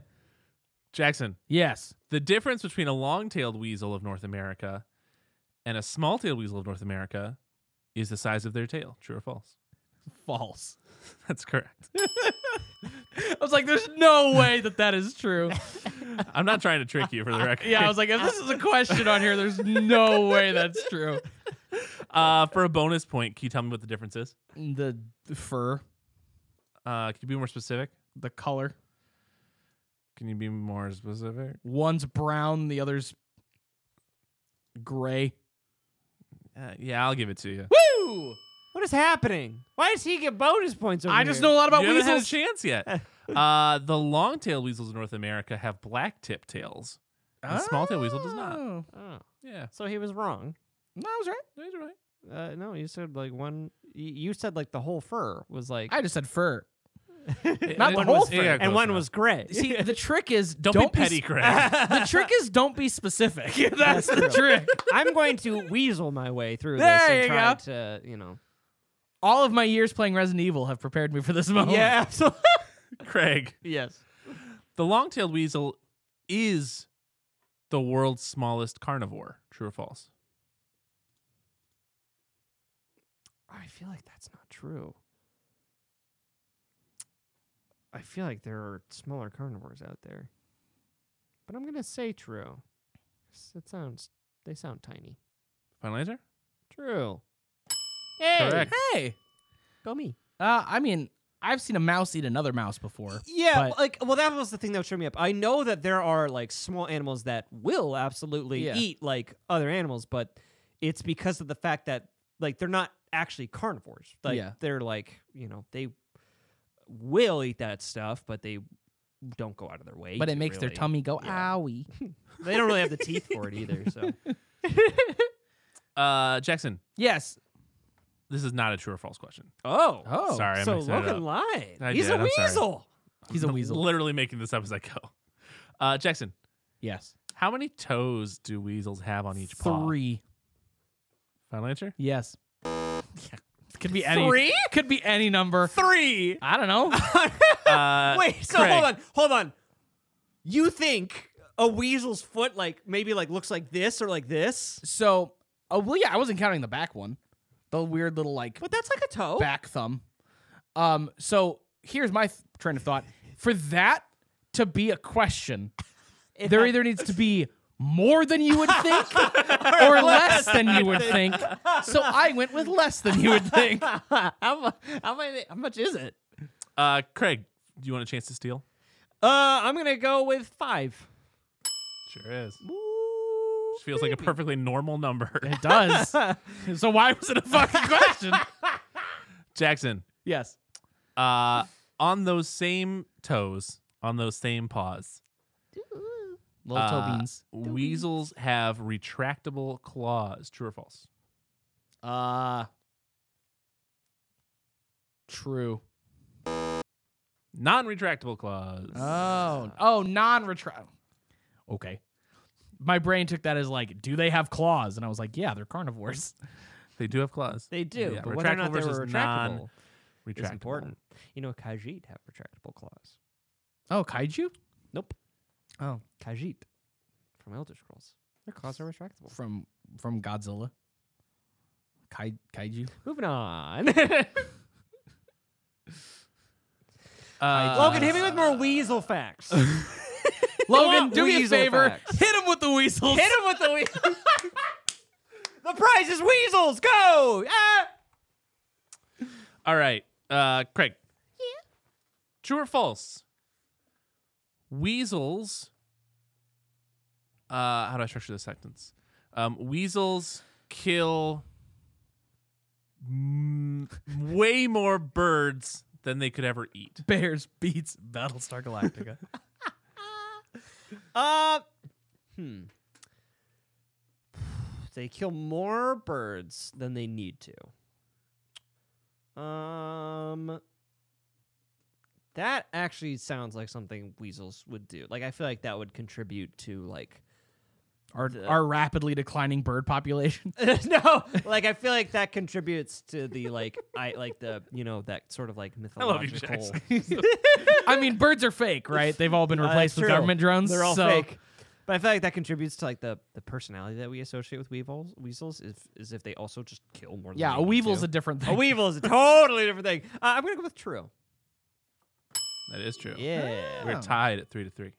Speaker 4: Jackson,
Speaker 2: Yes.
Speaker 4: the difference between a long-tailed weasel of North America and a small-tailed weasel of North America is the size of their tail. True or false?
Speaker 2: False.
Speaker 4: That's correct.
Speaker 2: I was like, there's no way that that is true.
Speaker 4: I'm not trying to trick you for the record.
Speaker 2: Yeah, I was like, if this is a question on here, there's no way that's true.
Speaker 4: uh, for a bonus point, can you tell me what the difference is?
Speaker 2: The, the fur,
Speaker 4: Uh, can you be more specific?
Speaker 2: the color.
Speaker 4: Can you be more specific?
Speaker 2: One's brown, the other's gray.
Speaker 4: Uh, yeah, I'll give it to you.
Speaker 2: Woo!
Speaker 3: What is happening? Why does he get bonus points? Over
Speaker 2: I just
Speaker 3: here?
Speaker 2: know a lot about
Speaker 4: you haven't had a
Speaker 2: weasels.
Speaker 4: chance yet. Uh, the long-tailed weasels in North America have black tip tails. The small-tailed weasel does not.
Speaker 2: Oh.
Speaker 3: Oh,
Speaker 4: Yeah,
Speaker 3: so he was wrong.
Speaker 2: No, I was right.
Speaker 4: that's right.
Speaker 3: Uh, no, you said like one. y- You said like the whole fur was like,
Speaker 2: I just said fur.
Speaker 4: And
Speaker 2: the
Speaker 4: one
Speaker 2: whole
Speaker 4: was-
Speaker 2: thing.
Speaker 4: yeah,
Speaker 3: and
Speaker 4: close
Speaker 3: one
Speaker 4: enough.
Speaker 3: was gray.
Speaker 2: See, the trick is
Speaker 4: Don't, be petty,
Speaker 2: sp-
Speaker 4: Craig.
Speaker 2: the trick is don't be specific. That's, the trick.
Speaker 3: I'm going to weasel my way through this
Speaker 2: There
Speaker 3: and
Speaker 2: you
Speaker 3: try
Speaker 2: go.
Speaker 3: to, you know.
Speaker 2: All of my years playing Resident Evil have prepared me for this moment.
Speaker 3: absolutely.
Speaker 4: Craig,
Speaker 3: yes.
Speaker 4: the long-tailed weasel is the world's smallest carnivore. True or false?
Speaker 3: I feel like that's not true. I feel like there are smaller carnivores out there, but I'm gonna say true. 'Cause It sounds. They sound tiny.
Speaker 4: Final answer.
Speaker 3: True. Hey,
Speaker 4: Correct.
Speaker 2: Hey.
Speaker 3: go me.
Speaker 2: Uh, I mean, I've seen a mouse eat another mouse before.
Speaker 3: Yeah,
Speaker 2: but-
Speaker 3: like well, that was the thing that showed me up. I know that there are like small animals that will absolutely
Speaker 2: Yeah.
Speaker 3: eat like other animals, but it's because of the fact that like they're not actually carnivores. Like
Speaker 2: Yeah.
Speaker 3: they're like you know they will eat that stuff, but they don't go out of their way.
Speaker 2: But it
Speaker 3: to
Speaker 2: makes their
Speaker 3: really-
Speaker 2: tummy go
Speaker 3: Yeah.
Speaker 2: owie.
Speaker 3: They don't really have the teeth for it either. So
Speaker 4: Uh, Jackson,
Speaker 3: yes.
Speaker 4: this is not a true or false question.
Speaker 3: Oh.
Speaker 2: Oh,
Speaker 4: sorry, I'm
Speaker 3: so
Speaker 4: mixing it
Speaker 3: Logan
Speaker 4: up.
Speaker 3: lied.
Speaker 4: I
Speaker 3: He's
Speaker 4: did,
Speaker 3: a
Speaker 4: I'm sorry.
Speaker 3: weasel.
Speaker 2: He's a
Speaker 4: I'm
Speaker 2: weasel.
Speaker 4: Literally making this up as I go. Uh, Jackson,
Speaker 2: Yes.
Speaker 4: how many toes do weasels have on each paw?
Speaker 2: Three.
Speaker 4: Final answer.
Speaker 2: Yes. Could be any.
Speaker 3: Three?
Speaker 2: Could be any number.
Speaker 3: Three.
Speaker 2: I don't know.
Speaker 4: Uh,
Speaker 3: Wait, so
Speaker 4: Craig,
Speaker 3: hold on, hold on. You think a weasel's foot like maybe like looks like this or like this?
Speaker 2: so, oh well, yeah. I wasn't counting the back one. The weird little like
Speaker 3: But that's like a toe.
Speaker 2: back thumb. Um. So here's my th- train of thought. For that to be a question,
Speaker 3: It
Speaker 2: there
Speaker 3: has-
Speaker 2: either needs to be more than you would think or less than you would think. So I went with less than you would
Speaker 3: Uh,
Speaker 2: think.
Speaker 3: how, mu- how, many, how much is it?
Speaker 4: Uh, Craig, do you want a chance to steal?
Speaker 3: Uh, I'm gonna go with five.
Speaker 4: Sure is. Feels like a perfectly normal number.
Speaker 2: It does. so why was it a fucking question?
Speaker 4: Jackson,
Speaker 2: Yes.
Speaker 4: uh, on those same toes, on those same paws,
Speaker 2: Little toe
Speaker 4: uh,
Speaker 2: beans.
Speaker 4: weasels have retractable claws. True or false?
Speaker 2: Uh True.
Speaker 4: Non-retractable claws.
Speaker 2: Oh. Oh, non-retract. Okay. My brain took that as like, do they have claws? And I was like, yeah, they're carnivores.
Speaker 4: They do have claws.
Speaker 3: They do,
Speaker 4: Yeah,
Speaker 3: but whether or
Speaker 4: retractable
Speaker 3: not they
Speaker 4: versus
Speaker 3: were retractable
Speaker 4: non-
Speaker 3: is
Speaker 4: retractable.
Speaker 3: important. You know, Khajiit have retractable claws.
Speaker 2: Oh, kaiju?
Speaker 3: Nope.
Speaker 2: Oh,
Speaker 3: Khajiit from Elder Scrolls. Their claws are retractable.
Speaker 2: from from Godzilla. Kai, kaiju.
Speaker 3: Moving on.
Speaker 4: Uh,
Speaker 3: Logan, hit me with more weasel facts. hit him
Speaker 2: Logan,
Speaker 3: want
Speaker 2: do me a
Speaker 3: weasel
Speaker 2: favor.
Speaker 3: facts.
Speaker 2: Hit him with the weasels.
Speaker 3: with the weasel. the prize is weasels. Go. Ah!
Speaker 4: All right, uh, Craig. Yeah. True or false? Weasels. Uh, how do I structure this sentence? Um, weasels kill m- way more birds than they could ever eat.
Speaker 2: Bears beats Battlestar Galactica.
Speaker 3: Uh, hmm. They kill more birds than they need to. Um, that actually sounds like something weasels would do. Like, I feel like that would contribute to like.
Speaker 2: our
Speaker 3: The-
Speaker 2: our rapidly declining bird population.
Speaker 3: no, like I feel like that contributes to the like I like the you know that sort of like
Speaker 4: I love you,
Speaker 3: mythological.
Speaker 4: Jackson.
Speaker 2: I mean, birds are fake, right? They've all been
Speaker 3: Uh,
Speaker 2: replaced
Speaker 3: that's
Speaker 2: with
Speaker 3: true.
Speaker 2: government drones.
Speaker 3: They're all
Speaker 2: so
Speaker 3: fake. But I feel like that contributes to like the, the personality that we associate with weevils. Weasels is, is if they also just kill more. Than
Speaker 2: yeah,
Speaker 3: they
Speaker 2: a
Speaker 3: need
Speaker 2: weevil's
Speaker 3: to.
Speaker 2: a different
Speaker 3: a
Speaker 2: thing.
Speaker 3: weevil is a totally different thing. Uh, I'm gonna go with true.
Speaker 4: That is true.
Speaker 3: Yeah.
Speaker 4: We're tied at three to three.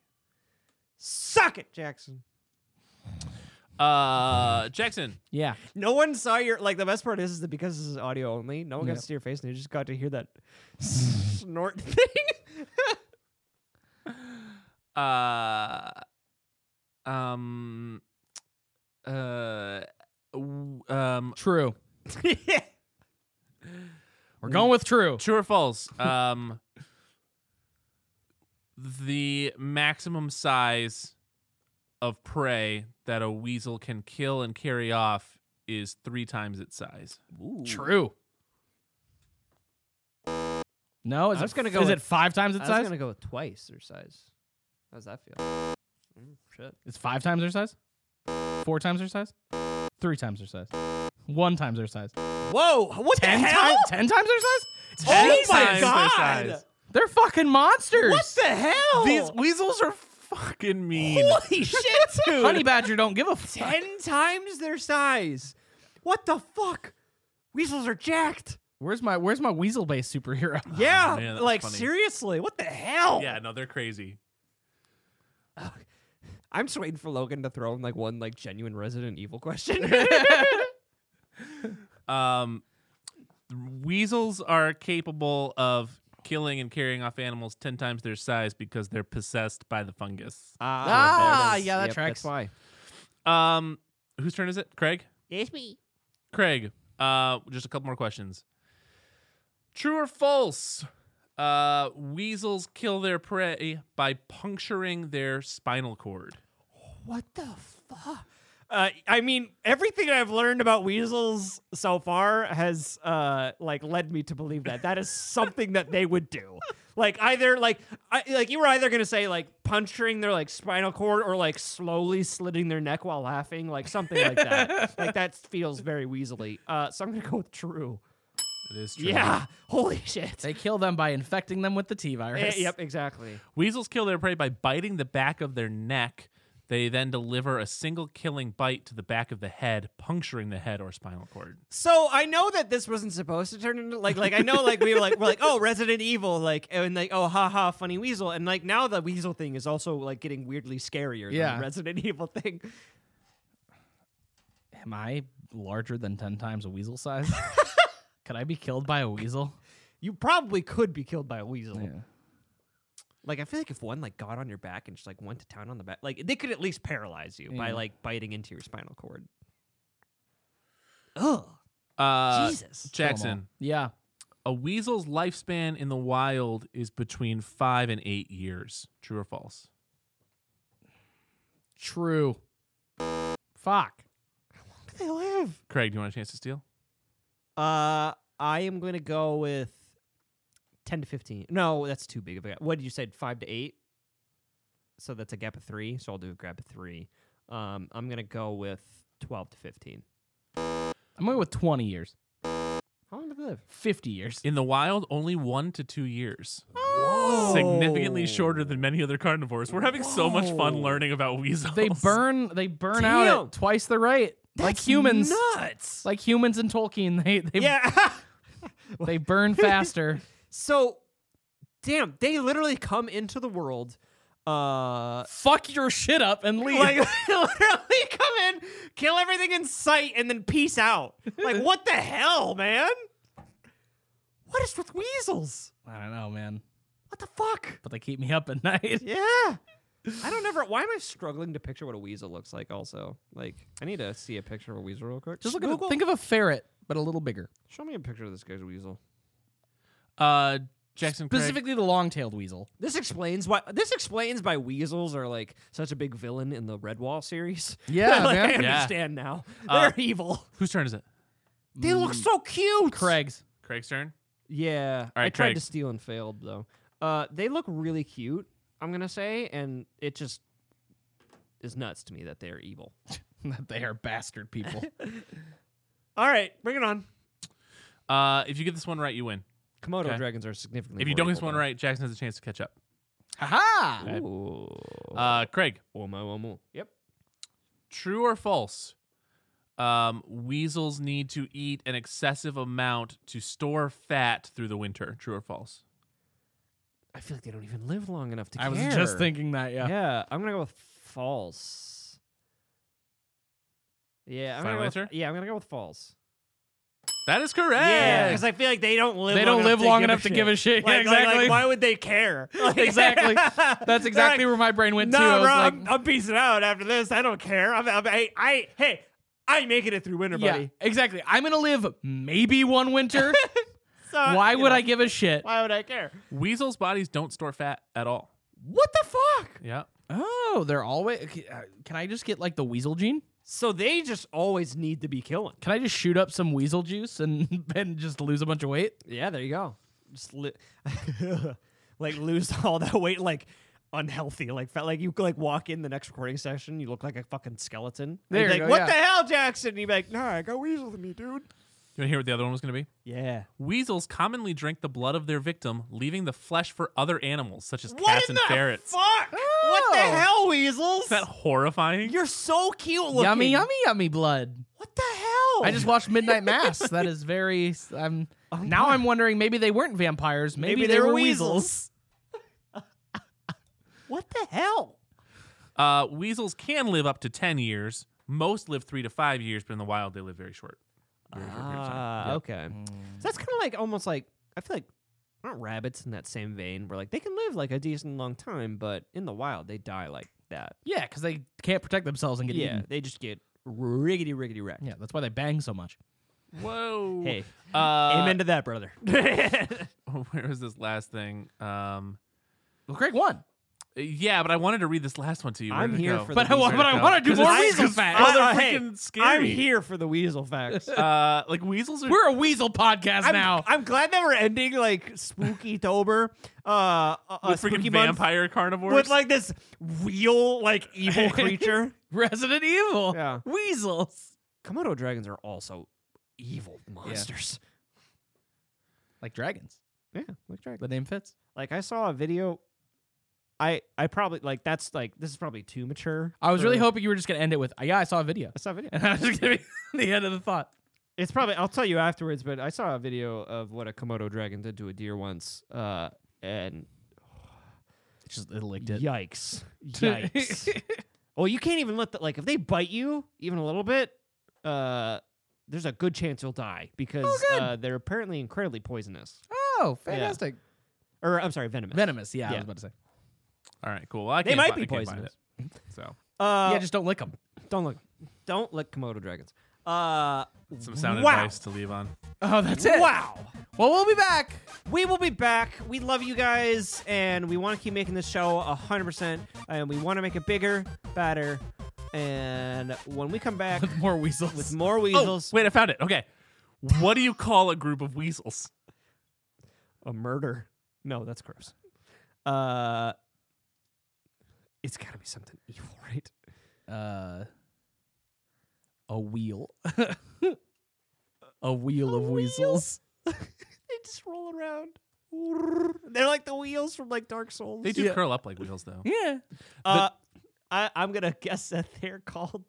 Speaker 3: Suck it, Jackson.
Speaker 4: Uh, Jackson.
Speaker 2: yeah,
Speaker 3: No one saw your like. The best part is, is that because this is audio only, no one got
Speaker 2: Yep.
Speaker 3: to see your face, and you just got to hear that snort thing.
Speaker 4: uh um uh w- um
Speaker 2: true.
Speaker 3: yeah.
Speaker 2: We're going
Speaker 3: Mm.
Speaker 2: with true.
Speaker 4: true or false um the maximum size of prey that a weasel can kill and carry off is three times its size
Speaker 2: True. No, is
Speaker 3: I was
Speaker 2: it,
Speaker 3: gonna go
Speaker 2: Is
Speaker 3: with-
Speaker 2: it five times its
Speaker 3: I
Speaker 2: size?
Speaker 3: was gonna go with twice their size. How's that feel? Mm, shit.
Speaker 2: It's five times their size. Four times their size. Three times their size. One times their size.
Speaker 3: Whoa! What
Speaker 2: Ten
Speaker 3: the hell?
Speaker 2: times. Ten times their size.
Speaker 3: oh
Speaker 4: Ten
Speaker 3: my
Speaker 4: times
Speaker 3: god!
Speaker 4: their size.
Speaker 2: They're fucking monsters.
Speaker 3: What the hell?
Speaker 4: these weasels are fucking mean
Speaker 3: Oh. Holy shit, dude!
Speaker 2: Honey badger don't give a fuck.
Speaker 3: Ten times their size. What the fuck? Weasels are jacked.
Speaker 2: Where's my Where's my weasel based superhero?
Speaker 3: Yeah,
Speaker 4: man, that's
Speaker 3: like
Speaker 4: funny.
Speaker 3: seriously, what the hell?
Speaker 4: yeah no they're crazy
Speaker 3: I'm just waiting for Logan to throw in like one like genuine Resident Evil question.
Speaker 4: Um, weasels are capable of killing and carrying off animals 10 times their size because they're possessed by the fungus.
Speaker 2: Ah,
Speaker 3: there it is.
Speaker 2: yeah, that
Speaker 3: Yep,
Speaker 2: tracks.
Speaker 3: That's why.
Speaker 4: Um, whose turn is it? Craig?
Speaker 5: It's me.
Speaker 4: Craig, uh, just a couple more questions. True or false? Uh, weasels kill their prey by puncturing their spinal cord.
Speaker 3: What the fuck? Uh, I mean, everything I've learned about weasels so far has uh, like led me to believe that that is something that they would do. Like either like I, like you were either gonna say like puncturing their like spinal cord or like slowly slitting their neck while laughing, like something like that. like that feels very weaselly. Uh, so I'm gonna go with true.
Speaker 4: It is true.
Speaker 3: Yeah. Holy shit.
Speaker 2: They kill them by infecting them with the T virus.
Speaker 3: Eh, yep. Exactly.
Speaker 4: Weasels kill their prey by biting the back of their neck. They then deliver a single killing bite to the back of the head, puncturing the head or spinal cord.
Speaker 3: So I know that this wasn't supposed to turn into like like I know like we were like we're like oh Resident Evil like and like oh ha ha funny weasel and like now the weasel thing is also like getting weirdly scarier than
Speaker 2: Yeah.
Speaker 3: the Resident Evil thing.
Speaker 2: Am I larger than 10 times a weasel size? Could I be killed by a weasel?
Speaker 3: You probably could be killed by a weasel.
Speaker 2: Yeah.
Speaker 3: Like I feel like if one like got on your back and just like went to town on the back like they could at least paralyze you by
Speaker 2: Yeah.
Speaker 3: like biting into your spinal cord. Ugh.
Speaker 4: Uh,
Speaker 3: Jesus.
Speaker 4: Jackson,
Speaker 2: Yeah.
Speaker 4: a weasel's lifespan in the wild is between five and eight years. True or false?
Speaker 2: True. Fuck.
Speaker 3: They live.
Speaker 4: Craig, do you want a chance to steal?
Speaker 3: Uh, I am going to go with 10 to 15. No, that's too big of a gap. What did you said 5 to 8? So that's a gap of 3, so I'll do a gap of 3. Um, I'm going to go with 12 to 15.
Speaker 2: I'm going with 20 years,
Speaker 3: How long do they live?
Speaker 2: 50 years.
Speaker 4: In the wild, only one to two years.
Speaker 3: Oh.
Speaker 4: Significantly shorter than many other carnivores. We're having so much fun learning about weasels.
Speaker 2: They burn. They burn out
Speaker 3: Damn.
Speaker 2: at twice the rate, like
Speaker 3: That's
Speaker 2: humans.
Speaker 3: Nuts.
Speaker 2: Like humans in Tolkien, they they,
Speaker 3: yeah.
Speaker 2: they burn faster.
Speaker 3: so damn, they literally come into the world uh
Speaker 2: Fuck your shit up and leave.
Speaker 3: like literally come in, kill everything in sight, and then peace out. Like what the hell, man? What is with weasels?
Speaker 2: I don't know, man,
Speaker 3: What the fuck?
Speaker 2: but they keep me up at night.
Speaker 3: Yeah. I don't ever. Why am I struggling to picture what a weasel looks like? Also, like I need to see a picture of a weasel real quick.
Speaker 2: Just look at
Speaker 3: Google.
Speaker 2: it. Think of a ferret, but a little bigger.
Speaker 3: Show me a picture of this guy's weasel.
Speaker 4: Uh, Jackson, Craig,
Speaker 2: Specifically, the long-tailed weasel.
Speaker 3: This explains why. This explains why weasels are like such a big villain in the Redwall series.
Speaker 2: Yeah,
Speaker 3: like, I
Speaker 2: man.
Speaker 4: Yeah.
Speaker 3: understand now.
Speaker 4: Uh, mm.
Speaker 3: They're evil.
Speaker 4: whose turn is it?
Speaker 3: They look so cute.
Speaker 2: Craig's.
Speaker 4: Craig's turn.
Speaker 3: Yeah.
Speaker 4: All right,
Speaker 3: I tried
Speaker 4: Craig.
Speaker 3: to steal and failed though. Uh, they look really cute. I'm gonna say, and it just is nuts to me that they're evil.
Speaker 2: they are bastard people.
Speaker 3: All right, bring it on.
Speaker 4: Uh, if you get this one right, you win.
Speaker 3: Komodo
Speaker 4: Okay.
Speaker 3: dragons are significantly.
Speaker 4: If you don't
Speaker 3: more
Speaker 4: get this
Speaker 3: evil,
Speaker 4: one
Speaker 3: though.
Speaker 4: right, Jackson has a chance to catch up.
Speaker 2: Haha.
Speaker 3: Ooh.
Speaker 4: Uh, Craig,
Speaker 3: Yep.
Speaker 4: true or false? Um, weasels need to eat an excessive amount to store fat through the winter. True or false?
Speaker 3: I feel like they don't even live long enough to
Speaker 2: I was
Speaker 3: care.
Speaker 2: just thinking that. Yeah.
Speaker 3: Yeah. I'm gonna go with false. Yeah, I'm
Speaker 4: Final
Speaker 3: gonna go
Speaker 4: answer?
Speaker 3: With, yeah, I'm gonna go with false.
Speaker 4: That is correct.
Speaker 3: Yeah, because I feel like they don't live.
Speaker 2: They don't
Speaker 3: long
Speaker 2: live
Speaker 3: enough
Speaker 2: long
Speaker 3: to
Speaker 2: enough to
Speaker 3: give a
Speaker 2: give a shit. Yeah,
Speaker 3: Like- like- like,
Speaker 2: exactly.
Speaker 3: why would they care? Like-
Speaker 2: Exactly.
Speaker 3: They're
Speaker 2: That's exactly
Speaker 3: like,
Speaker 2: where my brain went
Speaker 3: No,
Speaker 2: to. I was
Speaker 3: bro,
Speaker 2: like,
Speaker 3: I'm, I'm peacing out after this. I don't care. I'm, I'm, I, I, hey, I'm making it through winter, buddy.
Speaker 2: yeah, exactly. I'm gonna live maybe one winter.
Speaker 3: So
Speaker 2: Why
Speaker 3: Uh, you
Speaker 2: would
Speaker 3: know,
Speaker 2: I give a shit?
Speaker 3: Why would I care?
Speaker 4: Weasels' bodies don't store fat at all.
Speaker 3: What the fuck?
Speaker 4: Yeah.
Speaker 2: Oh, they're always. okay, uh, Can I just get like the weasel gene?
Speaker 3: So they just always need to be killing.
Speaker 2: Can I just shoot up some weasel juice and and just lose a bunch of weight?
Speaker 3: Yeah, there you go. Just li- like lose all that weight, like unhealthy. Like felt like you like walk in the next recording session, you look like a fucking skeleton.
Speaker 2: There
Speaker 3: You'd be
Speaker 2: you
Speaker 3: like,
Speaker 2: go,
Speaker 3: What
Speaker 2: yeah.
Speaker 3: the hell, Jackson? And you'd be like, Nah, I got weasel in me, dude.
Speaker 4: You want to hear what the other one was going to be?
Speaker 3: Yeah.
Speaker 4: Weasels commonly drink the blood of their victim, leaving the flesh for other animals such as
Speaker 3: what
Speaker 4: cats
Speaker 3: in
Speaker 4: and
Speaker 3: the
Speaker 4: ferrets.
Speaker 3: fuck? What the
Speaker 2: Oh.
Speaker 3: hell, weasels?
Speaker 4: Isn't that horrifying?
Speaker 3: You're so cute looking.
Speaker 2: Yummy, yummy, yummy blood.
Speaker 3: What the hell?
Speaker 2: I just watched Midnight Mass. that is very. I'm now. I'm wondering. Maybe they weren't vampires. Oh, Maybe,
Speaker 3: Maybe
Speaker 2: they,
Speaker 3: they
Speaker 2: were
Speaker 3: were
Speaker 2: weasels.
Speaker 3: What the hell?
Speaker 4: Uh, weasels can live up to 10 years. Most live three to five years, but in the wild, they live very short. Very short period of time.
Speaker 3: Ah, okay.
Speaker 2: Mm.
Speaker 3: So that's kind of like almost like I feel like aren't rabbits in that same vein where like they can live like a decent long time, but in the wild they die like that.
Speaker 2: Yeah, because they can't protect themselves and get
Speaker 3: yeah,
Speaker 2: eaten.
Speaker 3: they just get riggedy riggedy wrecked.
Speaker 2: Yeah, that's why they bang so much.
Speaker 4: Whoa.
Speaker 3: Hey.
Speaker 4: Uh,
Speaker 3: Amen to that, brother.
Speaker 4: where was this last thing? Um,
Speaker 2: well, Greg won.
Speaker 4: Yeah, but I wanted to read this last one to you. Where
Speaker 3: I'm
Speaker 4: did it
Speaker 3: here
Speaker 4: go?
Speaker 3: for the But I wa- weasel but I facts. wanna do
Speaker 4: 'Cause
Speaker 3: more
Speaker 4: it's-
Speaker 3: weasel
Speaker 4: 'cause-
Speaker 3: facts.
Speaker 4: Well, they're
Speaker 3: Uh, hey,
Speaker 4: freaking scary.
Speaker 3: I'm here for the weasel facts.
Speaker 4: Uh, like weasels are.
Speaker 2: We're a weasel podcast
Speaker 3: I'm,
Speaker 2: now.
Speaker 3: I'm glad that we're ending like spooky Tober, uh, a, a
Speaker 4: With freaking
Speaker 3: spooky month
Speaker 4: vampire carnivores.
Speaker 3: with like this real like evil creature.
Speaker 2: Resident Evil.
Speaker 3: yeah,
Speaker 2: Weasels.
Speaker 3: Komodo dragons are also evil monsters.
Speaker 2: Like dragons.
Speaker 3: Yeah, like dragons.
Speaker 2: The name fits.
Speaker 3: Like I saw a video. I I probably like that's like this is probably too mature.
Speaker 2: I was really
Speaker 3: for-
Speaker 2: hoping you were just going to end it with, "Uh, yeah, I saw a video.
Speaker 3: I saw a video.
Speaker 2: And that was going to be the end of the thought.
Speaker 3: It's probably I'll tell you afterwards, but I saw a video of what a Komodo dragon did to a deer once, uh, and
Speaker 2: It just it licked it.
Speaker 3: yikes, yikes. well, you can't even let that like if they bite you even a little bit, uh, there's a good chance you'll die because
Speaker 2: Oh, good.
Speaker 3: uh, they're apparently incredibly poisonous.
Speaker 2: Oh, fantastic.
Speaker 3: Or I'm sorry, venomous.
Speaker 2: Venomous. Yeah, I
Speaker 3: Yeah.
Speaker 2: was about to say.
Speaker 4: All right, cool. Well, I
Speaker 3: They
Speaker 4: can't
Speaker 3: might
Speaker 4: fi-
Speaker 3: be
Speaker 4: I can't find
Speaker 3: poisonous.
Speaker 4: it. So
Speaker 3: Uh,
Speaker 2: yeah, just don't lick them.
Speaker 3: don't look, don't look Komodo dragons. Uh,
Speaker 4: some sound
Speaker 3: wow.
Speaker 4: advice to leave on.
Speaker 2: Oh, that's it.
Speaker 3: Wow.
Speaker 2: Well, we'll be back.
Speaker 3: We will be back. We love you guys, and we want to keep making this show 100%, and we want to make it bigger, better. And when we come back
Speaker 2: With more weasels.
Speaker 3: with more
Speaker 4: Oh,
Speaker 3: weasels,
Speaker 4: wait, I found it. Okay. What do you call a group of weasels?
Speaker 3: a murder. No, that's gross. Uh, it's got to be something evil, right?
Speaker 2: uh, a wheel. a wheel of weasels.
Speaker 3: They just roll around. They're like the wheels from like Dark Souls.
Speaker 4: They do curl up like weasels, though.
Speaker 2: Yeah.
Speaker 3: Uh, I, I'm gonna guess that they're called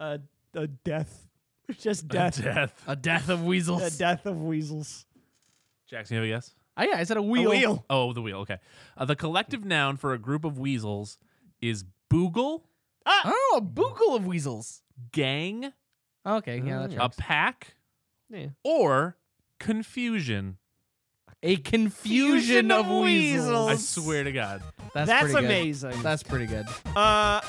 Speaker 3: uh, a death, just death,
Speaker 4: Death.
Speaker 2: A death of
Speaker 3: the
Speaker 2: weasels.
Speaker 3: death of weasels.
Speaker 4: Jackson, you have a guess?
Speaker 2: oh, yeah, I said a wheel.
Speaker 3: A wheel.
Speaker 4: Oh, the wheel. Okay. Uh, the collective noun for a group of weasels is boogle,
Speaker 2: Oh, a boogle of weasels.
Speaker 4: gang,
Speaker 2: Okay, yeah, that's
Speaker 3: Mm.
Speaker 4: a
Speaker 2: right.
Speaker 4: pack,
Speaker 3: Yeah.
Speaker 4: or confusion.
Speaker 2: A confusion
Speaker 3: Fusion
Speaker 2: of
Speaker 3: of
Speaker 2: weasels.
Speaker 3: weasels.
Speaker 4: I swear to God.
Speaker 2: That's,
Speaker 3: That's,
Speaker 2: pretty good.
Speaker 3: amazing.
Speaker 2: That's pretty good.
Speaker 3: Uh,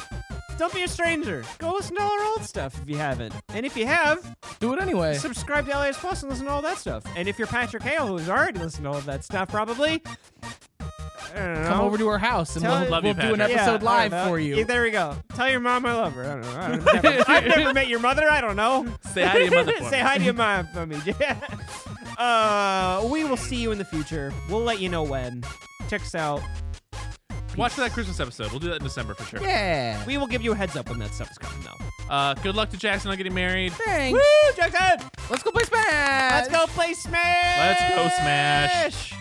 Speaker 3: don't be a stranger. Go listen to all our old stuff if you haven't. And if you have,
Speaker 2: Do it anyway.
Speaker 3: subscribe to LAS Plus and listen to all that stuff. And if you're Patrick Hale, who's already listened to all of that stuff, probably, I don't
Speaker 2: Come
Speaker 3: know.
Speaker 2: over to our house and
Speaker 3: Tell-
Speaker 2: we'll,
Speaker 4: Love
Speaker 2: we'll
Speaker 4: you,
Speaker 2: do an
Speaker 4: Patrick.
Speaker 3: Yeah,
Speaker 2: episode
Speaker 3: I
Speaker 2: live
Speaker 3: don't know.
Speaker 2: for
Speaker 3: Yeah,
Speaker 2: you.
Speaker 3: there we go. Tell your mom I love her. I don't know. I've never, I've never met your mother. I don't know.
Speaker 4: Say hi to your mother for me.
Speaker 3: Say hi to your mom for me. Yeah. Uh, we will see you in the future. We'll let you know when. Check us out.
Speaker 4: Watch that Christmas episode. We'll do that in December for sure.
Speaker 2: Yeah.
Speaker 3: We will give you a heads up when that stuff is coming, though.
Speaker 4: Uh, good luck to Jackson on getting married.
Speaker 2: Thanks.
Speaker 3: Woo, Jackson!
Speaker 2: Let's go play Smash.
Speaker 3: Let's go play Smash!
Speaker 4: Let's go, Smash.